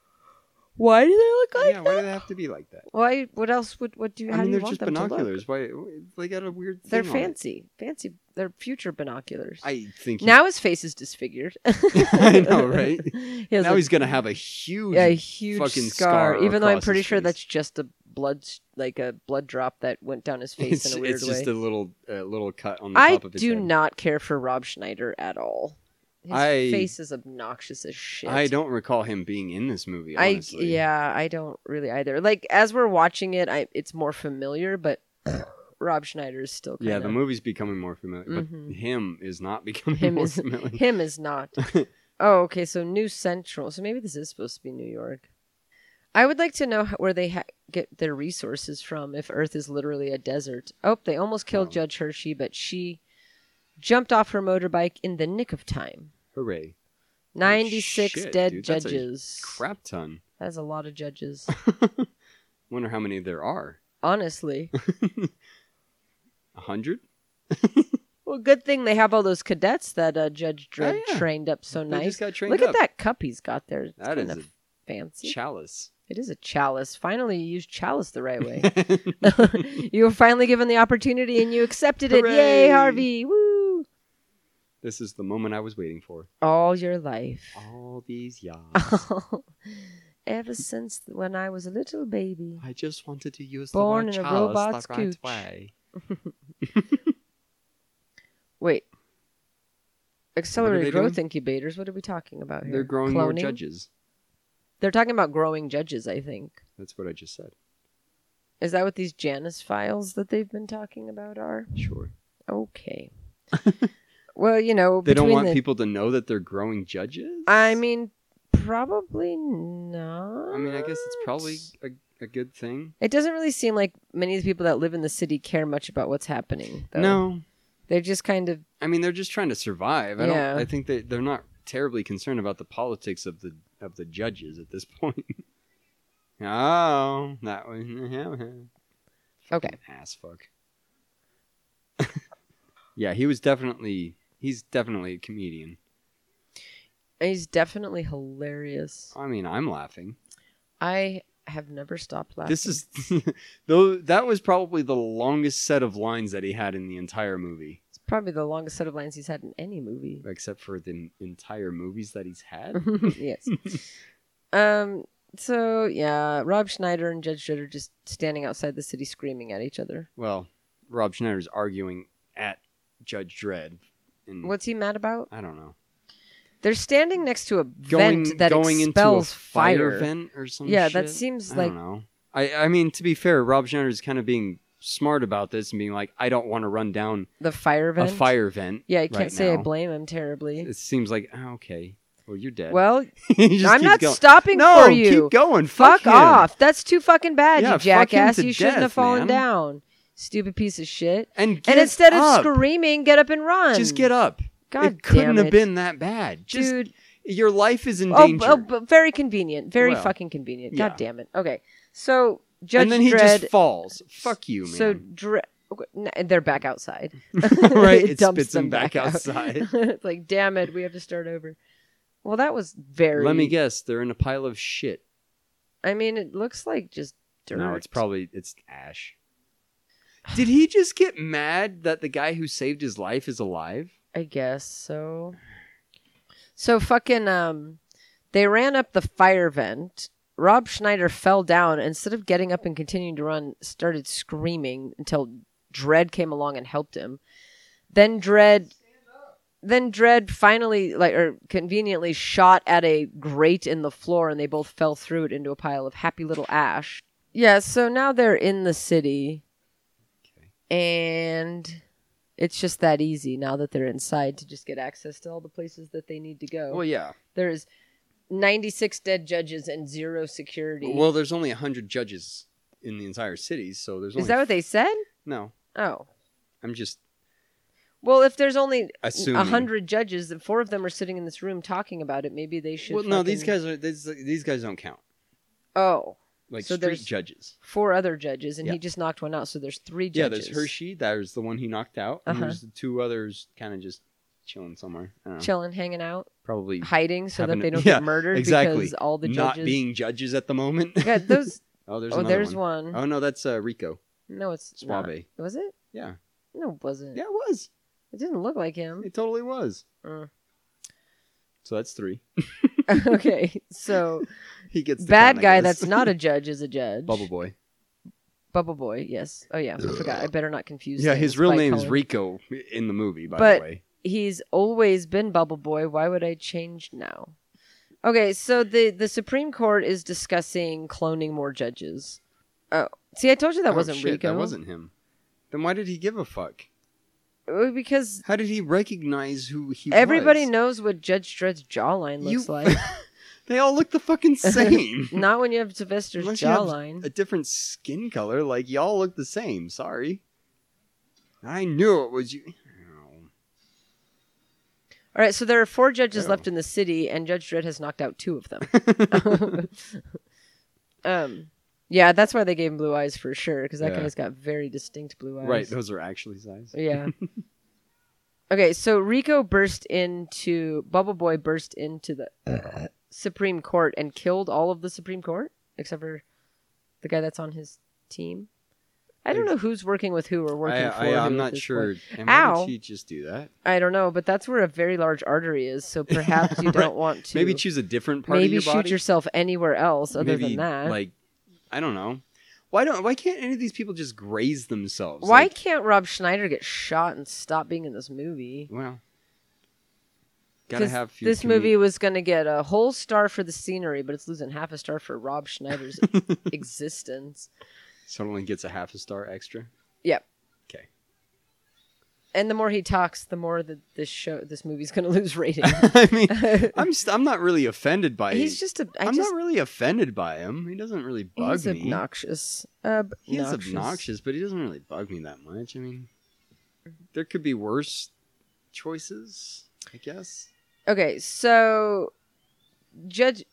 Speaker 7: why do they look like
Speaker 6: yeah,
Speaker 7: that?
Speaker 6: why do they have to be like that?
Speaker 7: Why? What else would? What do you?
Speaker 6: I
Speaker 7: how
Speaker 6: mean,
Speaker 7: do you
Speaker 6: they're
Speaker 7: want
Speaker 6: just
Speaker 7: them to look?
Speaker 6: binoculars. Why they got a weird?
Speaker 7: They're
Speaker 6: thing on it.
Speaker 7: fancy, fancy. They're future binoculars.
Speaker 6: I think he-
Speaker 7: now his face is disfigured.
Speaker 6: <laughs>
Speaker 7: <laughs>
Speaker 6: I know, right?
Speaker 7: He has
Speaker 6: Now
Speaker 7: a-
Speaker 6: he's
Speaker 7: <laughs>
Speaker 6: gonna have a huge. <laughs>
Speaker 7: a huge
Speaker 6: fucking
Speaker 7: scar.
Speaker 6: scar
Speaker 7: even though I'm
Speaker 6: across
Speaker 7: pretty
Speaker 6: his
Speaker 7: sure
Speaker 6: face.
Speaker 7: that's just a blood, s- like a blood drop that went down his face
Speaker 6: it's
Speaker 7: in a weird
Speaker 6: it's
Speaker 7: way.
Speaker 6: just a little uh, little cut on the
Speaker 7: I
Speaker 6: top of his
Speaker 7: do
Speaker 6: head.
Speaker 7: not care for Rob Schneider at all. His
Speaker 6: I-
Speaker 7: face is obnoxious as shit.
Speaker 6: I don't recall him being in this movie.
Speaker 7: I
Speaker 6: honestly.
Speaker 7: yeah, I don't really either. Like as we're watching it, I it's more familiar, but <clears throat> Rob Schneider is still kind
Speaker 6: Yeah,
Speaker 7: of
Speaker 6: the movie's becoming more familiar, but
Speaker 7: Mhm.
Speaker 6: him is not <laughs> becoming
Speaker 7: Him
Speaker 6: more
Speaker 7: is-
Speaker 6: familiar.
Speaker 7: <laughs> Him is not. oh, okay. So New Central. So maybe this is supposed to be New York. I would like to know how, where they ha- get their resources from if Earth is literally a desert. Oh, they almost killed Judge Hershey, but she jumped off her motorbike in the nick of time.
Speaker 6: Hooray!
Speaker 7: 96
Speaker 6: shit,
Speaker 7: dead
Speaker 6: dude, that's a
Speaker 7: judges.
Speaker 6: Crap ton.
Speaker 7: That's a lot
Speaker 6: <laughs>
Speaker 7: of judges.
Speaker 6: Wonder how many there are. <laughs>
Speaker 7: Honestly.
Speaker 6: A hundred?
Speaker 7: Well, good thing they have all those cadets that uh, Judge Dredd
Speaker 6: Oh, yeah.
Speaker 7: trained up so
Speaker 6: They
Speaker 7: nice.
Speaker 6: just got trained
Speaker 7: Look
Speaker 6: up.
Speaker 7: at that cup he's got there. It's
Speaker 6: That is
Speaker 7: kind of
Speaker 6: a
Speaker 7: fancy. <laughs>
Speaker 6: chalice.
Speaker 7: It is a chalice. Finally, you used chalice the right
Speaker 6: <laughs>
Speaker 7: way. <laughs> you were finally given the opportunity and you accepted it.
Speaker 6: Hooray.
Speaker 7: Yay, Harvey. Woo!
Speaker 6: This is the moment I was waiting for.
Speaker 7: All your life.
Speaker 6: All these years.
Speaker 7: <laughs> Ever since when I was a little baby.
Speaker 6: I just wanted to use
Speaker 7: Born
Speaker 6: the word
Speaker 7: in a Oh,
Speaker 6: chalice
Speaker 7: robot's
Speaker 6: the right way.
Speaker 7: gooch. Wait. Accelerated
Speaker 6: doing?
Speaker 7: growth incubators. What are we talking about here?
Speaker 6: They're growing more
Speaker 7: Cloning?
Speaker 6: judges.
Speaker 7: They're talking about growing judges, I think.
Speaker 6: That's what I just said.
Speaker 7: Is that what these Janus files that they've been talking about are?
Speaker 6: Sure. <laughs>
Speaker 7: Okay. well, you know,
Speaker 6: They don't
Speaker 7: between
Speaker 6: want
Speaker 7: the-
Speaker 6: people to know that they're growing judges?
Speaker 7: I mean, probably not.
Speaker 6: I mean, I guess it's probably a, a good thing.
Speaker 7: It doesn't really seem like many of the people that live in the city care much about what's happening. Though.
Speaker 6: No.
Speaker 7: they're just kind of
Speaker 6: I mean, they're just trying to survive. I
Speaker 7: Yeah.
Speaker 6: don't I think they they're not terribly concerned about the politics of the of the judges at this point. <laughs> oh, that <laughs> one.
Speaker 7: okay.
Speaker 6: Fucking ass fuck. <laughs> yeah, he was definitely he's definitely a comedian.
Speaker 7: He's definitely hilarious.
Speaker 6: I mean, I'm laughing.
Speaker 7: I have never stopped laughing.
Speaker 6: This is <laughs> though that was probably the longest set of lines that he had in the entire movie,
Speaker 7: it's probably the longest set of lines he's had in any movie.
Speaker 6: except for the entire movies that he's had. <laughs>
Speaker 7: <laughs> yes. um. So yeah, Rob Schneider and Judge Dredd are just standing outside the city screaming at each other.
Speaker 6: well, Rob Schneider's arguing at Judge Dredd. And
Speaker 7: What's he mad about?
Speaker 6: I don't know.
Speaker 7: They're standing next to a
Speaker 6: Going
Speaker 7: vent that
Speaker 6: going into a
Speaker 7: expels
Speaker 6: fire,
Speaker 7: fire.
Speaker 6: vent or something.
Speaker 7: Yeah, that seems
Speaker 6: I
Speaker 7: like-
Speaker 6: don't know. I I mean to be fair, Rob Schneider's kind of being smart about this and being like, I don't want to run down
Speaker 7: The fire vent.
Speaker 6: a fire vent.
Speaker 7: Yeah, I can't
Speaker 6: right
Speaker 7: say I
Speaker 6: now.
Speaker 7: blame him terribly.
Speaker 6: It seems like oh, okay. Well, you're dead.
Speaker 7: Well,
Speaker 6: <laughs> He just
Speaker 7: I'm
Speaker 6: keeps
Speaker 7: not
Speaker 6: going.
Speaker 7: stopping
Speaker 6: no,
Speaker 7: for you.
Speaker 6: Keep going.
Speaker 7: Fuck,
Speaker 6: him.
Speaker 7: off. That's too fucking bad,
Speaker 6: Yeah,
Speaker 7: you
Speaker 6: fuck him
Speaker 7: jackass.
Speaker 6: to
Speaker 7: You shouldn't
Speaker 6: death,
Speaker 7: have fallen
Speaker 6: man.
Speaker 7: down. Stupid piece of shit.
Speaker 6: And
Speaker 7: and
Speaker 6: get
Speaker 7: instead
Speaker 6: up.
Speaker 7: of screaming, get up and run.
Speaker 6: just get up.
Speaker 7: God
Speaker 6: it couldn't
Speaker 7: damn
Speaker 6: have
Speaker 7: it.
Speaker 6: been that bad. Just
Speaker 7: Dude,
Speaker 6: Your life is in
Speaker 7: Oh,
Speaker 6: danger.
Speaker 7: oh, but very convenient. Very
Speaker 6: Well,
Speaker 7: fucking convenient.
Speaker 6: yeah.
Speaker 7: God damn it. Okay. So Judge
Speaker 6: and then he
Speaker 7: Dredd.
Speaker 6: just falls. Fuck you, man.
Speaker 7: so Dre- okay, n- they're back outside.
Speaker 6: <laughs>
Speaker 7: <laughs>
Speaker 6: right, it,
Speaker 7: dumps
Speaker 6: spits him
Speaker 7: them
Speaker 6: back,
Speaker 7: out.
Speaker 6: outside.
Speaker 7: <laughs> it's like, damn it, we have to start over. Well, that was very.
Speaker 6: Let me guess, they're in a pile of shit.
Speaker 7: I mean, it looks like just dirt.
Speaker 6: No, it's probably it's ash. Did he just get mad that the guy who saved his life is alive?
Speaker 7: I guess so. So fucking um, they ran up the fire vent. Rob Schneider fell down. Instead of getting up and continuing to run, started screaming until Dredd came along and helped him. Then Dredd, then Dredd finally, like, or conveniently, shot at a grate in the floor, and they both fell through it into a pile of happy little ash. Yeah. So now they're in the city, and it's just that easy now that they're inside to just get access to all the places that they need to go.
Speaker 6: Well, yeah.
Speaker 7: There's 96 dead judges and zero security.
Speaker 6: Well, there's only hundred judges in the entire city, so there's only
Speaker 7: Is that what they said?
Speaker 6: No,
Speaker 7: Oh.
Speaker 6: I'm just
Speaker 7: Well, if there's only
Speaker 6: assuming.
Speaker 7: a hundred judges and four of them are sitting in this room talking about it, maybe they should.
Speaker 6: Well, no, these
Speaker 7: fucking-
Speaker 6: guys are these, these guys don't count.
Speaker 7: Oh,
Speaker 6: Like
Speaker 7: So
Speaker 6: street
Speaker 7: there's-
Speaker 6: judges.
Speaker 7: four other judges, and
Speaker 6: Yeah.
Speaker 7: he just knocked one out. So there's three
Speaker 6: Yeah,
Speaker 7: judges.
Speaker 6: there's Hershey. There's the one he knocked out. And
Speaker 7: Uh-huh.
Speaker 6: there's the two others, kind of just chilling somewhere. I don't know.
Speaker 7: chilling, hanging out,
Speaker 6: Probably
Speaker 7: hiding, so
Speaker 6: having a-
Speaker 7: that they don't
Speaker 6: <laughs> yeah,
Speaker 7: get murdered
Speaker 6: exactly.
Speaker 7: because all the
Speaker 6: not
Speaker 7: judges.
Speaker 6: being judges at the moment. <laughs>
Speaker 7: <laughs> Yeah, those.
Speaker 6: oh, there's
Speaker 7: oh,
Speaker 6: another
Speaker 7: there's
Speaker 6: one.
Speaker 7: one.
Speaker 6: Oh no, that's uh, Rico
Speaker 7: No, it's not.
Speaker 6: Suave.
Speaker 7: Was it?
Speaker 6: Yeah.
Speaker 7: No, it wasn't.
Speaker 6: Yeah, it was.
Speaker 7: It didn't look like him.
Speaker 6: It totally was.
Speaker 7: Uh. <laughs>
Speaker 6: So that's three. <laughs>
Speaker 7: okay, so
Speaker 6: He gets the
Speaker 7: bad
Speaker 6: count, I
Speaker 7: guy
Speaker 6: guess.
Speaker 7: that's not a judge is a
Speaker 6: <laughs>
Speaker 7: judge.
Speaker 6: Bubble
Speaker 7: <laughs>
Speaker 6: Boy.
Speaker 7: Bubble boy. Yes. Oh yeah, I forgot. I better not confuse.
Speaker 6: Yeah,
Speaker 7: things
Speaker 6: his real
Speaker 7: by
Speaker 6: name is
Speaker 7: color.
Speaker 6: Rico in the movie, by
Speaker 7: But-
Speaker 6: the way.
Speaker 7: he's always been bubble boy why would i change now okay so the the supreme court is discussing cloning more judges oh see i told you that
Speaker 6: Oh,
Speaker 7: wasn't
Speaker 6: shit,
Speaker 7: rico
Speaker 6: That wasn't him. Then why did he give a fuck?
Speaker 7: Uh, because
Speaker 6: How did he recognize who he
Speaker 7: everybody
Speaker 6: <laughs> was?
Speaker 7: knows what judge dredd's jawline looks
Speaker 6: You- <laughs>
Speaker 7: like
Speaker 6: They all look the
Speaker 7: <laughs>
Speaker 6: fucking same.
Speaker 7: not when you have sylvester's
Speaker 6: Unless you have
Speaker 7: jawline
Speaker 6: a different skin color. Like y'all look the same. Sorry. I knew it was you. Oh.
Speaker 7: all right so there are four judges
Speaker 6: Oh.
Speaker 7: left in the city and judge dredd has knocked out two of them
Speaker 6: <laughs>
Speaker 7: um yeah that's why they gave him blue eyes for sure because that
Speaker 6: Yeah.
Speaker 7: guy's got very distinct blue eyes
Speaker 6: Right, those are actually size. <laughs>
Speaker 7: Yeah. okay, so Rico burst into Bubble Boy burst into the Supreme Court and killed all of the Supreme Court except for the guy that's on his team. I don't know who's working with who or working
Speaker 6: I,
Speaker 7: for.
Speaker 6: I,
Speaker 7: who
Speaker 6: I'm
Speaker 7: at
Speaker 6: not
Speaker 7: this
Speaker 6: sure.
Speaker 7: point.
Speaker 6: And why
Speaker 7: Ow.
Speaker 6: did he just do that?
Speaker 7: I don't know, but that's where a very large artery is, so perhaps you
Speaker 6: <laughs> Right.
Speaker 7: don't want to.
Speaker 6: Maybe choose a different part
Speaker 7: maybe
Speaker 6: of your
Speaker 7: shoot
Speaker 6: body.
Speaker 7: yourself anywhere else other
Speaker 6: Maybe,
Speaker 7: than that.
Speaker 6: Like, I don't know. Why don't? Why can't any of these people just graze themselves?
Speaker 7: Why
Speaker 6: Like,
Speaker 7: can't Rob Schneider get shot and stop being in this movie?
Speaker 6: well, gotta
Speaker 7: 'Cause
Speaker 6: have. Few
Speaker 7: this
Speaker 6: comedic-
Speaker 7: movie was going to get a whole star for the scenery, but it's losing half a star for
Speaker 6: <laughs>
Speaker 7: Rob Schneider's existence.
Speaker 6: So it only gets a half a star
Speaker 7: <laughs>
Speaker 6: extra. <laughs>
Speaker 7: Yep.
Speaker 6: Okay.
Speaker 7: And the more he talks, the more that this show, this movie's going to <laughs>
Speaker 6: <laughs>
Speaker 7: lose rating.
Speaker 6: I mean,
Speaker 7: <laughs>
Speaker 6: I'm st- I'm not really offended by.
Speaker 7: He's just a. I
Speaker 6: I'm
Speaker 7: just,
Speaker 6: not really offended by him. He doesn't really bug
Speaker 7: he's
Speaker 6: me.
Speaker 7: obnoxious. Uh, Obnoxious.
Speaker 6: He is obnoxious, but he doesn't really bug me that much. I mean, there could be worse choices, I guess.
Speaker 7: Okay, so Judge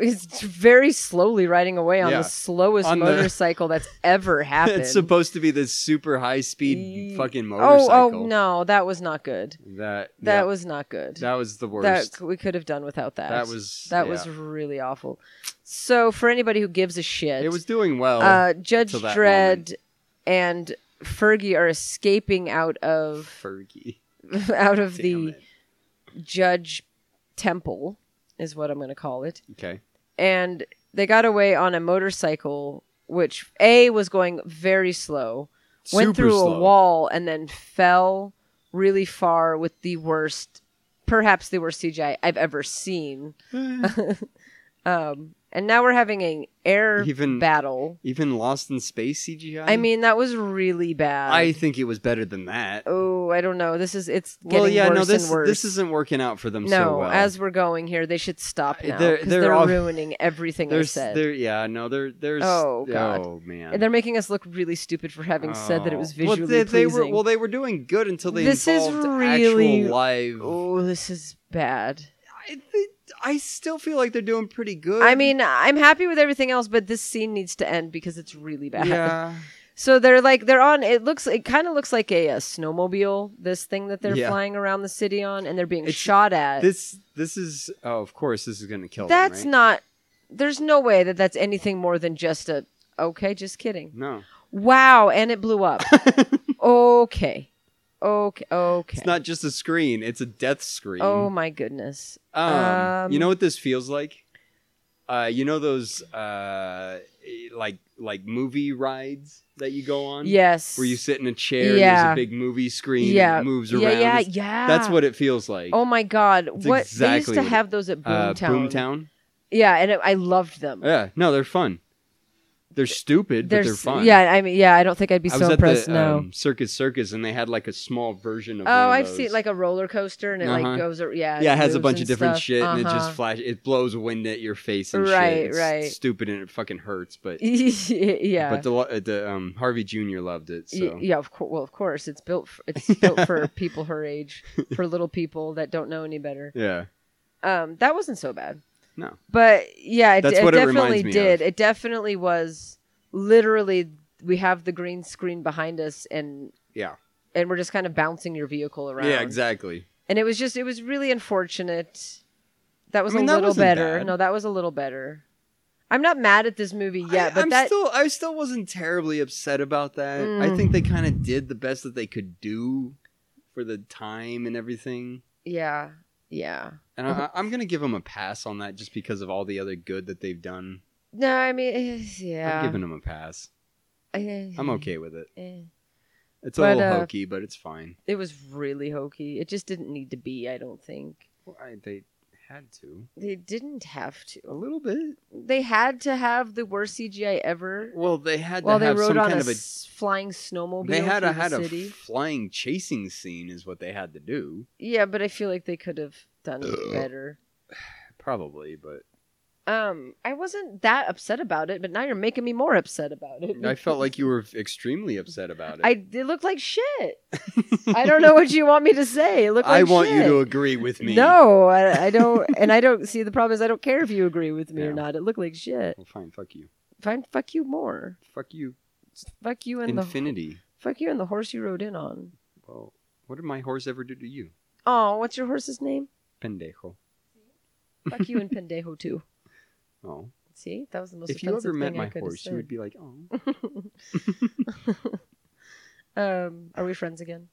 Speaker 7: is very slowly riding away on
Speaker 6: Yeah.
Speaker 7: the slowest
Speaker 6: On the-
Speaker 7: motorcycle that's ever
Speaker 6: <laughs>
Speaker 7: happened.
Speaker 6: It's supposed to be this super high speed
Speaker 7: Ye-
Speaker 6: fucking
Speaker 7: oh,
Speaker 6: motorcycle.
Speaker 7: oh no, that was not good.
Speaker 6: That
Speaker 7: That
Speaker 6: yeah,
Speaker 7: was not good.
Speaker 6: that was the worst.
Speaker 7: that we could have done without that.
Speaker 6: That was-
Speaker 7: that
Speaker 6: yeah.
Speaker 7: was really awful. So for anybody who gives a shit,
Speaker 6: it was doing well.
Speaker 7: uh, Judge
Speaker 6: till that
Speaker 7: Dredd
Speaker 6: moment.
Speaker 7: and Fergie are escaping out of
Speaker 6: Fergie.
Speaker 7: <laughs> out of
Speaker 6: Damn
Speaker 7: the
Speaker 6: it.
Speaker 7: Judge Temple, is what I'm going to call it,
Speaker 6: Okay.
Speaker 7: and they got away on a motorcycle, which a was going very slow,
Speaker 6: Super
Speaker 7: went through
Speaker 6: slow.
Speaker 7: a wall, and then fell really far with the worst. Perhaps the worst CGI I've ever seen.
Speaker 6: Eh.
Speaker 7: <laughs> Um, And now we're having an air
Speaker 6: Even-
Speaker 7: battle.
Speaker 6: Even Lost in Space CGI.
Speaker 7: I mean, uh, that was really bad.
Speaker 6: I think it was better than that.
Speaker 7: oh, I don't know. This is it's getting
Speaker 6: well, yeah,
Speaker 7: worse
Speaker 6: no, this
Speaker 7: and worse.
Speaker 6: this isn't working out for them
Speaker 7: no,
Speaker 6: so well.
Speaker 7: as we're going here, they should stop now
Speaker 6: They're-
Speaker 7: because
Speaker 6: they're
Speaker 7: they're,
Speaker 6: ob-
Speaker 7: ruining everything I
Speaker 6: there's
Speaker 7: said.
Speaker 6: there, yeah, no, there, there's,
Speaker 7: Oh, God.
Speaker 6: oh man,
Speaker 7: And they're making us look really stupid for having said that it was
Speaker 6: Oh.
Speaker 7: visually
Speaker 6: well, they, they were,
Speaker 7: pleasing.
Speaker 6: well, they were doing good until they
Speaker 7: This is
Speaker 6: involved
Speaker 7: really-
Speaker 6: actual live.
Speaker 7: oh, this is bad.
Speaker 6: I- they- I still feel like they're doing pretty good.
Speaker 7: I mean, I'm happy with everything else, but this scene needs to end because it's really bad.
Speaker 6: yeah,
Speaker 7: <laughs> So they're like they're on. It looks it kind of looks like a, uh snowmobile. This thing that they're
Speaker 6: Yeah.
Speaker 7: flying around the city on, and they're being
Speaker 6: It's-
Speaker 7: shot at.
Speaker 6: this this is oh, of course this is gonna kill.
Speaker 7: that's
Speaker 6: them,
Speaker 7: not. There's no way that that's anything more than just a. Okay, just kidding.
Speaker 6: not no.
Speaker 7: Wow, and it
Speaker 6: <laughs>
Speaker 7: blew up. okay, okay, okay.
Speaker 6: It's not just a screen; it's a death screen.
Speaker 7: oh my goodness.
Speaker 6: Um, you
Speaker 7: Um,
Speaker 6: know what this feels like? Uh, you know those uh, like like movie rides that you go on?
Speaker 7: Yes.
Speaker 6: Where you sit in a chair and there's
Speaker 7: Yeah.
Speaker 6: a big movie screen
Speaker 7: Yeah.
Speaker 6: that moves
Speaker 7: yeah,
Speaker 6: around.
Speaker 7: yeah,
Speaker 6: It's-
Speaker 7: yeah.
Speaker 6: That's what it feels like.
Speaker 7: Oh my God! What
Speaker 6: exactly
Speaker 7: they
Speaker 6: what
Speaker 7: used
Speaker 6: it-
Speaker 7: to have those at
Speaker 6: Uh,
Speaker 7: Boomtown.
Speaker 6: Boomtown.
Speaker 7: Yeah, and it, I loved them.
Speaker 6: Yeah, no, they're fun. They're stupid, but they're
Speaker 7: There's-
Speaker 6: fun.
Speaker 7: Yeah, I mean, yeah, I don't think I'd be
Speaker 6: I
Speaker 7: so
Speaker 6: was at
Speaker 7: impressed
Speaker 6: the
Speaker 7: now.
Speaker 6: um, Circus Circus, and they had like a small version of. one
Speaker 7: oh,
Speaker 6: of
Speaker 7: I've
Speaker 6: those.
Speaker 7: seen like a roller coaster, and it
Speaker 6: Uh-huh.
Speaker 7: like goes, ar- yeah,
Speaker 6: yeah, it has a
Speaker 7: moves
Speaker 6: bunch
Speaker 7: and
Speaker 6: of different
Speaker 7: stuff.
Speaker 6: shit, and it just
Speaker 7: Uh-huh.
Speaker 6: flash. It blows wind at your face and
Speaker 7: Right,
Speaker 6: shit. It's
Speaker 7: right.
Speaker 6: Stupid, and it fucking hurts, but
Speaker 7: <laughs> yeah,
Speaker 6: But the lo- uh, the um, Harvey Jr. loved it.
Speaker 7: Y-
Speaker 6: So
Speaker 7: yeah, of course. Well, of course, it's built. For, it's
Speaker 6: <laughs>
Speaker 7: built for people her age, for little people that don't know any better.
Speaker 6: yeah,
Speaker 7: Um, that wasn't so bad.
Speaker 6: No.
Speaker 7: But yeah, it,
Speaker 6: That's
Speaker 7: it
Speaker 6: what it reminds
Speaker 7: definitely
Speaker 6: me
Speaker 7: did.
Speaker 6: of.
Speaker 7: It definitely was literally we have the green screen behind us and
Speaker 6: Yeah.
Speaker 7: And we're just kind of bouncing your vehicle around.
Speaker 6: yeah, exactly.
Speaker 7: And it was just it was really unfortunate. That was
Speaker 6: I mean,
Speaker 7: a
Speaker 6: that
Speaker 7: little
Speaker 6: wasn't
Speaker 7: better.
Speaker 6: bad.
Speaker 7: No, that was a little better. I'm not mad at this movie yet,
Speaker 6: I,
Speaker 7: but
Speaker 6: am
Speaker 7: that
Speaker 6: still I still wasn't terribly upset about that. I
Speaker 7: Mm.
Speaker 6: think they kind of did the best that they could do for the time and everything.
Speaker 7: yeah. Yeah.
Speaker 6: And I,
Speaker 7: Uh-huh.
Speaker 6: I- I'm gonna give them a pass on that just because of all the other good that they've done.
Speaker 7: No, I mean eh,
Speaker 6: I'm
Speaker 7: yeah.
Speaker 6: giving them a pass.
Speaker 7: Eh,
Speaker 6: I'm okay with it.
Speaker 7: eh.
Speaker 6: It's a
Speaker 7: But,
Speaker 6: little
Speaker 7: uh,
Speaker 6: hokey, but it's fine.
Speaker 7: It was really hokey. It just didn't need to be, I don't think.
Speaker 6: Well, I, they had to
Speaker 7: They didn't have to.
Speaker 6: a little bit.
Speaker 7: they had to have the worst CGI ever.
Speaker 6: Well, they had
Speaker 7: While
Speaker 6: to
Speaker 7: they
Speaker 6: have
Speaker 7: rode
Speaker 6: some
Speaker 7: on
Speaker 6: kind
Speaker 7: a,
Speaker 6: of a
Speaker 7: s- flying snowmobile
Speaker 6: they had
Speaker 7: through
Speaker 6: a, had
Speaker 7: the
Speaker 6: a
Speaker 7: city.
Speaker 6: flying chasing scene is what they had to do
Speaker 7: yeah, but I feel like they could have done better.
Speaker 6: probably but
Speaker 7: Um, I wasn't that upset about it, but now you're making me more upset about it.
Speaker 6: I felt like you were extremely upset about it.
Speaker 7: <laughs> I it looked
Speaker 6: <laughs>
Speaker 7: like shit. I don't know what you want me to say. It looked
Speaker 6: I
Speaker 7: like
Speaker 6: want you
Speaker 7: shit.
Speaker 6: to agree with me.
Speaker 7: No, I, I don't, and I don't see the problem is I don't care if you agree with me
Speaker 6: Yeah.
Speaker 7: or not. It looked like shit.
Speaker 6: Well, fine. Fuck you.
Speaker 7: Fine, fuck you more.
Speaker 6: Fuck you.
Speaker 7: Fuck you and
Speaker 6: Infinity.
Speaker 7: the fuck you and the horse you rode in on.
Speaker 6: Well, what did my horse ever do to you,
Speaker 7: Oh, what's your horse's name?
Speaker 6: pendejo?
Speaker 7: Fuck <laughs> you and pendejo too.
Speaker 6: Oh,
Speaker 7: See, that was the most.
Speaker 6: if you ever
Speaker 7: offensive
Speaker 6: met
Speaker 7: thing I
Speaker 6: my
Speaker 7: could have
Speaker 6: horse, you
Speaker 7: said.
Speaker 6: would be like,
Speaker 7: <laughs>
Speaker 6: oh.
Speaker 7: Um, are we friends again?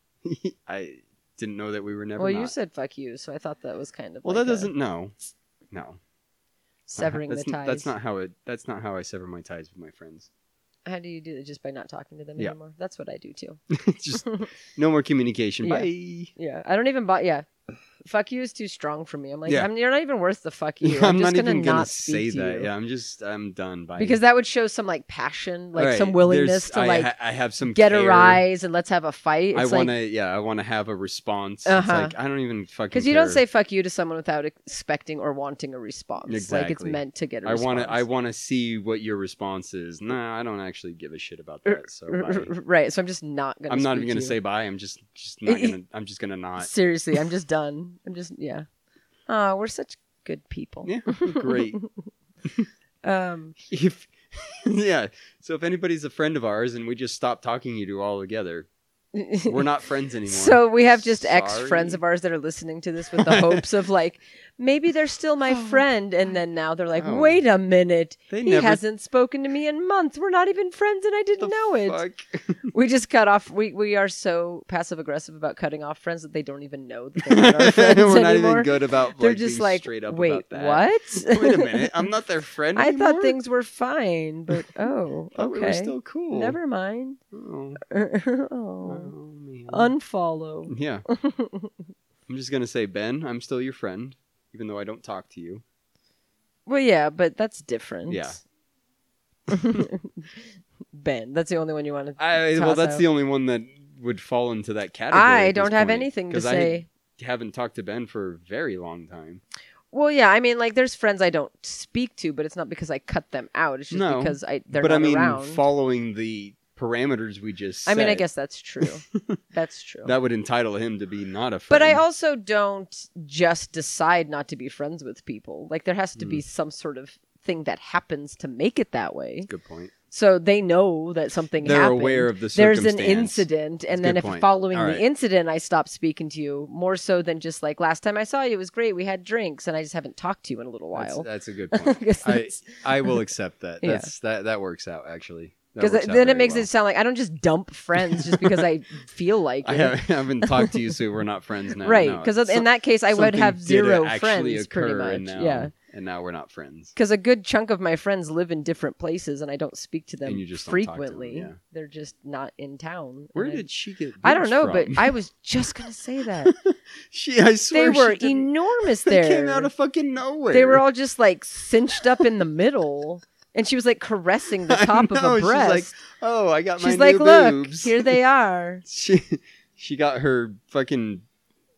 Speaker 6: I didn't know that we were never.
Speaker 7: well, you
Speaker 6: not.
Speaker 7: said fuck you, so I thought that was kind of.
Speaker 6: Well,
Speaker 7: like
Speaker 6: that
Speaker 7: a
Speaker 6: doesn't. <laughs> No, no.
Speaker 7: severing
Speaker 6: that's
Speaker 7: the
Speaker 6: n-
Speaker 7: ties.
Speaker 6: That's not how it. That's not how I sever my ties with my friends.
Speaker 7: How do you do that? Just by not talking to them
Speaker 6: Yeah.
Speaker 7: anymore. That's what I do too.
Speaker 6: It's <laughs>
Speaker 7: <laughs>
Speaker 6: Just no more communication.
Speaker 7: Yeah.
Speaker 6: Bye.
Speaker 7: Yeah, I don't even. buy. yeah, fuck you is too strong for me. I'm like,
Speaker 6: Yeah.
Speaker 7: I'm, you're not even worth the fuck you.
Speaker 6: <laughs> I'm, not
Speaker 7: just
Speaker 6: even
Speaker 7: gonna
Speaker 6: gonna
Speaker 7: not
Speaker 6: say
Speaker 7: speak to
Speaker 6: that.
Speaker 7: you.
Speaker 6: Yeah, I'm just. I'm done. Bye.
Speaker 7: Because that would show some like passion, like
Speaker 6: Right,
Speaker 7: some
Speaker 6: there's-
Speaker 7: willingness to
Speaker 6: I
Speaker 7: like
Speaker 6: ha- I have some
Speaker 7: get a
Speaker 6: care.
Speaker 7: rise and let's have a fight. It's
Speaker 6: I want
Speaker 7: like
Speaker 6: to, yeah, I want to have a response.
Speaker 7: Uh-huh.
Speaker 6: It's like I don't even fucking
Speaker 7: because you don't
Speaker 6: care.
Speaker 7: say fuck you to someone without expecting or wanting a response. Like it's
Speaker 6: Exactly.
Speaker 7: meant to get a
Speaker 6: I
Speaker 7: response.
Speaker 6: want to. I want to see what your response is. Nah, I don't actually give a shit about that. So bye.
Speaker 7: right. So I'm just not gonna.
Speaker 6: I'm not
Speaker 7: speak
Speaker 6: even gonna
Speaker 7: to you.
Speaker 6: say bye. I'm just, just not
Speaker 7: <laughs>
Speaker 6: gonna. I'm just gonna not.
Speaker 7: Seriously,
Speaker 6: <laughs>
Speaker 7: I'm just done. I'm just yeah. Oh, we're such good people. <laughs>
Speaker 6: Yeah, great.
Speaker 7: Um.
Speaker 6: If <laughs> yeah, so if anybody's a friend of ours and we just stop talking to you all together,
Speaker 7: <laughs>
Speaker 6: we're not friends anymore.
Speaker 7: So we have just ex friends
Speaker 6: Sorry.
Speaker 7: of ours that are listening to this with
Speaker 6: <laughs>
Speaker 7: the hopes of like maybe they're
Speaker 6: <sighs>
Speaker 7: still my friend, and then now they're like,
Speaker 6: Oh.
Speaker 7: wait a minute,
Speaker 6: They
Speaker 7: he
Speaker 6: never-
Speaker 7: hasn't spoken to me in months. We're not even friends, and I
Speaker 6: The
Speaker 7: didn't know it.
Speaker 6: fuck?
Speaker 7: We just cut off. We we are so passive aggressive about cutting off friends that they don't even know that <laughs> they're not our friends
Speaker 6: <laughs> We're not
Speaker 7: anymore.
Speaker 6: even good about.
Speaker 7: they're
Speaker 6: like,
Speaker 7: just
Speaker 6: being
Speaker 7: like,
Speaker 6: straight up
Speaker 7: wait,
Speaker 6: about that. <laughs>
Speaker 7: what?
Speaker 6: Wait a
Speaker 7: <laughs>
Speaker 6: minute, I'm not their friend.
Speaker 7: I
Speaker 6: anymore?
Speaker 7: thought things were fine, but <laughs> oh,
Speaker 6: Thought we
Speaker 7: okay.
Speaker 6: were still cool.
Speaker 7: Never mind. <laughs>
Speaker 6: Oh.
Speaker 7: oh.
Speaker 6: Oh, man.
Speaker 7: Unfollow. <laughs>
Speaker 6: yeah. I'm just gonna say, Ben, I'm still your friend, even though I don't talk to you.
Speaker 7: Well, yeah, but that's different.
Speaker 6: Yeah.
Speaker 7: <laughs> ben, that's the only one you want to.
Speaker 6: I well,
Speaker 7: toss
Speaker 6: that's
Speaker 7: out.
Speaker 6: the only one that would fall into that category.
Speaker 7: I
Speaker 6: at this
Speaker 7: don't have
Speaker 6: point,
Speaker 7: anything to
Speaker 6: 'cause I
Speaker 7: say.
Speaker 6: haven't talked to Ben for a very long time.
Speaker 7: Well, yeah, I mean, like, there's friends I don't speak to, but it's not because I cut them out. It's just
Speaker 6: No,
Speaker 7: because I they're
Speaker 6: but
Speaker 7: not
Speaker 6: I mean,
Speaker 7: around.
Speaker 6: following the parameters we just.
Speaker 7: I mean, I
Speaker 6: set,
Speaker 7: guess that's
Speaker 6: <laughs>
Speaker 7: true. that's true.
Speaker 6: that would entitle him to be not a friend.
Speaker 7: but I also don't just decide not to be friends with people. Like there has to
Speaker 6: Hmm.
Speaker 7: be some sort of thing that happens to make it that way.
Speaker 6: good point.
Speaker 7: So they know that something
Speaker 6: They're
Speaker 7: happened.
Speaker 6: aware of the
Speaker 7: There's an
Speaker 6: circumstance.
Speaker 7: incident,
Speaker 6: a
Speaker 7: and then
Speaker 6: good
Speaker 7: if
Speaker 6: point.
Speaker 7: following
Speaker 6: All
Speaker 7: the
Speaker 6: right.
Speaker 7: incident, I stop speaking to you more so than just like last time I saw you it was great. We had drinks, and I just haven't talked to you in a little
Speaker 6: That's,
Speaker 7: while.
Speaker 6: that's a good
Speaker 7: <laughs> I
Speaker 6: point.
Speaker 7: guess
Speaker 6: I,
Speaker 7: that's-
Speaker 6: I
Speaker 7: <laughs>
Speaker 6: will accept that.
Speaker 7: Yeah.
Speaker 6: That's that that works out actually. That
Speaker 7: Because
Speaker 6: works out
Speaker 7: then
Speaker 6: very
Speaker 7: it makes
Speaker 6: well.
Speaker 7: it sound like I don't just dump friends just because I feel like
Speaker 6: <laughs>
Speaker 7: it.
Speaker 6: I haven't, haven't talked to you, so we're not friends now.
Speaker 7: right
Speaker 6: No,
Speaker 7: because
Speaker 6: so-
Speaker 7: in that case i would
Speaker 6: something
Speaker 7: have
Speaker 6: did
Speaker 7: zero
Speaker 6: actually
Speaker 7: friends pretty
Speaker 6: occur,
Speaker 7: much
Speaker 6: And now,
Speaker 7: yeah
Speaker 6: and now we're not friends.
Speaker 7: because a good chunk of my friends live in different places and i don't speak to them
Speaker 6: And you just don't talk to them,
Speaker 7: frequently
Speaker 6: yeah.
Speaker 7: they're just not in town and
Speaker 6: Where
Speaker 7: I-
Speaker 6: did she get?
Speaker 7: I don't
Speaker 6: boobs
Speaker 7: know, but
Speaker 6: from? <laughs>
Speaker 7: I was just gonna say that
Speaker 6: she. I
Speaker 7: they
Speaker 6: swear she
Speaker 7: were
Speaker 6: didn't-
Speaker 7: enormous
Speaker 6: They
Speaker 7: there.
Speaker 6: came out of fucking nowhere.
Speaker 7: They were all just like cinched up in the middle, and she was like caressing the
Speaker 6: <laughs> I
Speaker 7: top of
Speaker 6: know,
Speaker 7: her breast.
Speaker 6: She's like, oh, I got
Speaker 7: She's
Speaker 6: my
Speaker 7: like,
Speaker 6: new
Speaker 7: look,
Speaker 6: boobs.
Speaker 7: here they are.
Speaker 6: <laughs> she she got her fucking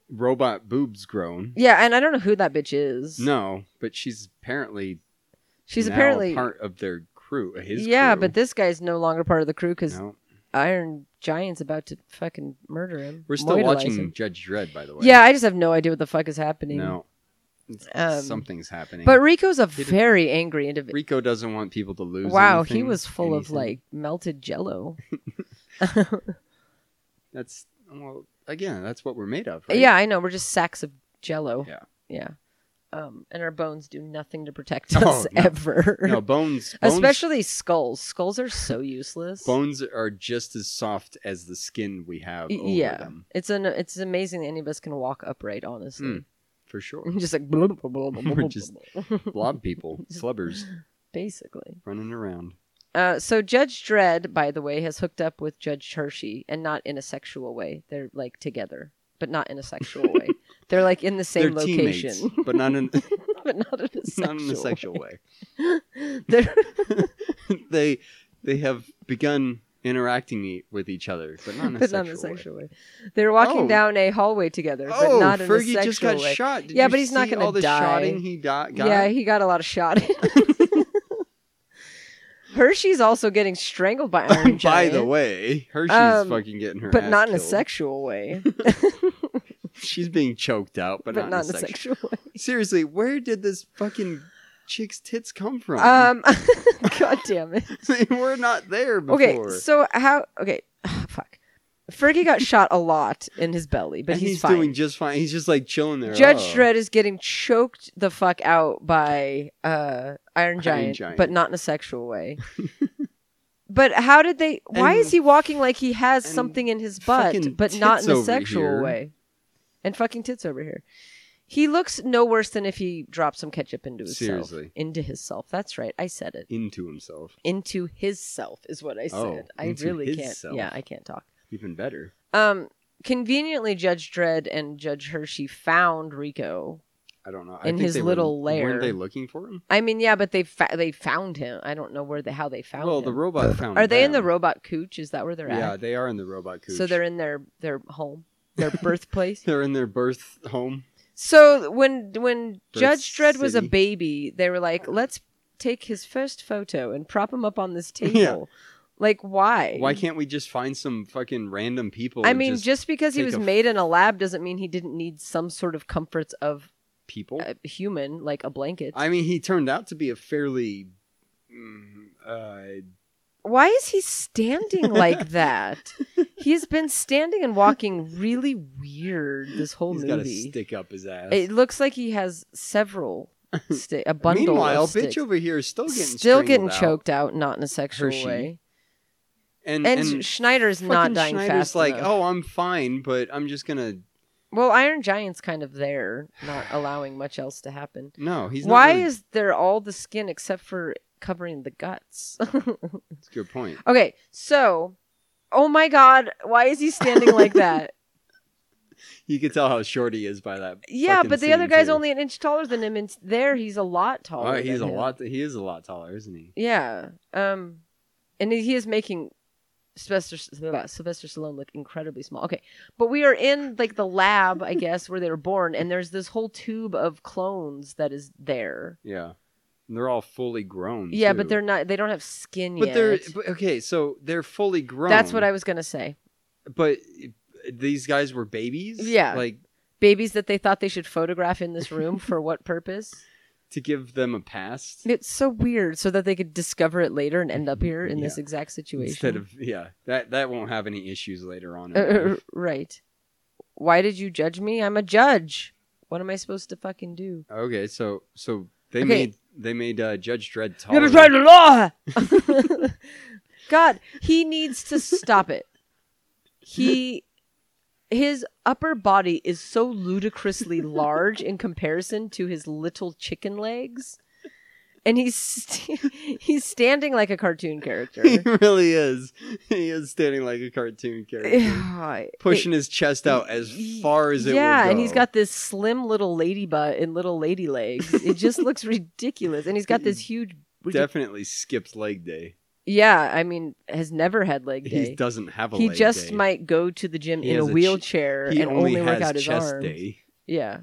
Speaker 6: robot boobs grown.
Speaker 7: Yeah, and I don't know who that bitch is.
Speaker 6: No, but she's apparently
Speaker 7: she's
Speaker 6: now
Speaker 7: apparently
Speaker 6: part of their crew. uh, His
Speaker 7: yeah,
Speaker 6: crew.
Speaker 7: but this guy's no longer part of the crew because
Speaker 6: no.
Speaker 7: Iron Giant's about to fucking murder him.
Speaker 6: we're still
Speaker 7: Moidalize
Speaker 6: watching
Speaker 7: him.
Speaker 6: Judge Dredd, by the way.
Speaker 7: Yeah, I just have no idea what the fuck is happening.
Speaker 6: no,
Speaker 7: Um,
Speaker 6: something's happening.
Speaker 7: But Rico's a
Speaker 6: didn't-
Speaker 7: very angry individual.
Speaker 6: Rico doesn't want people to lose.
Speaker 7: Wow, he
Speaker 6: anything-
Speaker 7: was full of
Speaker 6: anything.
Speaker 7: like melted jello.
Speaker 6: that's well again that's what we're made of. Right?
Speaker 7: Yeah, I know. We're just sacks of jello.
Speaker 6: Yeah.
Speaker 7: Yeah. Um, and our bones do nothing to protect
Speaker 6: <laughs> Oh,
Speaker 7: us
Speaker 6: no.
Speaker 7: ever. <laughs>
Speaker 6: No bones. bones
Speaker 7: Especially skulls. Skulls are so useless.
Speaker 6: bones are just as soft as the skin we have
Speaker 7: Y-
Speaker 6: over
Speaker 7: yeah.
Speaker 6: them
Speaker 7: It's an it's amazing that any of us can walk upright, honestly.
Speaker 6: for
Speaker 7: <laughs>
Speaker 6: sure.
Speaker 7: Just like blah, blah, blah, blah,
Speaker 6: Hmm. <laughs> We're
Speaker 7: blah,
Speaker 6: just-
Speaker 7: blah,
Speaker 6: Blob people, slubbers
Speaker 7: basically.
Speaker 6: running around.
Speaker 7: Uh, so Judge Dredd, by the way, has hooked up with Judge Hershey, and not in a sexual way. They're like together, but not in a sexual
Speaker 6: <laughs>
Speaker 7: way. They're like in the
Speaker 6: They're
Speaker 7: same
Speaker 6: teammates,
Speaker 7: location, <laughs>
Speaker 6: but not in <laughs>
Speaker 7: but not in a sexual.
Speaker 6: not in a sexual way.
Speaker 7: way. <laughs> They're-
Speaker 6: they they have begun interacting with each other, but not in <laughs> a
Speaker 7: but
Speaker 6: sexual,
Speaker 7: not in a
Speaker 6: way.
Speaker 7: sexual way. They're walking
Speaker 6: Oh.
Speaker 7: down a hallway together, but
Speaker 6: Oh,
Speaker 7: not in a
Speaker 6: Fergie
Speaker 7: sexual
Speaker 6: just got
Speaker 7: way.
Speaker 6: shot. Did
Speaker 7: Yeah,
Speaker 6: you
Speaker 7: but he's not
Speaker 6: see
Speaker 7: gonna
Speaker 6: all the
Speaker 7: die.
Speaker 6: shotting he got. got?
Speaker 7: Yeah, he got a lot
Speaker 6: <laughs>
Speaker 7: of shot. <laughs> Hershey's also getting strangled by Iron
Speaker 6: <laughs>
Speaker 7: Giant.
Speaker 6: By the way, Hershey's
Speaker 7: Um,
Speaker 6: fucking getting her
Speaker 7: but
Speaker 6: ass
Speaker 7: not in a
Speaker 6: killed.
Speaker 7: sexual
Speaker 6: <laughs>
Speaker 7: way.
Speaker 6: She's being choked out, but,
Speaker 7: but
Speaker 6: not in a sexual.
Speaker 7: sexual
Speaker 6: <laughs>
Speaker 7: way.
Speaker 6: Seriously, where did this fucking chick's tits come from?
Speaker 7: Um, <laughs> God damn it.
Speaker 6: <laughs> they were not there before.
Speaker 7: Okay, so how? Okay, <sighs> fuck. Fergie got shot a lot in his belly, but
Speaker 6: and
Speaker 7: he's,
Speaker 6: he's,
Speaker 7: fine.
Speaker 6: doing just fine. He's just like chilling there.
Speaker 7: Judge
Speaker 6: Oh.
Speaker 7: Dredd is getting choked the fuck out by uh, Iron, Giant,
Speaker 6: Giant.
Speaker 7: but not in a sexual way. <laughs> but how did they? Why
Speaker 6: And-
Speaker 7: is he walking like he has
Speaker 6: and
Speaker 7: something in his butt,
Speaker 6: fucking
Speaker 7: but not
Speaker 6: tits
Speaker 7: in a
Speaker 6: over
Speaker 7: sexual
Speaker 6: here.
Speaker 7: way? And fucking tits over here. He looks no worse than if he dropped some ketchup into his
Speaker 6: Seriously.
Speaker 7: into his self. That's right, I said it.
Speaker 6: into himself.
Speaker 7: Into his self is what I said.
Speaker 6: Oh,
Speaker 7: I
Speaker 6: into
Speaker 7: really
Speaker 6: his
Speaker 7: can't.
Speaker 6: self.
Speaker 7: Yeah, I can't talk.
Speaker 6: Even better.
Speaker 7: Um, conveniently, Judge Dredd and Judge Hershey found Rico
Speaker 6: I don't know. I
Speaker 7: In
Speaker 6: think
Speaker 7: his
Speaker 6: they were-
Speaker 7: little lair.
Speaker 6: Weren't they looking for him?
Speaker 7: I mean, yeah, but they fa- they found him. I don't know where the how they found
Speaker 6: Well,
Speaker 7: him.
Speaker 6: the robot found.
Speaker 7: Are they in the
Speaker 6: them.
Speaker 7: robot cooch? Is that where they're
Speaker 6: Yeah,
Speaker 7: at?
Speaker 6: they are in the robot cooch.
Speaker 7: So they're in their their home,
Speaker 6: <laughs>
Speaker 7: their birthplace.
Speaker 6: they're in their birth home.
Speaker 7: So when when
Speaker 6: Birth
Speaker 7: Judge Dredd was a
Speaker 6: city.
Speaker 7: baby, they were like, "Let's take his first photo and prop him up on this
Speaker 6: Yeah.
Speaker 7: table." Like, why?
Speaker 6: Why can't we just find some fucking random people?
Speaker 7: I
Speaker 6: and
Speaker 7: mean, just, because he
Speaker 6: take
Speaker 7: was
Speaker 6: a f-
Speaker 7: made in a lab doesn't mean he didn't need some sort of comforts of
Speaker 6: people.
Speaker 7: a human, like a blanket.
Speaker 6: I mean, he turned out to be a fairly. mm, Uh,
Speaker 7: Why is he standing
Speaker 6: <laughs>
Speaker 7: like that? He's been standing and walking really weird this whole
Speaker 6: he's got a
Speaker 7: movie.
Speaker 6: stick up his ass.
Speaker 7: It looks like he has several sti- a bundle
Speaker 6: Meanwhile,
Speaker 7: of sticks.
Speaker 6: bitch over here is still getting
Speaker 7: Still getting
Speaker 6: strangled out.
Speaker 7: choked out, not in a sexual
Speaker 6: Hershey.
Speaker 7: way.
Speaker 6: and
Speaker 7: And,
Speaker 6: and
Speaker 7: Schneider's not
Speaker 6: fucking
Speaker 7: dying
Speaker 6: Schneider's
Speaker 7: fast
Speaker 6: like,
Speaker 7: enough.
Speaker 6: oh, I'm fine, but I'm just gonna
Speaker 7: Well, Iron Giant's kind of there,
Speaker 6: <sighs>
Speaker 7: not allowing much else to happen.
Speaker 6: no. He's not
Speaker 7: Why
Speaker 6: really-
Speaker 7: is there all the skin except for covering the guts? <laughs>
Speaker 6: That's a good point.
Speaker 7: okay, so, oh my god, why is he standing
Speaker 6: <laughs>
Speaker 7: like that?
Speaker 6: You can tell how short he is by that.
Speaker 7: Yeah,
Speaker 6: fucking
Speaker 7: but the other
Speaker 6: scene,
Speaker 7: guy's
Speaker 6: too.
Speaker 7: only an inch taller than him, and there he's a lot taller.
Speaker 6: Oh, he's a
Speaker 7: than him.
Speaker 6: lot. He is a lot taller, isn't he?
Speaker 7: Yeah. Um, and he is making Sylvester Sylvester Stallone look incredibly small. Okay, but we are in like the lab, I guess, where they were born, and there's this whole tube of clones that is there,
Speaker 6: Yeah. And they're all fully grown.
Speaker 7: Yeah,
Speaker 6: too.
Speaker 7: but they're not. They don't have skin
Speaker 6: But
Speaker 7: yet.
Speaker 6: they're but, okay. So they're fully grown.
Speaker 7: That's what I was gonna say.
Speaker 6: But uh, these guys were babies.
Speaker 7: Yeah.
Speaker 6: Like
Speaker 7: Babies that they thought they should photograph in this room for what purpose?
Speaker 6: to give them a pass
Speaker 7: <laughs> It's so weird, so that they could discover it later and end up here in this
Speaker 6: Yeah.
Speaker 7: exact situation.
Speaker 6: instead of yeah. That that won't have any issues later on.
Speaker 7: Uh,
Speaker 6: in
Speaker 7: uh, <laughs>
Speaker 6: life.
Speaker 7: right. Why did you judge me? I'm a judge. What am I supposed to fucking do?
Speaker 6: okay. So so they
Speaker 7: Okay.
Speaker 6: made they made uh, Judge Dredd taller.
Speaker 7: Never tried the law. <laughs> God, he needs to stop it. He, his upper body is so ludicrously large in comparison to his little chicken legs, and he's st- <laughs> he's standing like a
Speaker 6: <laughs>
Speaker 7: cartoon
Speaker 6: he
Speaker 7: <laughs> character. <sighs>
Speaker 6: really is. He is standing like a cartoon
Speaker 7: <laughs>
Speaker 6: character,
Speaker 7: Yeah, it-
Speaker 6: pushing his chest out as far as it
Speaker 7: yeah,
Speaker 6: will go.
Speaker 7: and he's got this slim little lady butt and little lady legs. It
Speaker 6: <laughs>
Speaker 7: just looks ridiculous, and he's got this huge.
Speaker 6: definitely skipped leg day.
Speaker 7: yeah, I mean, has never had leg day.
Speaker 6: He doesn't have a
Speaker 7: he
Speaker 6: leg
Speaker 7: just
Speaker 6: day.
Speaker 7: might go to the gym
Speaker 6: He
Speaker 7: in a
Speaker 6: has a ch-
Speaker 7: wheelchair
Speaker 6: He
Speaker 7: and only, work
Speaker 6: has
Speaker 7: out his
Speaker 6: chest
Speaker 7: arm.
Speaker 6: day.
Speaker 7: Yeah,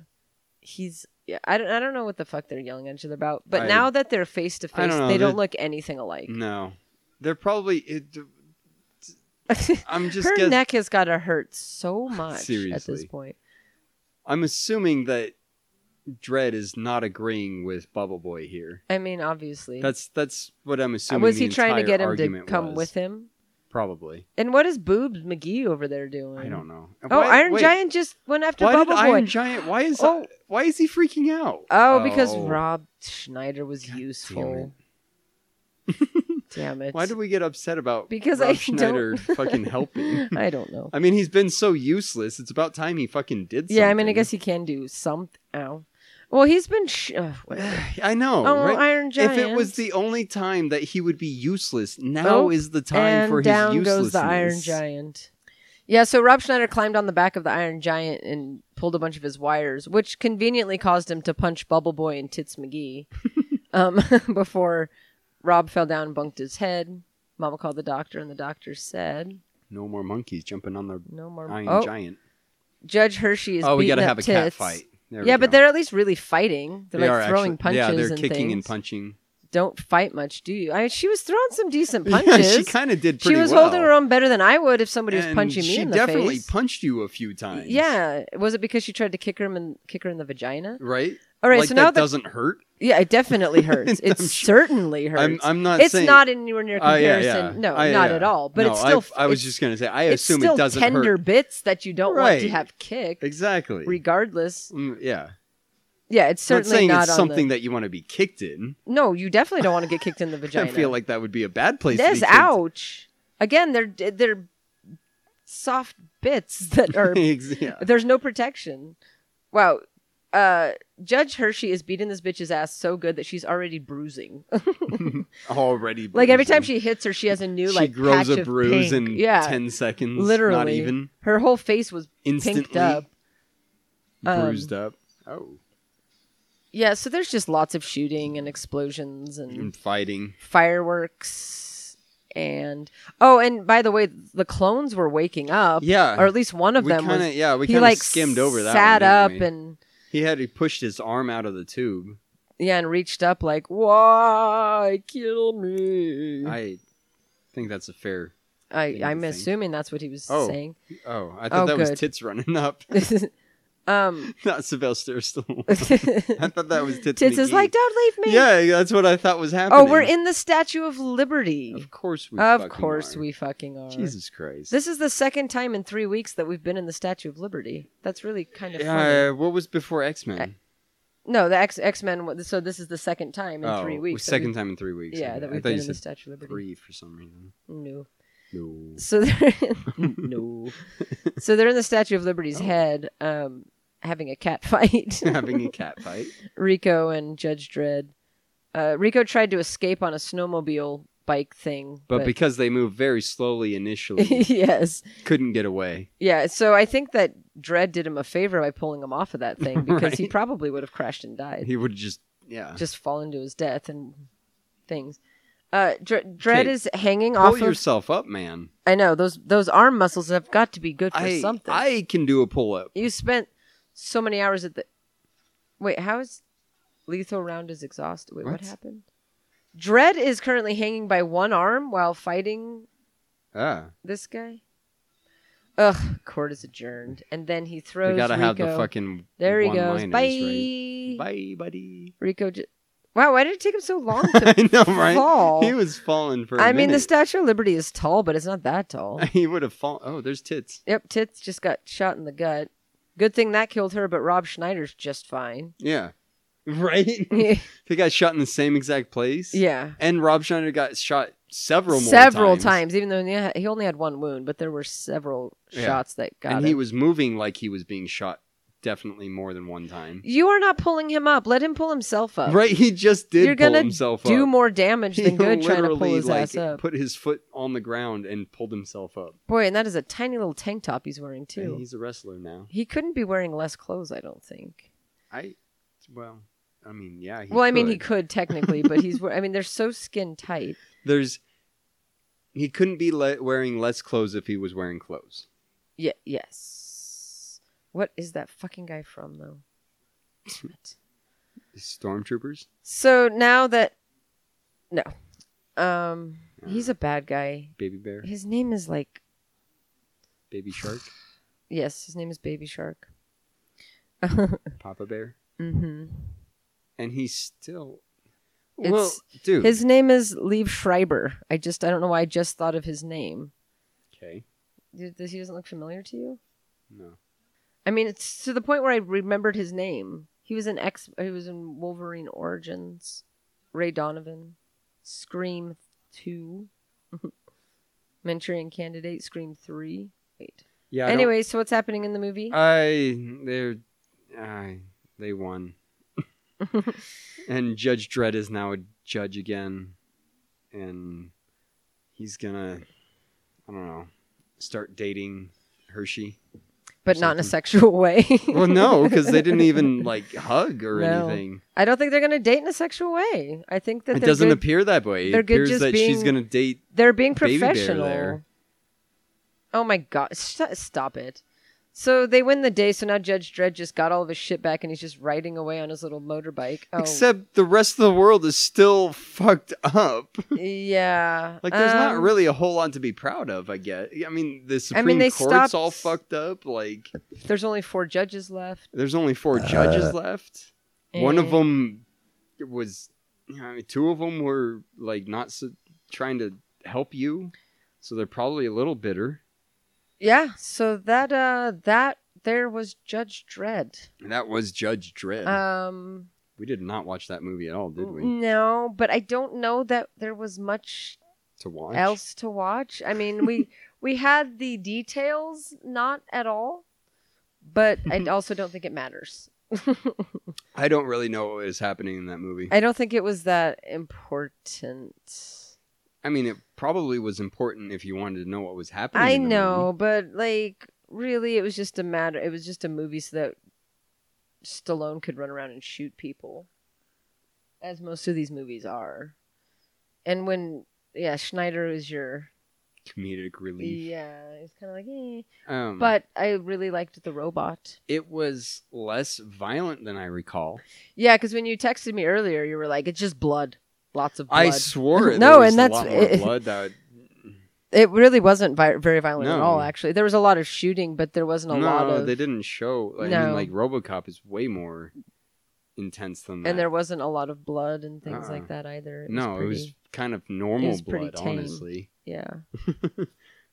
Speaker 7: he's. Yeah, I don't. I don't know what the fuck they're yelling at each other about. But
Speaker 6: I-
Speaker 7: now that they're face to
Speaker 6: I
Speaker 7: face,
Speaker 6: don't know,
Speaker 7: they don't
Speaker 6: they're-
Speaker 7: look anything alike. <laughs>
Speaker 6: No, they're probably. It, I'm just.
Speaker 7: Her
Speaker 6: guess-
Speaker 7: neck has got to hurt so much at this
Speaker 6: Seriously.
Speaker 7: point.
Speaker 6: I'm assuming that Dredd is not agreeing with Bubble Boy here.
Speaker 7: I mean, obviously,
Speaker 6: That's that's what I'm assuming.
Speaker 7: was
Speaker 6: the
Speaker 7: he trying to
Speaker 6: entire
Speaker 7: get him to
Speaker 6: argument
Speaker 7: come
Speaker 6: was.
Speaker 7: with him?
Speaker 6: Probably.
Speaker 7: And what is Boobs McGee over there doing?
Speaker 6: I don't know.
Speaker 7: Oh,
Speaker 6: Why-
Speaker 7: Iron
Speaker 6: wait,
Speaker 7: Giant just went after
Speaker 6: Why
Speaker 7: Bubble
Speaker 6: did
Speaker 7: Boy.
Speaker 6: Iron Giant? Why is
Speaker 7: Oh.
Speaker 6: why is he freaking out?
Speaker 7: Oh, because
Speaker 6: Oh.
Speaker 7: Rob Schneider was useful. <laughs> Damn it.
Speaker 6: Why do we get upset about
Speaker 7: Because
Speaker 6: Rob
Speaker 7: I
Speaker 6: Schneider
Speaker 7: <laughs> don't...
Speaker 6: fucking helping?
Speaker 7: I don't
Speaker 6: <laughs>
Speaker 7: know.
Speaker 6: I mean, he's been so useless. It's about time he fucking did. something.
Speaker 7: Yeah, I mean, I guess he can do something. Ow. Well, he's been. Sh- Ugh, whatever.
Speaker 6: <sighs> I know.
Speaker 7: Oh,
Speaker 6: right?
Speaker 7: Iron
Speaker 6: If it was
Speaker 7: Giant.
Speaker 6: the only time that he would be useless, now
Speaker 7: Oh,
Speaker 6: is the time
Speaker 7: and
Speaker 6: for his
Speaker 7: down
Speaker 6: uselessness.
Speaker 7: goes the Iron Giant. Yeah, so Rob Schneider climbed on the back of the Iron Giant and pulled a bunch of his wires, which conveniently caused him to punch Bubble Boy and Tits
Speaker 6: <laughs>
Speaker 7: McGee um, <laughs> before Rob fell down and bunked his head. Mama called the doctor, and the doctor said,
Speaker 6: No more monkeys jumping on the
Speaker 7: "No more."
Speaker 6: Iron
Speaker 7: oh,
Speaker 6: Giant.
Speaker 7: Judge Hershey is.
Speaker 6: Oh, we
Speaker 7: got
Speaker 6: gotta
Speaker 7: to
Speaker 6: have a
Speaker 7: tits.
Speaker 6: cat fight. There we
Speaker 7: yeah, but
Speaker 6: go.
Speaker 7: they're at least really fighting. They're
Speaker 6: They
Speaker 7: like
Speaker 6: are
Speaker 7: throwing
Speaker 6: actually-
Speaker 7: punches
Speaker 6: Yeah, they're
Speaker 7: and
Speaker 6: kicking
Speaker 7: things.
Speaker 6: and punching.
Speaker 7: Don't fight much, do you? I mean, she was throwing some
Speaker 6: <laughs>
Speaker 7: decent
Speaker 6: Yeah,
Speaker 7: <laughs> punches.
Speaker 6: she kind of did
Speaker 7: She
Speaker 6: pretty
Speaker 7: was
Speaker 6: well.
Speaker 7: holding her own better than I would if somebody was
Speaker 6: And
Speaker 7: punching me
Speaker 6: She
Speaker 7: in the
Speaker 6: definitely
Speaker 7: face.
Speaker 6: punched you a few times.
Speaker 7: Yeah, was it because she tried to kick her and kick her in the vagina?
Speaker 6: Right.
Speaker 7: All right,
Speaker 6: Like
Speaker 7: so
Speaker 6: that
Speaker 7: now that
Speaker 6: doesn't hurt.
Speaker 7: <laughs> yeah, it definitely hurts.
Speaker 6: <laughs>
Speaker 7: It
Speaker 6: I'm
Speaker 7: certainly hurts.
Speaker 6: I'm, I'm not
Speaker 7: it's
Speaker 6: saying.
Speaker 7: not anywhere near
Speaker 6: Oh, yeah,
Speaker 7: comparison.
Speaker 6: yeah.
Speaker 7: No,
Speaker 6: I-
Speaker 7: not
Speaker 6: yeah.
Speaker 7: at all. But
Speaker 6: No,
Speaker 7: it's still.
Speaker 6: I, I was
Speaker 7: it's-
Speaker 6: just gonna say. I
Speaker 7: it's
Speaker 6: assume
Speaker 7: still
Speaker 6: it doesn't
Speaker 7: tender
Speaker 6: hurt.
Speaker 7: bits that you don't want to
Speaker 6: Right.
Speaker 7: have kicked,
Speaker 6: Exactly.
Speaker 7: regardless.
Speaker 6: Mm, yeah.
Speaker 7: Yeah, it's
Speaker 6: Not
Speaker 7: certainly
Speaker 6: saying
Speaker 7: not,
Speaker 6: it's
Speaker 7: on
Speaker 6: something
Speaker 7: the,
Speaker 6: that you want to be kicked in.
Speaker 7: No, you definitely don't want to get kicked in the
Speaker 6: <laughs>
Speaker 7: vagina.
Speaker 6: I feel like that would be a bad place. to be
Speaker 7: This
Speaker 6: kicked.
Speaker 7: ouch. Again, they're they're soft bits
Speaker 6: <laughs>
Speaker 7: that are
Speaker 6: Ex- yeah.
Speaker 7: <laughs> There's no protection. Wow. Uh, Judge Hershey is beating this bitch's ass so good that she's already bruising. <laughs>
Speaker 6: Already.
Speaker 7: like every time
Speaker 6: bruising.
Speaker 7: she hits her, she has a new
Speaker 6: she
Speaker 7: like
Speaker 6: grows
Speaker 7: patch
Speaker 6: a
Speaker 7: of
Speaker 6: bruise
Speaker 7: pink.
Speaker 6: in
Speaker 7: yeah,
Speaker 6: ten seconds.
Speaker 7: literally.
Speaker 6: Not even
Speaker 7: Her whole face was pinked
Speaker 6: instantly
Speaker 7: up. Um,
Speaker 6: bruised up. Oh,
Speaker 7: Yeah, so there's just lots of shooting and explosions and
Speaker 6: and fighting.
Speaker 7: fireworks and oh, and by the way, the clones were waking up.
Speaker 6: Yeah.
Speaker 7: or at least one of
Speaker 6: we
Speaker 7: them
Speaker 6: kind
Speaker 7: was.
Speaker 6: of yeah. We
Speaker 7: he
Speaker 6: kind of
Speaker 7: like
Speaker 6: skimmed over that.
Speaker 7: sat
Speaker 6: one,
Speaker 7: up
Speaker 6: didn't we?
Speaker 7: and
Speaker 6: he had he pushed his arm out of the tube.
Speaker 7: yeah, and reached up like, "Why kill me?"
Speaker 6: I think that's a fair.
Speaker 7: I,
Speaker 6: thing to
Speaker 7: I'm
Speaker 6: think.
Speaker 7: assuming that's what he was
Speaker 6: Oh.
Speaker 7: saying.
Speaker 6: Oh, I
Speaker 7: Oh,
Speaker 6: thought that
Speaker 7: good.
Speaker 6: was tits running up,
Speaker 7: <laughs>
Speaker 6: <laughs>
Speaker 7: um, <laughs>
Speaker 6: not Sylvester Stallone.
Speaker 7: Tits
Speaker 6: I thought that was tits.
Speaker 7: is
Speaker 6: McGee.
Speaker 7: like, don't leave me.
Speaker 6: Yeah, that's what I thought was happening.
Speaker 7: oh, we're in the Statue of Liberty.
Speaker 6: Of course we.
Speaker 7: Of
Speaker 6: fucking
Speaker 7: course
Speaker 6: are.
Speaker 7: we fucking are.
Speaker 6: Jesus Christ.
Speaker 7: This is the second time in three weeks that we've been in the Statue of Liberty. That's really kind of funny.
Speaker 6: Uh, what was before X Men?
Speaker 7: No, the X X Men. So this is the second time in
Speaker 6: Oh,
Speaker 7: three weeks. that
Speaker 6: Second
Speaker 7: we've-
Speaker 6: time in three weeks.
Speaker 7: Yeah,
Speaker 6: okay.
Speaker 7: that
Speaker 6: I
Speaker 7: we've
Speaker 6: thought
Speaker 7: been
Speaker 6: you
Speaker 7: in the
Speaker 6: said
Speaker 7: Statue of Liberty.
Speaker 6: three for some reason.
Speaker 7: No.
Speaker 6: No.
Speaker 7: <laughs> So they're
Speaker 6: <laughs>
Speaker 7: no. So they're in the Statue of Liberty's head, um, having a cat <laughs> fight.
Speaker 6: Oh. <laughs> Having a cat fight.
Speaker 7: Rico and Judge Dredd. Uh, Rico tried to escape on a snowmobile bike thing,
Speaker 6: <laughs> But, because they move very slowly
Speaker 7: <laughs>
Speaker 6: initially,
Speaker 7: yes,
Speaker 6: couldn't get away.
Speaker 7: yeah. So I think that Dredd did him a favor by pulling him off of that thing
Speaker 6: <laughs>
Speaker 7: because he
Speaker 6: Right.
Speaker 7: probably would have crashed and died,
Speaker 6: He would just yeah.
Speaker 7: just fallen to his death and things. Uh, Dr- Dredd
Speaker 6: Okay.
Speaker 7: is hanging
Speaker 6: Pull
Speaker 7: off of.
Speaker 6: yourself up, man.
Speaker 7: I know those those arm muscles have got to be good for
Speaker 6: I
Speaker 7: something.
Speaker 6: I can do a pull up.
Speaker 7: You spent so many hours at the. Wait, how is? Lethal Round is exhausted. Wait, what,
Speaker 6: What?
Speaker 7: happened? Dread is currently hanging by one arm while fighting
Speaker 6: Ah,
Speaker 7: this guy. Ugh, court is adjourned. And then he throws.
Speaker 6: they gotta
Speaker 7: Rico.
Speaker 6: have the fucking.
Speaker 7: There he goes.
Speaker 6: one-liners,
Speaker 7: Bye.
Speaker 6: Right? Bye, buddy.
Speaker 7: Rico. J- wow, why did it take him
Speaker 6: <laughs>
Speaker 7: so long to
Speaker 6: I know, right?
Speaker 7: fall?
Speaker 6: He was falling for. I
Speaker 7: I mean, the Statue of Liberty is tall, but it's not
Speaker 6: <laughs>
Speaker 7: that tall.
Speaker 6: he would have fallen. Oh, there's tits.
Speaker 7: yep, Tits just got shot in the gut. Good thing that killed her, but Rob Schneider's just
Speaker 6: <laughs>
Speaker 7: fine.
Speaker 6: Yeah,
Speaker 7: <laughs>
Speaker 6: right.
Speaker 7: yeah,
Speaker 6: He got shot in the same exact place. and Rob Schneider got shot several more
Speaker 7: several
Speaker 6: times.
Speaker 7: times. Even though he had- he only had one wound, but there were several
Speaker 6: Yeah.
Speaker 7: shots that got
Speaker 6: and
Speaker 7: him.
Speaker 6: he was moving like he was being shot definitely more than one time.
Speaker 7: you are not pulling him up. Let him pull himself up.
Speaker 6: Right, he just did
Speaker 7: You're
Speaker 6: pull
Speaker 7: gonna
Speaker 6: himself
Speaker 7: do
Speaker 6: up.
Speaker 7: more
Speaker 6: <laughs>
Speaker 7: damage
Speaker 6: he
Speaker 7: than good trying to pull
Speaker 6: literally,
Speaker 7: his
Speaker 6: like,
Speaker 7: ass up.
Speaker 6: Put his foot on the ground and pulled himself up.
Speaker 7: Boy, and that is a tiny little tank top he's wearing
Speaker 6: And
Speaker 7: too.
Speaker 6: he's a wrestler now.
Speaker 7: He couldn't be wearing less clothes, I don't think.
Speaker 6: I, well, I mean, yeah. He
Speaker 7: well, I mean, he could technically,
Speaker 6: <laughs>
Speaker 7: but he's. wear- I mean, they're so skin tight.
Speaker 6: There's. He couldn't be le- wearing less clothes if he was wearing clothes.
Speaker 7: Yeah. Yes. What is that fucking guy from
Speaker 6: <laughs>
Speaker 7: though? Damn it.
Speaker 6: Stormtroopers.
Speaker 7: So now that, no, um, he's a bad guy.
Speaker 6: Baby bear.
Speaker 7: His name is like
Speaker 6: Baby
Speaker 7: <laughs>
Speaker 6: shark.
Speaker 7: yes, his name is Baby Shark. <laughs>
Speaker 6: Papa bear.
Speaker 7: hmm
Speaker 6: And he's still.
Speaker 7: It's-
Speaker 6: well, dude.
Speaker 7: His name is Liev Schreiber. I just I don't know why I just thought of his name.
Speaker 6: okay.
Speaker 7: Th- Does he doesn't look familiar to you?
Speaker 6: No.
Speaker 7: I mean, it's to the point where I remembered his name. He was in X. He was in Wolverine Origins, Ray Donovan, Scream Two, <laughs> Manchurian Candidate, Scream Three. Wait.
Speaker 6: Yeah. I don't- Uh,
Speaker 7: Anyway, so what's happening in the movie?
Speaker 6: I they're I they
Speaker 7: <laughs>
Speaker 6: won. and Judge Dredd is now a judge again. And he's gonna I don't know, start dating Hershey.
Speaker 7: but not in a sexual <laughs> way.
Speaker 6: Well no, because they didn't even like hug or
Speaker 7: No.
Speaker 6: anything.
Speaker 7: <laughs> I don't think they're gonna date in a sexual way. I think that
Speaker 6: It
Speaker 7: they're
Speaker 6: doesn't
Speaker 7: good-
Speaker 6: appear that way. It
Speaker 7: they're good
Speaker 6: appears
Speaker 7: just
Speaker 6: that she's
Speaker 7: being-
Speaker 6: gonna date
Speaker 7: They're being
Speaker 6: Baby Bear
Speaker 7: professional.
Speaker 6: there.
Speaker 7: Oh my god! St- stop it. So they win the day. So now Judge Dredd just got all of his shit back, and he's just riding away on his little motorbike. Oh,
Speaker 6: Except the rest of the world is still fucked up.
Speaker 7: yeah.
Speaker 6: Like there's not
Speaker 7: Um,
Speaker 6: really a whole lot to be proud of, I guess. I mean the Supreme
Speaker 7: they
Speaker 6: Court's
Speaker 7: stopped-
Speaker 6: all fucked up, like
Speaker 7: There's only four judges left.
Speaker 6: There's only four judges left. One of
Speaker 7: and-
Speaker 6: them was, I mean, two of them were like not so, trying to help you, so they're probably a little bitter.
Speaker 7: Yeah. So that uh that there was Judge Dredd.
Speaker 6: And that was Judge Dredd.
Speaker 7: Um.
Speaker 6: we did not watch that movie at all, did we?
Speaker 7: No, but I don't know that there was much
Speaker 6: to watch.
Speaker 7: else to watch. I mean,
Speaker 6: <laughs>
Speaker 7: we we had the details, not at all, but I
Speaker 6: <laughs>
Speaker 7: also don't think it matters.
Speaker 6: I don't really know what is happening in that movie. I,
Speaker 7: I don't think it was that important.
Speaker 6: mean, it probably was important if you wanted to know what was happening.
Speaker 7: I
Speaker 6: in the
Speaker 7: know, but like really, it was just a matter. It was just a movie so that Stallone could run around and shoot people, as most of these movies are. And when yeah, Schneider is your
Speaker 6: movie. comedic relief.
Speaker 7: yeah, it's kind of like eh.
Speaker 6: Um,
Speaker 7: But I really liked the robot.
Speaker 6: it was less violent than I recall.
Speaker 7: Yeah, because when you texted me earlier, you were like, "It's just blood, lots of blood."
Speaker 6: I swore it.
Speaker 7: <laughs> No,
Speaker 6: there was
Speaker 7: and
Speaker 6: a
Speaker 7: that's-
Speaker 6: lot more
Speaker 7: <laughs> it-
Speaker 6: blood that
Speaker 7: it really wasn't vi- very violent at
Speaker 6: No.
Speaker 7: all. Actually, there was a lot of shooting, but there wasn't a
Speaker 6: no,
Speaker 7: lot of
Speaker 6: they didn't show. I
Speaker 7: No.
Speaker 6: mean, like RoboCop is way more intense than that.
Speaker 7: and there wasn't a lot of blood and things
Speaker 6: Uh-uh.
Speaker 7: like that either. It was
Speaker 6: no, it was
Speaker 7: pretty-
Speaker 6: kind of normal
Speaker 7: was pretty
Speaker 6: blood,
Speaker 7: tame.
Speaker 6: honestly,
Speaker 7: yeah,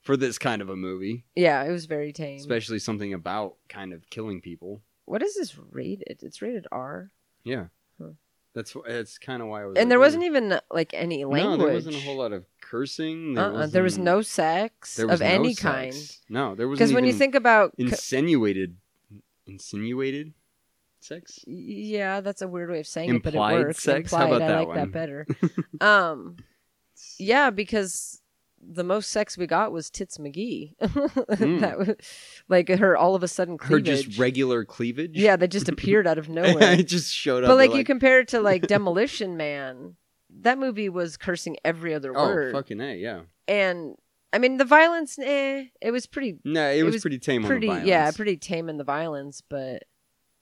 Speaker 6: for this kind of a movie,
Speaker 7: yeah, it was very tame.
Speaker 6: especially something about kind of killing people.
Speaker 7: what is this rated? It's rated R,
Speaker 6: Yeah,
Speaker 7: Huh.
Speaker 6: that's wh- that's kind of why I was.
Speaker 7: and there
Speaker 6: like,
Speaker 7: wasn't even like any language.
Speaker 6: No, there wasn't a whole lot of cursing. There,
Speaker 7: uh-uh. there was
Speaker 6: wasn't-
Speaker 7: no sex
Speaker 6: there was
Speaker 7: of
Speaker 6: no
Speaker 7: any
Speaker 6: sex.
Speaker 7: kind.
Speaker 6: No, there was
Speaker 7: Because when you think about, c-
Speaker 6: insinuated, insinuated sex.
Speaker 7: yeah, that's a weird way of saying it, but
Speaker 6: Implied
Speaker 7: it works.
Speaker 6: sex? How
Speaker 7: Implied,
Speaker 6: about
Speaker 7: I
Speaker 6: that
Speaker 7: like
Speaker 6: one? <laughs>
Speaker 7: that better. um, yeah, because the most sex we got was Tits McGee. <laughs> that was, like her all of a sudden
Speaker 6: Hmm. Her
Speaker 7: cleavage.
Speaker 6: just regular cleavage.
Speaker 7: Yeah, that just
Speaker 6: <laughs>
Speaker 7: appeared out of nowhere.
Speaker 6: it just showed up.
Speaker 7: but
Speaker 6: They're
Speaker 7: like, you compare it to like Demolition Man, that movie was cursing every other
Speaker 6: Oh,
Speaker 7: word,
Speaker 6: fucking a, yeah.
Speaker 7: and I mean the violence, eh, it was pretty,
Speaker 6: No, it, was,
Speaker 7: was
Speaker 6: pretty tame.
Speaker 7: pretty,
Speaker 6: on the
Speaker 7: yeah,
Speaker 6: violence.
Speaker 7: pretty tame in the violence, but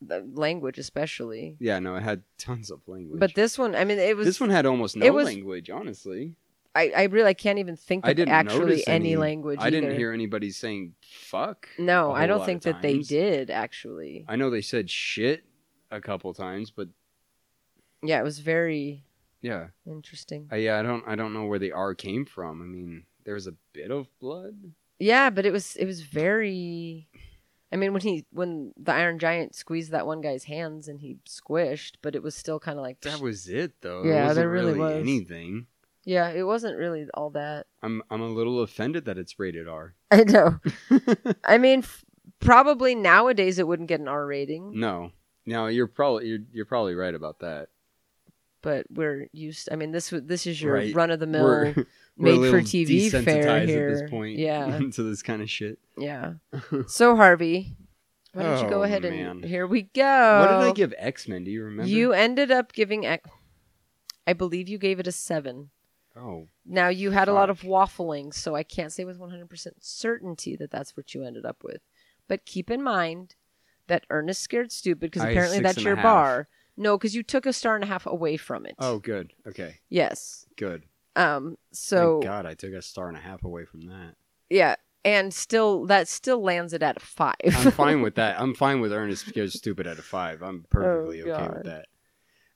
Speaker 7: the language especially.
Speaker 6: Yeah, no, it had tons of language.
Speaker 7: But this one, I mean, it was.
Speaker 6: this one had almost no
Speaker 7: it was-
Speaker 6: language, honestly.
Speaker 7: I, I really I can't even think
Speaker 6: I
Speaker 7: of
Speaker 6: didn't
Speaker 7: actually
Speaker 6: notice
Speaker 7: any,
Speaker 6: any-
Speaker 7: language.
Speaker 6: I didn't
Speaker 7: either. Mm.
Speaker 6: hear anybody saying fuck.
Speaker 7: No,
Speaker 6: a
Speaker 7: I
Speaker 6: whole
Speaker 7: don't
Speaker 6: lot
Speaker 7: think
Speaker 6: of
Speaker 7: that they
Speaker 6: times.
Speaker 7: did actually.
Speaker 6: I know they said shit a couple times, but
Speaker 7: Yeah, it was very
Speaker 6: yeah,
Speaker 7: interesting.
Speaker 6: I, yeah, I don't, I don't know where the R came from. I mean, there was a bit of blood.
Speaker 7: Yeah, but it was it was very. I mean, when he when the Iron Giant squeezed that one guy's hands and he squished, but it was still kind of like
Speaker 6: That was it, though.
Speaker 7: Yeah,
Speaker 6: it wasn't
Speaker 7: there really
Speaker 6: really
Speaker 7: was.
Speaker 6: anything.
Speaker 7: yeah, it wasn't really all that. <laughs>
Speaker 6: I'm, I'm a little offended that it's rated R. <laughs>
Speaker 7: I know. I mean, f- probably nowadays it wouldn't get an R rating,
Speaker 6: No, no, you're probably, you're, you're probably right about that.
Speaker 7: but we're used. I mean, this w- this is your
Speaker 6: Right.
Speaker 7: run of the mill
Speaker 6: We're- <laughs> we're a
Speaker 7: made for
Speaker 6: little
Speaker 7: TV fair
Speaker 6: desensitized
Speaker 7: here.
Speaker 6: at this point.
Speaker 7: Yeah,
Speaker 6: <laughs> to this kind of shit. <laughs>
Speaker 7: yeah. So Harvey, why don't you go
Speaker 6: Oh,
Speaker 7: ahead and
Speaker 6: man.
Speaker 7: here we go.
Speaker 6: what did I give X Men? Do you remember?
Speaker 7: You ended up giving. X- I believe you gave it a seven.
Speaker 6: Oh,
Speaker 7: Now you had a lot of
Speaker 6: Fuck.
Speaker 7: waffling, so I can't say with 100% certainty that that's what you ended up with. But keep in mind that Ernest Scared Stupid, because
Speaker 6: I-
Speaker 7: apparently
Speaker 6: six
Speaker 7: that's
Speaker 6: and a
Speaker 7: your
Speaker 6: half.
Speaker 7: bar. No, because you took a star and a half away from it.
Speaker 6: oh, good. Okay,
Speaker 7: yes.
Speaker 6: good.
Speaker 7: Um. So
Speaker 6: Thank God, I took a star and a half away from that.
Speaker 7: yeah, and still that still lands it at a five.
Speaker 6: I'm fine with that. I'm fine with Ernest because stupid at a five.
Speaker 7: <laughs>
Speaker 6: I'm perfectly okay
Speaker 7: Oh, God.
Speaker 6: with that.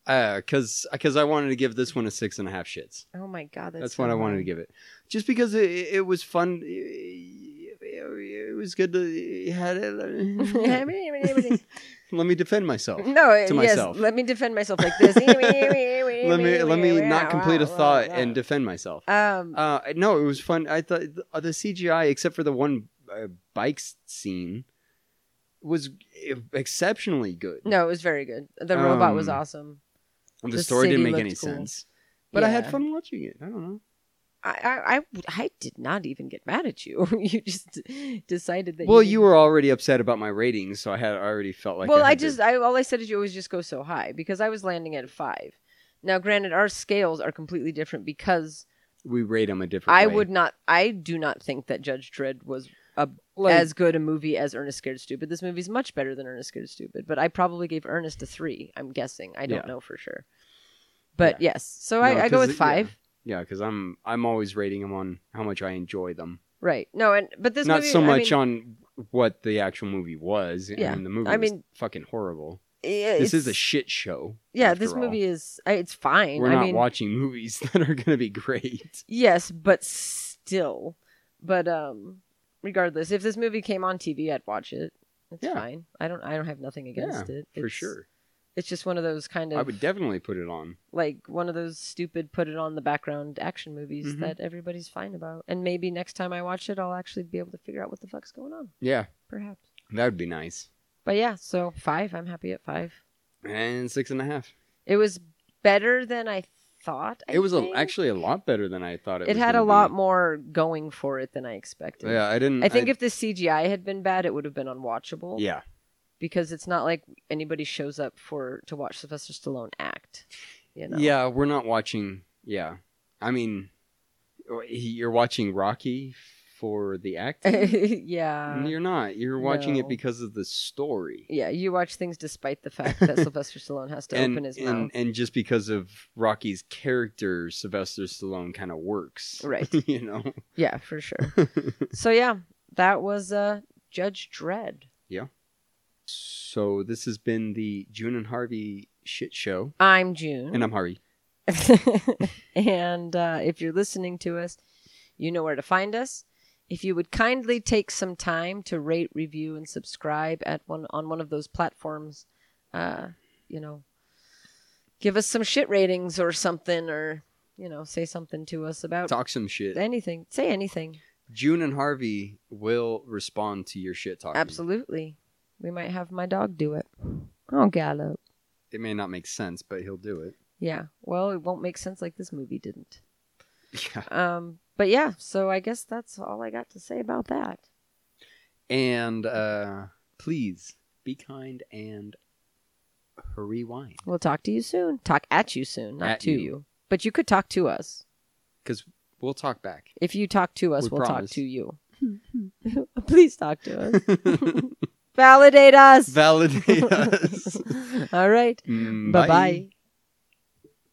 Speaker 6: Uh, cause, cause I wanted to give this one a six and a half shits.
Speaker 7: <laughs> oh my god, that's,
Speaker 6: That's
Speaker 7: so
Speaker 6: what I wanted
Speaker 7: high.
Speaker 6: to give it, just because it, it it was fun. It, it- it was good to had <laughs>
Speaker 7: <laughs>
Speaker 6: it. Let me defend myself.
Speaker 7: no, yes.
Speaker 6: myself.
Speaker 7: Let me defend myself like
Speaker 6: <laughs>
Speaker 7: this. let
Speaker 6: let me let me not complete a thought and defend myself.
Speaker 7: um.
Speaker 6: Uh, no, it was fun. I thought the, uh, the CGI, except for the one uh, bike s- scene, was e- exceptionally good.
Speaker 7: No, it was very good. The robot was
Speaker 6: Um,
Speaker 7: awesome.
Speaker 6: the,
Speaker 7: the
Speaker 6: story
Speaker 7: city
Speaker 6: didn't make
Speaker 7: looked
Speaker 6: any
Speaker 7: cool.
Speaker 6: sense, but I had
Speaker 7: Yeah.
Speaker 6: fun watching it. I don't know.
Speaker 7: I, I, I, I did not even get mad at you. <laughs> you just decided that.
Speaker 6: Well,
Speaker 7: didn't-
Speaker 6: you were already upset about my ratings, so I had I already felt like.
Speaker 7: well,
Speaker 6: I,
Speaker 7: I
Speaker 6: had to-
Speaker 7: just, I all I said is you always just go so high because I was landing at a five. Now, granted, our scales are completely different because
Speaker 6: we rate them a different.
Speaker 7: I
Speaker 6: way.
Speaker 7: would not, I do not think that Judge Dredd was a,
Speaker 6: Like-
Speaker 7: as good a movie as Ernest Scared Stupid. This movie's much better than Ernest Scared Stupid, but I probably gave Ernest a three. I'm guessing. I don't
Speaker 6: Yeah.
Speaker 7: know for sure, but yes. So
Speaker 6: No,
Speaker 7: I, I go
Speaker 6: 'cause
Speaker 7: with
Speaker 6: it-
Speaker 7: five.
Speaker 6: Yeah, because I'm I'm always rating them on how much I enjoy them,
Speaker 7: Right. No, and but this
Speaker 6: not
Speaker 7: movie,
Speaker 6: so
Speaker 7: I
Speaker 6: much
Speaker 7: mean,
Speaker 6: on what the actual movie was.
Speaker 7: Yeah,
Speaker 6: I mean, the movie
Speaker 7: I
Speaker 6: was
Speaker 7: mean-
Speaker 6: fucking horrible.
Speaker 7: i-
Speaker 6: This is a
Speaker 7: it's-
Speaker 6: shit show.
Speaker 7: yeah.
Speaker 6: after
Speaker 7: This
Speaker 6: all.
Speaker 7: movie is I- it's fine.
Speaker 6: We're
Speaker 7: I
Speaker 6: not
Speaker 7: mean,
Speaker 6: watching movies <laughs> that are going to be great.
Speaker 7: yes, but still, but um, regardless, if this movie came on TV, I'd watch it. It's
Speaker 6: Yeah.
Speaker 7: fine. I don't. I don't have nothing against it.
Speaker 6: for
Speaker 7: It's-
Speaker 6: sure.
Speaker 7: It's just one of those kind of
Speaker 6: I would definitely put it on.
Speaker 7: like one of those stupid put it on the background action movies
Speaker 6: Mhm.
Speaker 7: that everybody's fine about. And maybe next time I watch it, I'll actually be able to figure out what the fuck's going on.
Speaker 6: Yeah,
Speaker 7: Perhaps.
Speaker 6: that would be nice.
Speaker 7: But yeah, so five. I'm happy at five.
Speaker 6: And six and a half.
Speaker 7: It was better than I thought. I
Speaker 6: it was a,
Speaker 7: think.
Speaker 6: actually a lot better than I thought it.
Speaker 7: it,
Speaker 6: was
Speaker 7: had a
Speaker 6: gonna
Speaker 7: lot
Speaker 6: be.
Speaker 7: more going for it than I expected.
Speaker 6: Yeah, I didn't.
Speaker 7: I think if the CGI had been bad, it would have been unwatchable.
Speaker 6: yeah,
Speaker 7: because it's not like anybody shows up for to watch Sylvester Stallone act. You know.
Speaker 6: yeah, we're not watching. Yeah, I mean, he- you're watching Rocky for the
Speaker 7: <laughs>
Speaker 6: acting.
Speaker 7: <laughs> yeah.
Speaker 6: you're not. You're watching
Speaker 7: Uh, no.
Speaker 6: it because of the story.
Speaker 7: Yeah, you watch things despite the
Speaker 6: <laughs>
Speaker 7: fact that Sylvester Stallone has to
Speaker 6: and,
Speaker 7: open his
Speaker 6: and, <laughs>
Speaker 7: mouth.
Speaker 6: and just because of Rocky's character, Sylvester Stallone kind of works,
Speaker 7: Right.
Speaker 6: <laughs> you know,
Speaker 7: Yeah,
Speaker 6: <laughs>
Speaker 7: for sure. so yeah, that was uh Judge Dredd.
Speaker 6: So this has been the June and Harvey shit show,
Speaker 7: I'm June.
Speaker 6: and I'm Harvey.
Speaker 7: <laughs> and uh, if you're listening to us, you know where to find us. If you would kindly take some time to rate, review, and subscribe at one on one of those platforms, uh, you know, give us some shit ratings or something, or you know, say something to us about
Speaker 6: Talk some shit.
Speaker 7: anything. Say anything.
Speaker 6: June and Harvey will respond to your shit talking.
Speaker 7: Absolutely, we might have my dog do it. Oh, Gallo.
Speaker 6: It may not make sense, but he'll do it. <laughs>
Speaker 7: Yeah. Well, it won't make sense like this movie didn't.
Speaker 6: Yeah.
Speaker 7: Um. But yeah. So I guess that's all I got to say about that.
Speaker 6: And uh, please be kind and hurry wine
Speaker 7: We'll talk to you soon. Talk at you soon, not
Speaker 6: At
Speaker 7: to you.
Speaker 6: you.
Speaker 7: But you could talk to us.
Speaker 6: because we'll talk back. <laughs>
Speaker 7: If you talk to us,
Speaker 6: We
Speaker 7: we will talk <laughs>
Speaker 6: promise.
Speaker 7: to you. Please talk to us. Validate us.
Speaker 6: Validate us.
Speaker 7: <laughs> All right.
Speaker 6: Mm,
Speaker 7: Bye bye.